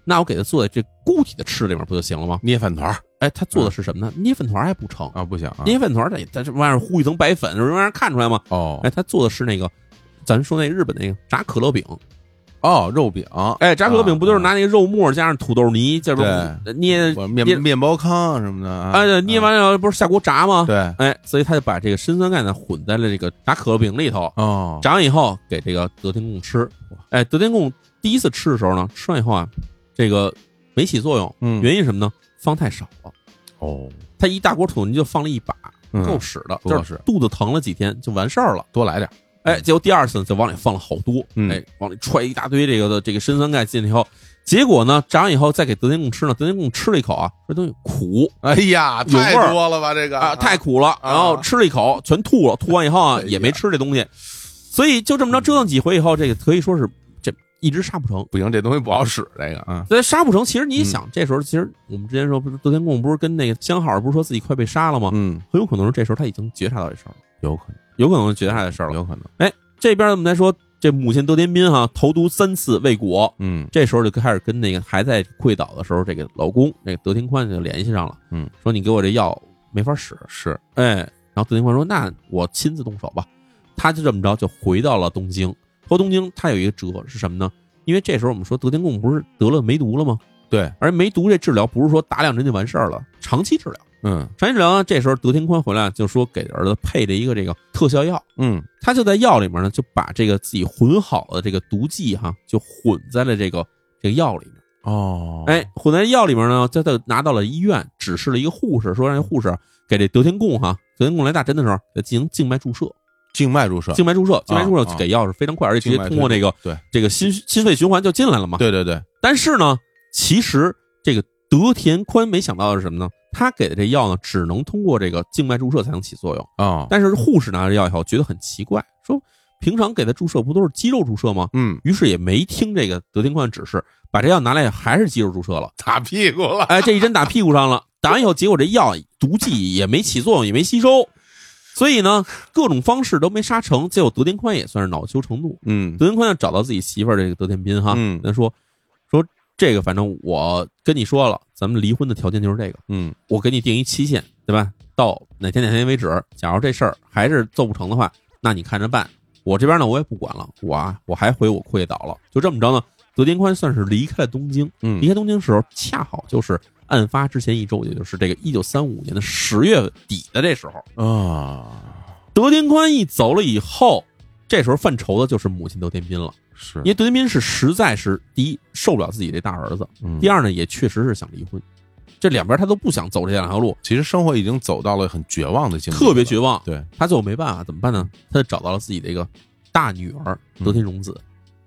A: 那我给它做在这固体的吃里面不就行了吗？
B: 捏饭团儿
A: 哎，他做的是什么呢？捏粉团还不成，
B: 啊，不行啊
A: 捏粉团得在这外面糊一层白粉，让人看出来吗？
B: 哦
A: 哎，他做的是那个，咱说那日本那个炸可乐饼，
B: 哦肉饼，
A: 哎，炸可乐饼不就是
B: 啊
A: 拿那个肉末加上土豆泥，叫什么捏
B: 我面
A: 捏
B: 面包糠什么的啊，嗯
A: 哎，对捏完了不是下锅炸吗？
B: 对
A: 哎，所以他就把这个砷酸钙呢混在了这个炸可乐饼里头，
B: 哦
A: 炸完以后给这个德天贡吃。哎，德天贡第一次吃的时候呢，吃完以后啊，这个没起作用，
B: 嗯
A: 原因是什么呢？放太少了，
B: 哦
A: 他一大锅土豆泥就放了一把，
B: 嗯
A: 够使的，
B: 够
A: 就是
B: 使
A: 肚子疼了几天就完事儿了。
B: 多来点儿
A: 哎，结果第二次就往里放了好多，
B: 嗯
A: 哎，往里揣一大堆这个的这个砷酸钙进去以后，结果呢，炸完以后再给德天贡吃呢，德天贡吃了一口啊，这东西苦
B: 哎呀，
A: 有
B: 太
A: 味儿
B: 多了吧这个
A: 啊，太苦了，然后吃了一口全吐了，吐完以后啊
B: 哎呀
A: 也没吃这东西，所以就这么着折腾几回以后，这个可以说是这一直杀不成。
B: 不行，这东西不好使这个啊，
A: 所以杀不成，其实你想，这时候其实我们之前说，不是德天贡不是跟那个相好不是说自己快被杀了吗？
B: 嗯，
A: 很有可能是这时候他已经觉察到这事儿了，
B: 有可能
A: 有可能是觉察到这事儿了。
B: 有可能，
A: 这边我们再说，这母亲德天斌哈、投毒三次未果，
B: 嗯
A: 这时候就开始跟那个还在跪倒的时候，这个老公，那个德天宽就联系上了，
B: 嗯，
A: 说你给我这药没法使，
B: 是
A: 哎，然后德天宽说那我亲自动手吧，他就这么着就回到了东京。回东京，他有一个辙是什么呢？因为这时候我们说德天贡不是得了梅毒了吗？
B: 对，
A: 而梅毒这治疗不是说打两针就完事儿了，长期治疗。
B: 嗯
A: 长期治疗呢，这时候德天宽回来就说给儿子配了一个这个特效药，
B: 嗯
A: 他就在药里面呢就把这个自己混好的这个毒剂哈，就混在了这个这个药里面。
B: 哦，
A: 哎，混在药里面呢，他就拿到了医院，指示了一个护士，说让这护士给这德天贡哈，德天贡来打针的时候，给他进行静脉注射，
B: 静脉注射，
A: 静脉注射，静脉注
B: 啊
A: 射给药是非常快，而且直接通过这个
B: 对
A: 这个心心肺循环就进来了嘛。
B: 对对对，
A: 但是呢，其实这个德田宽没想到的是什么呢？他给的这药呢，只能通过这个静脉注射才能起作用。
B: 哦，
A: 但是护士拿着药以后，觉得很奇怪，说平常给他注射不都是肌肉注射吗？
B: 嗯，
A: 于是也没听这个德天宽的指示，把这药拿来还是肌肉注射了。
B: 打屁股了，
A: 哎，这一针打屁股上了，打完以后，结果这药毒剂也没起作用，也没吸收，所以呢，各种方式都没杀成。结果德天宽也算是恼羞成怒，
B: 嗯
A: 德天宽要找到自己媳妇儿这个德天斌哈，
B: 嗯
A: 跟他说说这个反正我跟你说了，咱们离婚的条件就是这个，
B: 嗯
A: 我给你定一期限，对吧？到哪天哪天为止，假如这事儿还是做不成的话，那你看着办。我这边呢，我也不管了，我啊，我还回我跪倒了，就这么着呢。德天宽算是离开了东京，离
B: 嗯，
A: 开东京的时候，恰好就是案发之前一周，也就是这个一九三五年的十月底的这时候，
B: 啊，
A: 德天宽一走了以后，这时候犯愁的就是母亲德天斌了，
B: 是
A: 因，为德天斌是实在是第一受不了自己这大儿子，
B: 嗯
A: 第二呢也确实是想离婚，这两边他都不想走这两条路，
B: 其实生活已经走到了很绝望的境地，
A: 特别绝望。
B: 对，嗯
A: 他最后没办法，怎么办呢？他就找到了自己这个大女儿德天荣子，
B: 嗯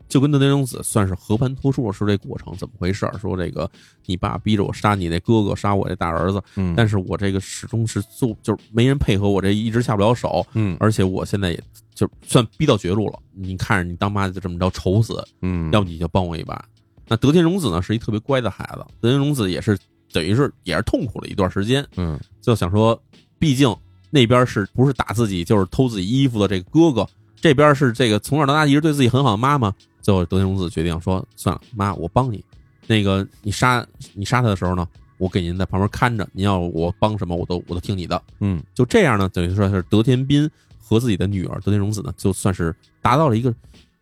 A: 就跟德天荣子算是和盘托出了说这过程怎么回事儿，说这个你爸逼着我杀你那哥哥，杀我这大儿子，
B: 嗯
A: 但是我这个始终是做就是没人配合我，这一直下不了手，
B: 嗯
A: 而且我现在也就算逼到绝路了，你看着你当妈就这么着愁死，
B: 嗯，
A: 要不你就帮我一把。那德天荣子呢是一特别乖的孩子，德天荣子也是等于是也是痛苦了一段时间，
B: 嗯
A: 就想说，毕竟那边是不是打自己就是偷自己衣服的这个哥哥，这边是这个从小到大一直对自己很好的妈妈。最后德天荣子决定说，算了，妈，我帮你。那个你杀你杀他的时候呢，我给您在旁边看着，您要我帮什么，我都我都听你的。
B: 嗯
A: 就这样呢，等于说是德天斌和自己的女儿德天荣子呢，就算是达到了一个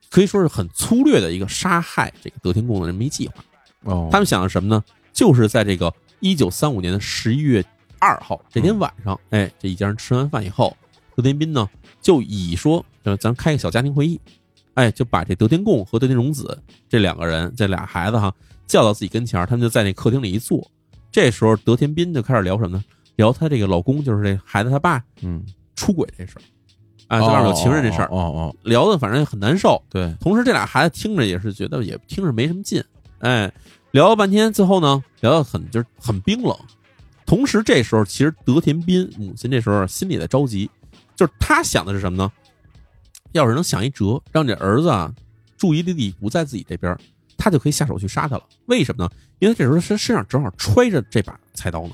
A: 可以说是很粗略的一个杀害这个德天贡的人没计划。
B: 哦，
A: 他们想的什么呢？就是在这个一九三五年的十一月二号这
B: 嗯
A: 天晚上，哎，这一家人吃完饭以后，德天斌呢就以说，呃，咱开个小家庭会议，哎，就把这德天贡和德天荣子这两个人，这俩孩子哈叫到自己跟前儿，他们就在那客厅里一坐。这时候，德天斌就开始聊什么呢？聊她这个老公，就是这孩子他爸
B: 嗯，
A: 出轨这事儿，啊，在外面有情人这事儿，
B: 哦哦，哦
A: 聊的反正也很难受。
B: 对，
A: 同时这俩孩子听着也是觉得也听着没什么劲，哎，聊了半天，最后呢聊得很就是很冰冷。同时这时候其实德田斌母亲这时候心里在着急，就是他想的是什么呢？要是能想一辙，让这儿子啊注意力不在自己这边，他就可以下手去杀他了。为什么呢？因为这时候身身上正好揣着这把菜刀呢。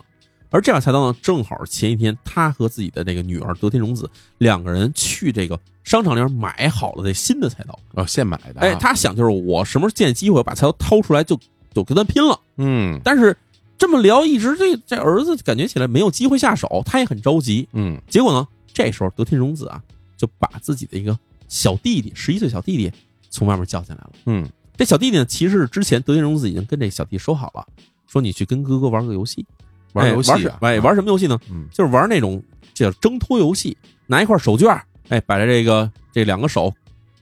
A: 而这把菜刀呢，正好前一天他和自己的这个女儿德天荣子两个人去这个商场里面买好了这新的菜刀。
B: 哦，现买的啊，
A: 哎，他想就是我什么时候见机会把菜刀掏出来就就跟他拼了。
B: 嗯
A: 但是这么聊，一直这这儿子感觉起来没有机会下手，他也很着急。
B: 嗯
A: 结果呢，这时候德天荣子啊，就把自己的一个小弟弟，十一岁小弟弟从外面叫进来了。
B: 嗯
A: 这小弟弟呢，其实是之前德天荣子已经跟这小弟说好了，说你去跟哥哥玩个游戏，
B: 玩
A: 哎
B: 游戏
A: 玩什
B: 啊
A: 哎玩什么游戏呢？
B: 嗯
A: 就是玩那种叫挣脱游戏，拿一块手绢儿，哎，把这个这两个手，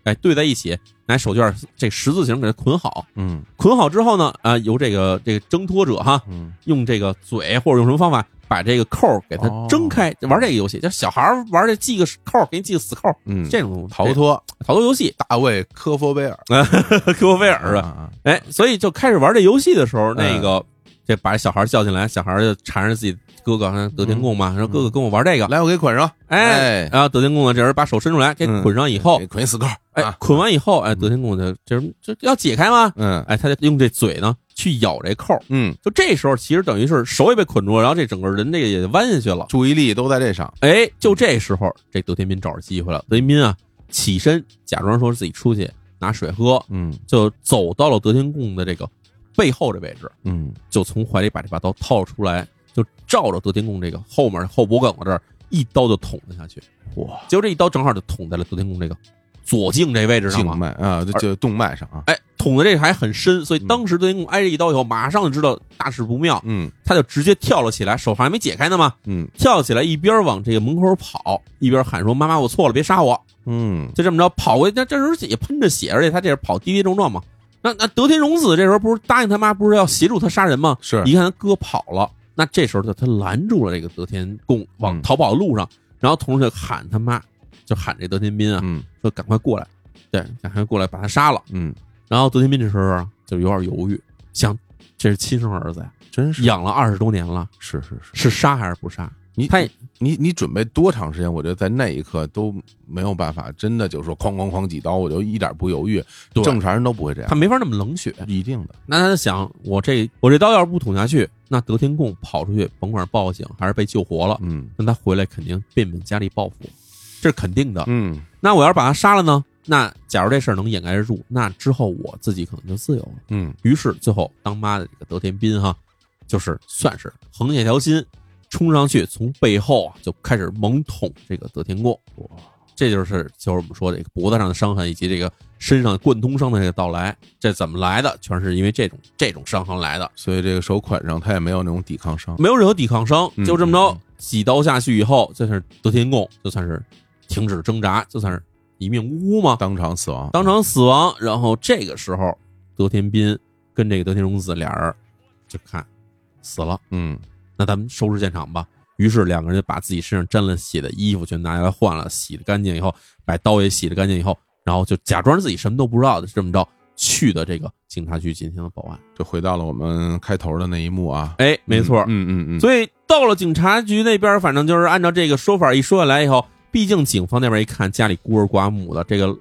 A: 哎对在一起，拿手绢儿这十字形给它捆好，
B: 嗯
A: 捆好之后呢，啊、由这个这个挣脱者哈，
B: 嗯，
A: 用这个嘴或者用什么方法把这个扣儿给它
B: 哦
A: 挣开，玩这个游戏，就是小孩儿玩这系个扣儿，给你系个死扣儿，
B: 嗯
A: 这种
B: 逃脱
A: 逃脱游 戏，
B: 大卫科夫贝尔，啊
A: 科波菲尔是吧？
B: 吧？
A: 哎，所以就开始玩这游戏的时候，
B: 嗯
A: 那个这把小孩儿叫进来，小孩儿就缠着自己哥哥德天贡嘛，
B: 嗯
A: 说哥哥跟我玩这个，
B: 来，我给捆上，
A: 哎
B: 哎，
A: 然后德天贡呢，这人把手伸出来，给
B: 嗯
A: 捆上以后
B: 给，捆死扣，
A: 哎，
B: 啊，
A: 捆完以后，哎，德天贡就这这要解开吗？
B: 嗯
A: 哎，他就用这嘴呢去咬这扣儿，
B: 嗯，
A: 就这时候其实等于是手也被捆住了，然后这整个人这个也弯下去了。
B: 注意力都在这上，
A: 哎，就这时候，这德天斌找着机会了，德天斌啊起身，假装说自己出去拿水喝，
B: 嗯
A: 就走到了德天贡的这个背后这位置，
B: 嗯
A: 就从怀里把这把刀掏出来，就照着德天贡这个后面后脖梗子这儿一刀就捅了下去。
B: 哇，
A: 结果这一刀正好就捅在了德天贡这个左颈这位置上
B: 静
A: 嘛。
B: 脉啊，就就动脉上啊，
A: 哎，捅的这个还很深，所以当时德天贡挨这一刀以后，马上就知道大事不妙，
B: 嗯
A: 他就直接跳了起来，手还没解开呢嘛，
B: 嗯
A: 跳起来一边往这个门口跑，一边喊说：“妈妈，我错了，别杀我！”
B: 嗯
A: 就这么着跑过去，那这时候也喷着血，而且他这是跑跌跌撞撞嘛。那那德天荣子这时候不是答应他妈不是要协助他杀人吗？
B: 是
A: 一看他哥跑了，那这时候他他拦住了这个德天贡往
B: 嗯
A: 逃跑的路上，然后同时就喊他妈，就喊这德天斌啊，
B: 嗯
A: 说赶快过来，对，赶快过来把他杀了。
B: 嗯，
A: 然后德天斌这时候啊就有点犹豫，想这是亲生儿子呀，
B: 真是
A: 养了二十多年了，
B: 是是是，
A: 是杀还是不杀？
B: 你
A: 他也
B: 你你准备多长时间？我觉得在那一刻都没有办法，真的就是说哐哐哐几刀，我就一点不犹豫，
A: 对
B: 正常人都不会这样
A: 他，没法那么冷血，
B: 一定的，
A: 那他就想，我这我这刀要是不捅下去，那德天贡跑出去，甭管是报警还是被救活了，
B: 嗯
A: 那他回来肯定变本加厉报复，这是肯定的。
B: 嗯
A: 那我要是把他杀了呢？那假如这事儿能掩盖得住，那之后我自己可能就自由了。
B: 嗯
A: 于是最后当妈的这个德天斌哈，就是算是横下条心，冲上去从背后啊就开始猛捅这个德天贡。这就是就是我们说这个脖子上的伤痕以及这个身上贯通伤的这个到来，这怎么来的？全是因为这种这种伤痕来的，
B: 所以这个手捆上，他也没有那种抵抗伤，
A: 没有任何抵抗伤
B: 嗯，
A: 就这么
B: 嗯
A: 着几刀下去以后，这是德天贡就算是停止挣扎，就算是一命呜呼嘛，
B: 当场死亡，
A: 当场死亡。然后这个时候，德天斌跟这个德天荣子俩人就看死了，
B: 嗯
A: 那咱们收拾现场吧。于是两个人就把自己身上沾了血的衣服全拿下来换了，洗了干净以后，把刀也洗了干净以后，然后就假装自己什么都不知道的这么着去的这个警察局进行了报案。
B: 就回到了我们开头的那一幕啊。
A: 哎，没错，
B: 嗯嗯嗯，以
A: 所以到了警察局那边，反正就是按照这个说法一说下来以后，毕竟警方那边一看家里孤儿寡母的，这个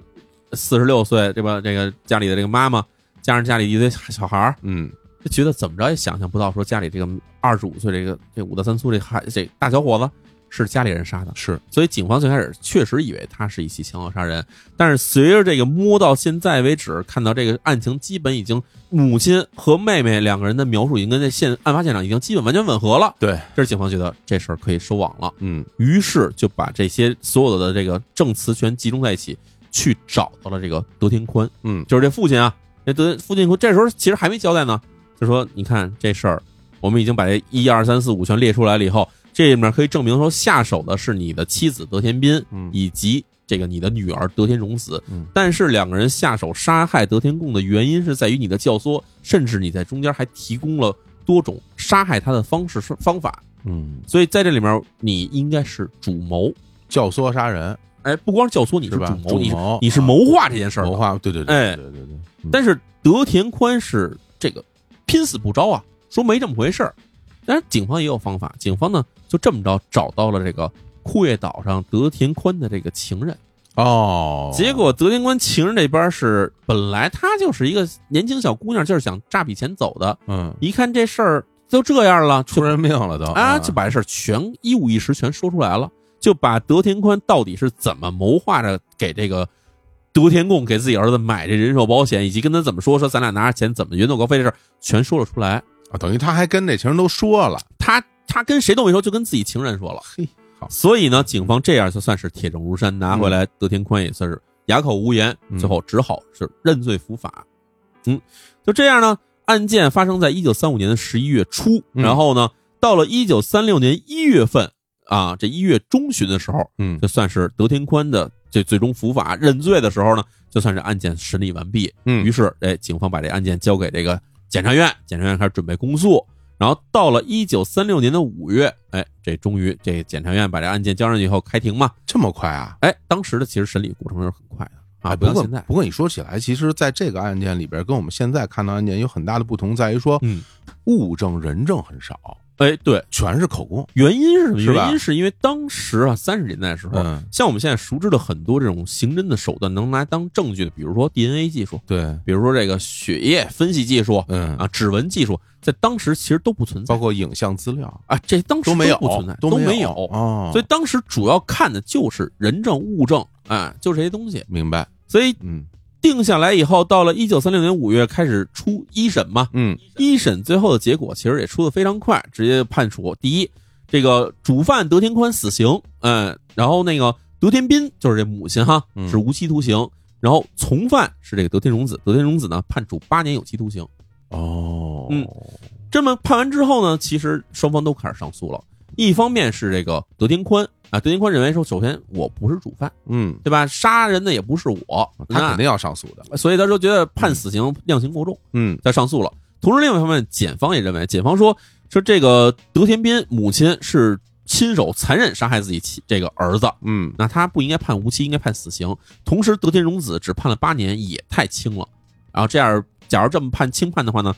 A: 四十六岁对吧？这个家里的这个妈妈，加上家里一堆小孩儿，
B: 嗯
A: 就觉得怎么着也想象不到，说家里这个二十五岁这个这五大三粗这孩这大小伙子是家里人杀的。
B: 是
A: 所以警方最开始确实以为他是一起强盗杀人，但是随着这个摸到现在为止，看到这个案情基本已经母亲和妹妹两个人的描述已经跟这现案发现场已经基本完全吻合了。
B: 对，
A: 这是警方觉得这事儿可以收网了，
B: 嗯
A: 于是就把这些所有的这个证词全集中在一起，去找到了这个德天宽，
B: 嗯
A: 就是这父亲啊。这德父亲宽这时候其实还没交代呢，就说你看这事儿，我们已经把这一二三四五全列出来了以后，这里面可以证明说下手的是你的妻子德天斌，
B: 嗯
A: 以及这个你的女儿德天荣子。
B: 嗯
A: 但是两个人下手杀害德天贡的原因是在于你的教唆，甚至你在中间还提供了多种杀害他的方式方法。
B: 嗯，
A: 所以在这里面，你应该是主谋。
B: 教唆杀人
A: 哎，不光是教唆，你是
B: 是吧？
A: 谋，你是
B: 谋，
A: 你是
B: 啊
A: 谋划这件事儿的
B: 谋。划，对对对，
A: 哎
B: 对对对，嗯
A: 但是德田宽是这个拼死不招啊，说没这么回事儿。但是警方也有方法，警方呢就这么着找到了这个库页岛上德田宽的这个情人。
B: 哦，
A: 结果德田宽情人这边是本来她就是一个年轻小姑娘，就是想诈笔钱走的，
B: 嗯，
A: 一看这事儿都这样了，
B: 出
A: 就
B: 人命了都嗯
A: 啊就把这事儿全一五一十全说出来了，就把德田宽到底是怎么谋划着给这个。德田贡给自己儿子买这人寿保险，以及跟他怎么说说咱俩拿着钱怎么远走高飞这事儿，全说了出来。
B: 啊等于他还跟这情人都说了，
A: 他他跟谁都没说，就跟自己情人说了。
B: 嘿，好，
A: 所以呢，警方这样就算是铁证如山，拿回来德天宽也算是哑口无言，
B: 嗯
A: 最后只好是认罪伏法。嗯，就这样呢，案件发生在一九三五年的十一月初，
B: 嗯
A: 然后呢，到了一九三六年一月份啊，这一月中旬的时候，
B: 嗯
A: 就算是德天宽的这最终伏法认罪的时候呢，就算是案件审理完毕。
B: 嗯
A: 于是，哎，警方把这案件交给这个检察院，检察院开始准备公诉。然后到了一九三六年的五月，哎，这终于这检察院把这案件交上去以后开庭嘛，
B: 这么快啊？
A: 哎，当时的其实审理过程是很快的啊，
B: 哎
A: 不
B: 不
A: 像
B: 过
A: 现在，
B: 不过你说起来，其实在这个案件里边，跟我们现在看到案件有很大的不同，在于说
A: 嗯，
B: 物证人证很少，
A: 哎，对，
B: 全是口供。
A: 原因是什么？
B: 是吧
A: 原因是因为当时啊，三十年代的时候，
B: 嗯，
A: 像我们现在熟知的很多这种刑侦的手段能拿来当证据的，比如说 DNA 技术，
B: 对，
A: 比如说这个血液分析技术
B: 嗯，
A: 啊，指纹技术，在当时其实都不存在
B: 包括影像资料
A: 啊，这当时
B: 都没有
A: 不存在，，
B: 都
A: 没
B: 有
A: 有
B: 哦。
A: 所以当时主要看的就是人证物证，哎，就这些东西。
B: 明白，
A: 所以
B: 嗯
A: 定下来以后，到了一九三六年五月开始出一审嘛，
B: 嗯
A: 一审最后的结果其实也出的非常快，直接判处第一，这个主犯德天宽死刑，嗯，然后那个德天斌就是这母亲哈，
B: 嗯
A: 是无期徒刑，然后从犯是这个德天荣子，德天荣子呢判处八年有期徒刑。
B: 哦
A: 嗯这么判完之后呢，其实双方都开始上诉了。一方面是这个德天宽啊，德天宽认为说，首先我不是主犯，
B: 嗯，
A: 对吧？杀人的也不是我，
B: 啊他肯
A: 那
B: 定要上诉的，
A: 所以他就觉得判死刑量刑过重，
B: 嗯
A: 他上诉了。同时，另外一方面，检方也认为，检方说说这个德田斌母亲是亲手残忍杀害自己妻这个儿子，
B: 嗯
A: 那他不应该判无期，应该判死刑。同时，德田荣子只判了八年，也太轻了。然后这样，假如这么判轻判的话呢，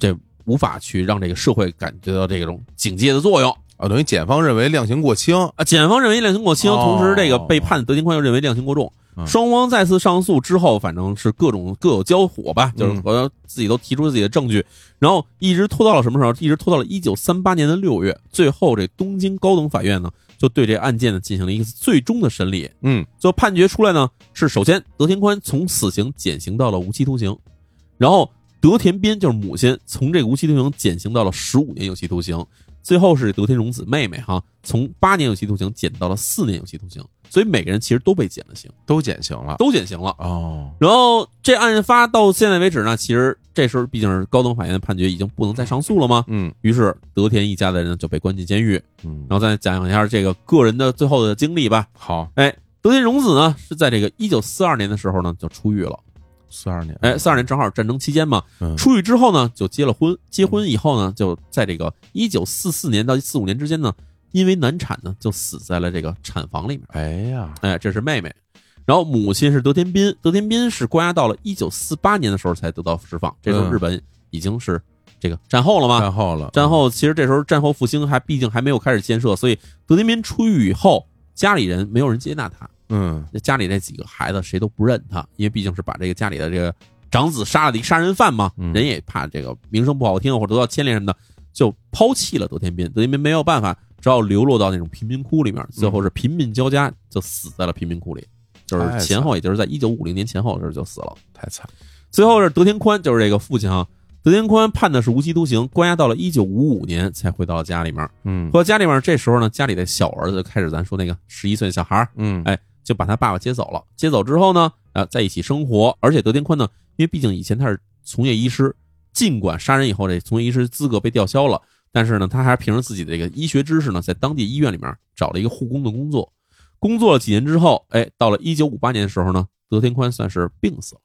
A: 这无法去让这个社会感觉到这种警戒的作用
B: 啊，等于检方认为量刑过轻，
A: 啊。检方认为量刑过轻，
B: 哦
A: 同时这个被判的德田宽又认为量刑过重。
B: 嗯
A: 双方再次上诉之后，反正是各种各有交火吧，就是
B: 嗯
A: 我自己都提出自己的证据，然后一直拖到了什么时候？一直拖到了一九三八年的六月，最后这东京高等法院呢，就对这案件呢进行了一个最终的审理。
B: 嗯
A: 最后判决出来呢，是首先德田宽从死刑减刑到了无期徒刑，然后德田斌就是母亲从这个无期徒刑减刑到了十五年有期徒刑，最后是德田荣子妹妹哈从八年有期徒刑减到了四年有期徒刑，所以每个人其实都被减了刑，
B: 都减刑了，
A: 都减刑了。
B: 哦，
A: 然后这案发到现在为止呢，其实这时候毕竟是高等法院的判决，已经不能再上诉了嘛。
B: 嗯
A: 于是德田一家的人呢就被关进监狱。
B: 嗯，
A: 然后再讲一下这个个人的最后的经历吧。
B: 好，
A: 哎，德田荣子呢是在这个一九四二年的时候呢就出狱了。
B: 四二年，
A: 哎，四二年正好是战争期间嘛，
B: 嗯
A: 出狱之后呢就结了婚，结婚以后呢就在这个一九四四年到四五年之间呢，因为难产呢就死在了这个产房里面。
B: 哎呀，
A: 哎，这是妹妹。然后母亲是德田彬，德田彬是关押到了一九四八年的时候才得到释放，这时候
B: 嗯
A: 日本已经是这个战后了嘛，
B: 战后了，
A: 战啊后其实这时候战后复兴还毕竟还没有开始建设，所以德田彬出狱以后，家里人没有人接纳他，
B: 嗯，
A: 那家里这几个孩子谁都不认他，因为毕竟是把这个家里的这个长子杀了的一个杀人犯嘛，
B: 嗯
A: 人也怕这个名声不好听或者得到牵连什么的，就抛弃了德田彬。德田彬没有办法，只好流落到那种贫民窟里面，最后是贫民交加，就死在了贫民窟里，就是
B: 嗯太
A: 前
B: 惨
A: 后，也就是在一九五零年前后的时候就死了。
B: 太惨，
A: 最后是德田宽，就是这个父亲啊。德田宽判的是无期徒刑，关押到了一九五五年才回到家里面。
B: 嗯
A: 回到家里面，这时候呢，家里的小儿子就开始咱说那个十一岁的小孩儿，
B: 嗯，
A: 哎，就把他爸爸接走了。接走之后呢，啊，在一起生活。而且德田宽呢，因为毕竟以前他是从业医师，尽管杀人以后这从业医师资格被吊销了，但是呢，他还凭着自己的这个医学知识呢，在当地医院里面找了一个护工的工作。工作了几年之后，哎，到了一九五八年的时候呢，德田宽算是病死了。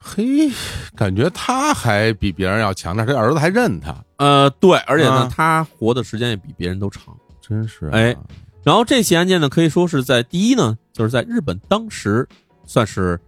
B: 嘿，感觉他还比别人要强点，这儿子还认他，
A: 呃，对，而且呢，
B: 啊
A: 他活的时间也比别人都长。
B: 真是、啊，
A: 哎，然后这起案件呢，可以说是在第一呢，就是在日本当时算是，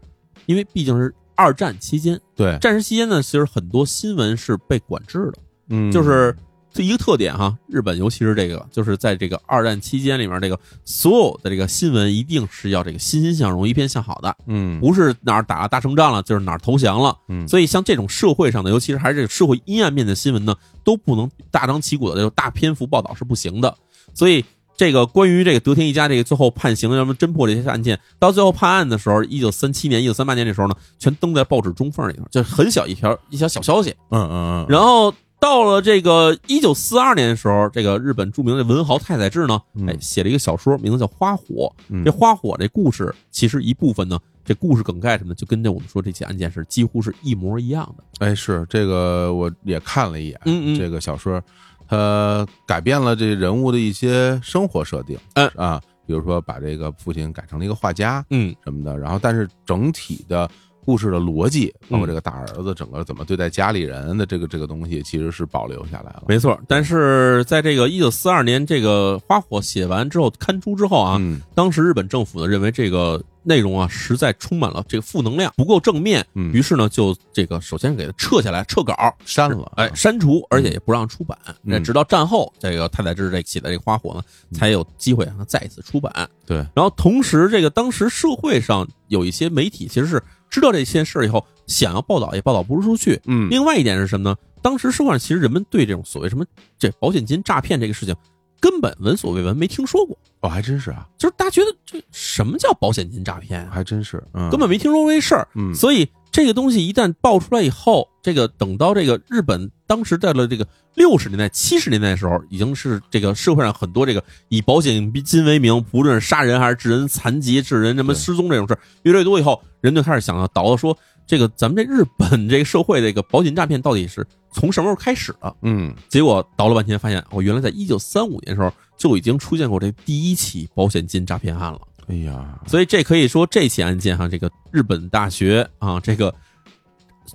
A: 因为毕竟是二战期间，
B: 对，
A: 战时期间呢，其实很多新闻是被管制的，
B: 嗯，
A: 就是这一个特点哈。日本尤其是这个，就是在这个二战期间里面，这个所有的这个新闻一定是要这个欣欣向荣、一片向好的，
B: 嗯，
A: 不是哪儿打了大胜仗了，就是哪儿投降了。
B: 嗯
A: 所以像这种社会上的，尤其是还是这个社会阴暗面的新闻呢，都不能大张旗鼓的就大篇幅报道是不行的。所以这个关于这个德天一家这个最后判刑，咱们侦破这些案件，到最后判案的时候，一九三七年、一九三八年这时候呢，全登在报纸中缝里头，就很小一条一条小消息。
B: 嗯嗯嗯，
A: 然后到了这个一九四二年的时候，这个日本著名的文豪太宰治呢，
B: 嗯
A: 哎，写了一个小说，名字叫《花火》。
B: 嗯
A: 这花火这故事，其实一部分呢，这故事梗概什么的，就跟这我们说这起案件是几乎是一模一样的。
B: 哎，是这个，我也看了一眼，
A: 嗯嗯
B: 这个小说，它改变了这人物的一些生活设定，
A: 嗯
B: 啊，比如说把这个父亲改成了一个画家
A: 嗯，
B: 什么的，然后但是整体的故事的逻辑，包括
A: 嗯
B: 这个大儿子整个怎么对待家里人的这个这个东西，其实是保留下来了。
A: 没错。但是在这个一九四二年这个花火写完之后，刊出之后啊，
B: 嗯
A: 当时日本政府呢认为这个内容啊实在充满了这个负能量，不够正面，
B: 嗯，
A: 于是呢就这个首先给它撤下来，撤稿，
B: 删了，啊
A: 哎，删除，而且也不让出版。
B: 嗯
A: 那、直到战后，这个太宰治这写的这个《花火》呢，才有机会让它再一次出版。
B: 对
A: 然后同时，这个当时社会上有一些媒体其实是知道这些事儿以后，想要报道也报道不出去。
B: 嗯，
A: 另外一点是什么呢？当时社会上其实人们对这种所谓什么这保险金诈骗这个事情，根本闻所未闻，没听说过。
B: 哦，还真是啊，
A: 就是大家觉得这什么叫保险金诈骗啊？
B: 还真是，嗯，
A: 根本没听说过这事儿。
B: 嗯
A: 所以这个东西一旦爆出来以后，这个等到这个日本当时在了这个六十年代、七十年代的时候，已经是这个社会上很多这个以保险金为名，不论是杀人还是致人残疾、致人什么
B: 对
A: 失踪这种事儿越来越多以后，人就开始想要倒说，这个咱们这日本这个社会这个保险诈骗到底是从什么时候开始的？
B: 嗯
A: 结果倒了半天，发现哦，原来在一九三五年的时候就已经出现过这第一起保险金诈骗案了。
B: 哎呀，
A: 所以这可以说这起案件哈，这个日本大学啊，这个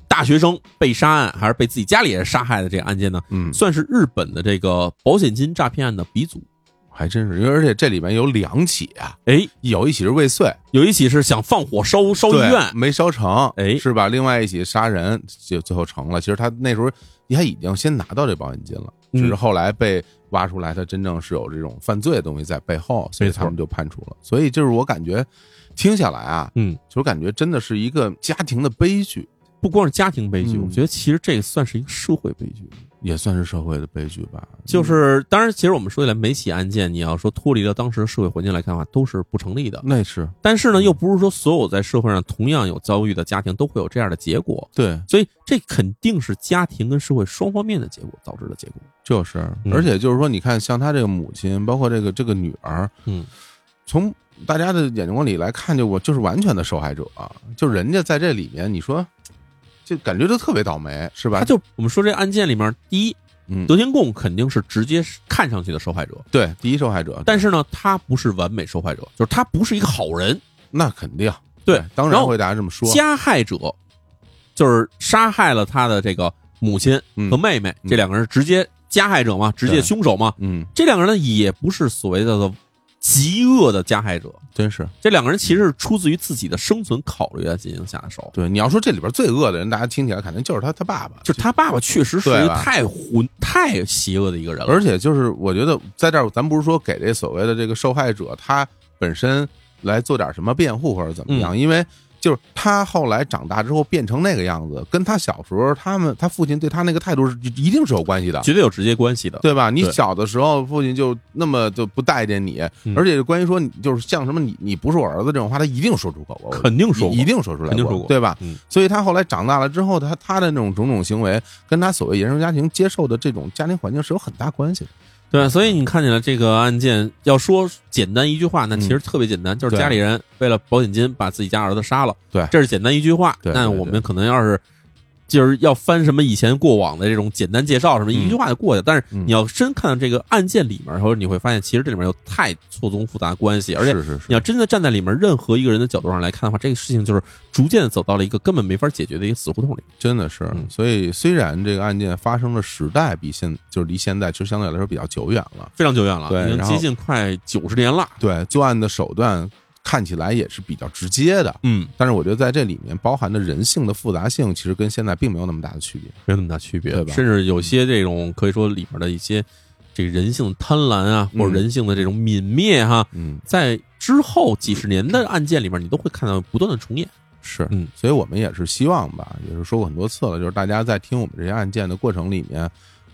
A: 大学生被杀案，还是被自己家里人杀害的这个案件呢，
B: 嗯，
A: 算是日本的这个保险金诈骗案的鼻祖。
B: 还真是，因为而且这里面有两起啊，
A: 哎，
B: 有一起是未遂。
A: 有一起是想放火烧烧医
B: 对，
A: 院，
B: 没烧成，
A: 哎
B: 是吧？另外一起杀人就最后成了。其实他那时候他已经先拿到这保险金了，
A: 嗯
B: 只是后来被挖出来，他真正是有这种犯罪的东西在背后，所以
A: 没错
B: 他们就判处了。所以就是我感觉听下来啊，
A: 嗯，
B: 就感觉真的是一个家庭的悲剧，
A: 不光是家庭悲剧，
B: 嗯
A: 我觉得其实这个算是一个社会悲剧。
B: 也算是社会的悲剧吧。
A: 就是，当然，其实我们说起来，每起案件，你要说脱离了当时的社会环境来看的话，都是不成立的。
B: 那是
A: 但是呢，又不是说所有在社会上同样有遭遇的家庭都会有这样的结果。
B: 对，
A: 所以这肯定是家庭跟社会双方面的结果导致的结果。
B: 就是，
A: 嗯
B: 而且就是说，你看，像他这个母亲，包括这个这个女儿，
A: 嗯，
B: 从大家的眼光里来看，就我就是完全的受害者啊，就人家在这里面，你说，就感觉就特别倒霉，是吧？
A: 他就我们说这案件里面，第一，
B: 嗯，
A: 德天贡肯定是直接看上去的受害者，
B: 对，第一受害者，
A: 但是呢，他不是完美受害者，就是他不是一个好人。
B: 那肯定
A: 对，
B: 当
A: 然
B: 然
A: 后
B: 会大家这么说，
A: 加害者就是杀害了他的这个母亲
B: 嗯
A: 和妹妹，
B: 嗯
A: 这两个人直接加害者嘛，直接
B: 对
A: 凶手嘛。
B: 嗯
A: 这两个人呢，也不是所谓的极恶的加害者。
B: 真是
A: 这两个人其实是出自于自己的生存考虑来进行下手。
B: 对。你要说这里边最恶的人，大家听起来肯定就是他他爸爸，
A: 就是他爸爸确实是
B: 对
A: 一个
B: 吧
A: 太混、太邪恶的一个人了，
B: 而且就是我觉得在这儿，咱不是说给这所谓的这个受害者他本身来做点什么辩护或者怎么
A: 嗯
B: 样，因为就是他后来长大之后变成那个样子，跟他小时候他们他父亲对他那个态度是一定是有关系的。
A: 绝对有直接关系的。
B: 对吧？你
A: 对
B: 小的时候，父亲就那么就不待见你，
A: 嗯
B: 而且关于说你就是像什么你你不是我儿子这种话，他一定说出口过，
A: 肯定说过
B: 一定说出来
A: 肯定说过
B: 对吧？
A: 嗯
B: 所以他后来长大了之后，他他的那种种种行为，跟他所谓原生家庭接受的这种家庭环境是有很大关系的。
A: 对，所以你看起来这个案件，要说简单一句话，那
B: 嗯
A: 其实特别简单，就是
B: 对
A: 家里人为了保险金把自己家儿子杀了。
B: 对
A: 这是简单一句话。
B: 对
A: 但
B: 对
A: 我
B: 对
A: 们可能要是就是要翻什么以前过往的这种简单介绍什么，一句话就过去。但是
B: 嗯
A: 你要真看到这个案件里面，然后你会发现，其实这里面有太错综复杂的关系，而且
B: 是是是
A: 你要真的站在里面任何一个人的角度上来看的话，这个事情就是逐渐地走到了一个根本没法解决的一个死胡同里。
B: 真的是
A: 嗯，
B: 所以虽然这个案件发生的时代比现就是离现在其实相对来说比较久远了，
A: 非常久远了，
B: 对
A: 已经
B: 然后
A: 接近快九十年了。
B: 对作案的手段看起来也是比较直接的，
A: 嗯，
B: 但是我觉得在这里面包含的人性的复杂性，其实跟现在并没有那么大的区别。
A: 没有那么大区别，
B: 对吧
A: 甚至有些这种可以说里面的一些这个人性的贪婪啊，
B: 嗯
A: 或者人性的这种泯灭哈、
B: 嗯，
A: 在之后几十年的案件里面，你都会看到不断的重演。
B: 是，
A: 嗯，
B: 所以我们也是希望吧，也是说过很多次了，就是大家在听我们这些案件的过程里面，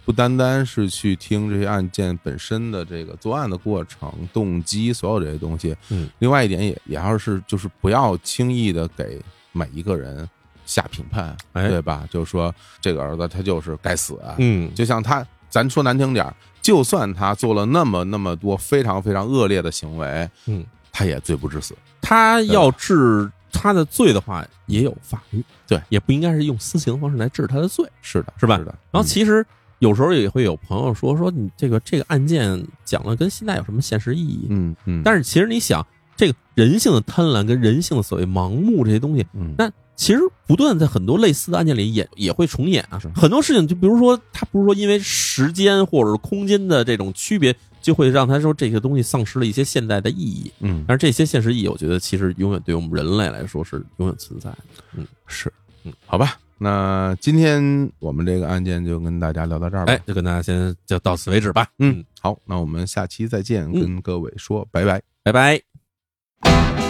B: 不单单是去听这些案件本身的这个作案的过程、动机，所有这些东西，
A: 嗯，
B: 另外一点也也要是就是不要轻易的给每一个人下评判，
A: 哎
B: 对吧？就说这个儿子他就是该死，啊
A: 嗯，
B: 就像他，咱说难听点儿，就算他做了那么那么多非常非常恶劣的行为，
A: 嗯，
B: 他也罪不至死。
A: 他要治他的罪的话，也有法律，
B: 对，嗯
A: 也不应该是用私刑的方式来治他的罪。
B: 是的，
A: 是吧
B: 是的。嗯
A: 然后其实有时候也会有朋友说说你这个这个案件讲了跟现在有什么现实意义？
B: 嗯，嗯嗯，
A: 但是其实你想，这个人性的贪婪跟人性的所谓盲目这些东西，
B: 嗯，
A: 那其实不断在很多类似的案件里也也会重演啊
B: 是。
A: 很多事情，就比如说，他不是说因为时间或者是空间的这种区别，就会让他说这个东西丧失了一些现代的意义。
B: 嗯
A: 但是这些现实意义，我觉得其实永远对我们人类来说是永远存在的。
B: 是，
A: 嗯，
B: 好吧。那今天我们这个案件就跟大家聊到这儿吧。嗯
A: 哎，就跟大家先就到此为止吧。
B: 嗯，好，那我们下期再见，
A: 嗯
B: 跟各位说拜拜。
A: 拜拜。
C: Thank